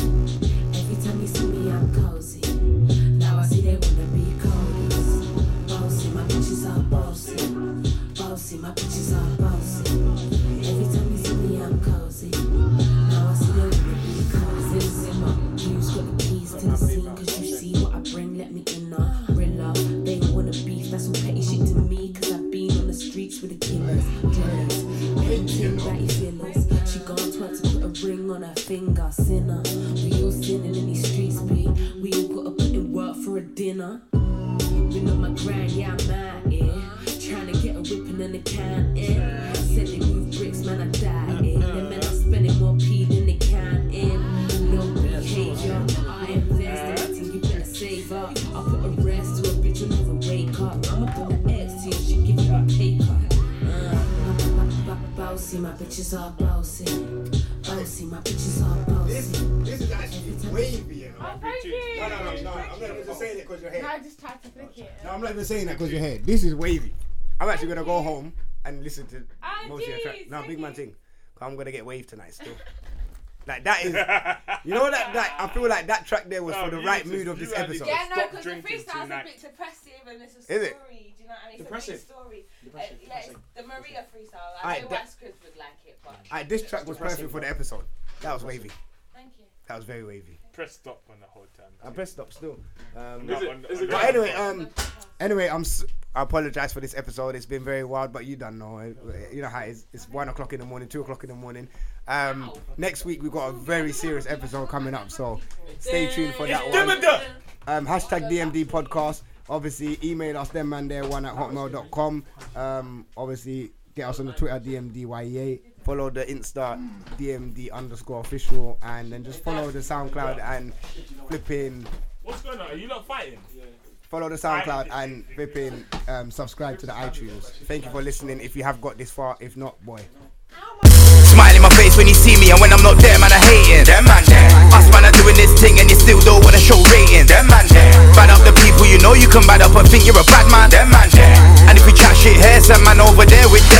Every time you see me, I'm cozy. Now I see they wanna be coldies. Bossy, my bitches are bossy. Bossy, my bitches are bossy. Every time you see me, I'm cozy. Now I see they wanna be cozy. Simmer, who's got the keys to the scene? Cause you see what I bring, let me in now. Rilla, they wanna beef, that's all petty shit to me. Cause I've been on the streets with the killers, drillers, anything that you feel is. She gone twice to put a ring on her finger, sinner. We all sinning in these streets, B. We all gotta put in work for a dinner. Been on my grind, yeah, I'm out here. Trying to get a whipping and a can, yeah. Said they move bricks, man, I died in. Them men are spending more pee than they can in. No behavior, I am blessed. Everything you better save up. I put a rest to a bitch, you'll never wake up. I'ma put an X to your shit, give you a pay cut. Uh, Bouncy, my bitches are bouncy. Bouncy, my bitches are bouncy. This is actually wavy, you know. thank you. No, no, no, no. I'm not even saying it because you're here. No, I just tried to flick it. No, I'm not even saying that because you're here. This is wavy. I'm actually gonna go home and listen to Ah, most of your geez, track. No, thank big man you. thing. 'Cause I'm gonna get waved tonight still. Like that is, you know that that I feel like that track there was for the right mood of this episode. Yeah, no, because the freestyle's a bit depressive and it's a story. Is it? Do you know what I mean? It's Depressive. a big story. Depressive, Uh, yeah, it's the Maria freestyle. I Alright, know that- Wax Chris would like it, but. Alright, this track was Depressive. perfect for the episode. That was wavy. Thank you. That was very wavy. Press stop on the whole time. I pressed stop still. Um, Is it- is it but good? anyway, um, anyway, I'm. s- I apologize for this episode. It's been very wild, but you don't know. it- You know how it is. It's one o'clock in the morning, two o'clock in the morning. Um, next week we got a very serious episode coming up, so stay tuned for that one. Um, hashtag DMD podcast. Obviously, email us them man there one at hotmail.com. Um, obviously, get us on the Twitter DMDYEA. E Follow the Insta DMD underscore official, and then just follow the SoundCloud and flipping. What's going on? Are you not fighting? Follow the SoundCloud and flipping um, subscribe to the iTunes. Thank you for listening. If you have got this far, if not, boy. Smile in my face when you see me, and when I'm not there, man, I hating. Them man there. Us man are doing this thing, and you still don't wanna show ratings. Them man there. Bad up the people you know you can bad up and think you're a bad man. Them man there. And if you chat shit here, some man over there with them.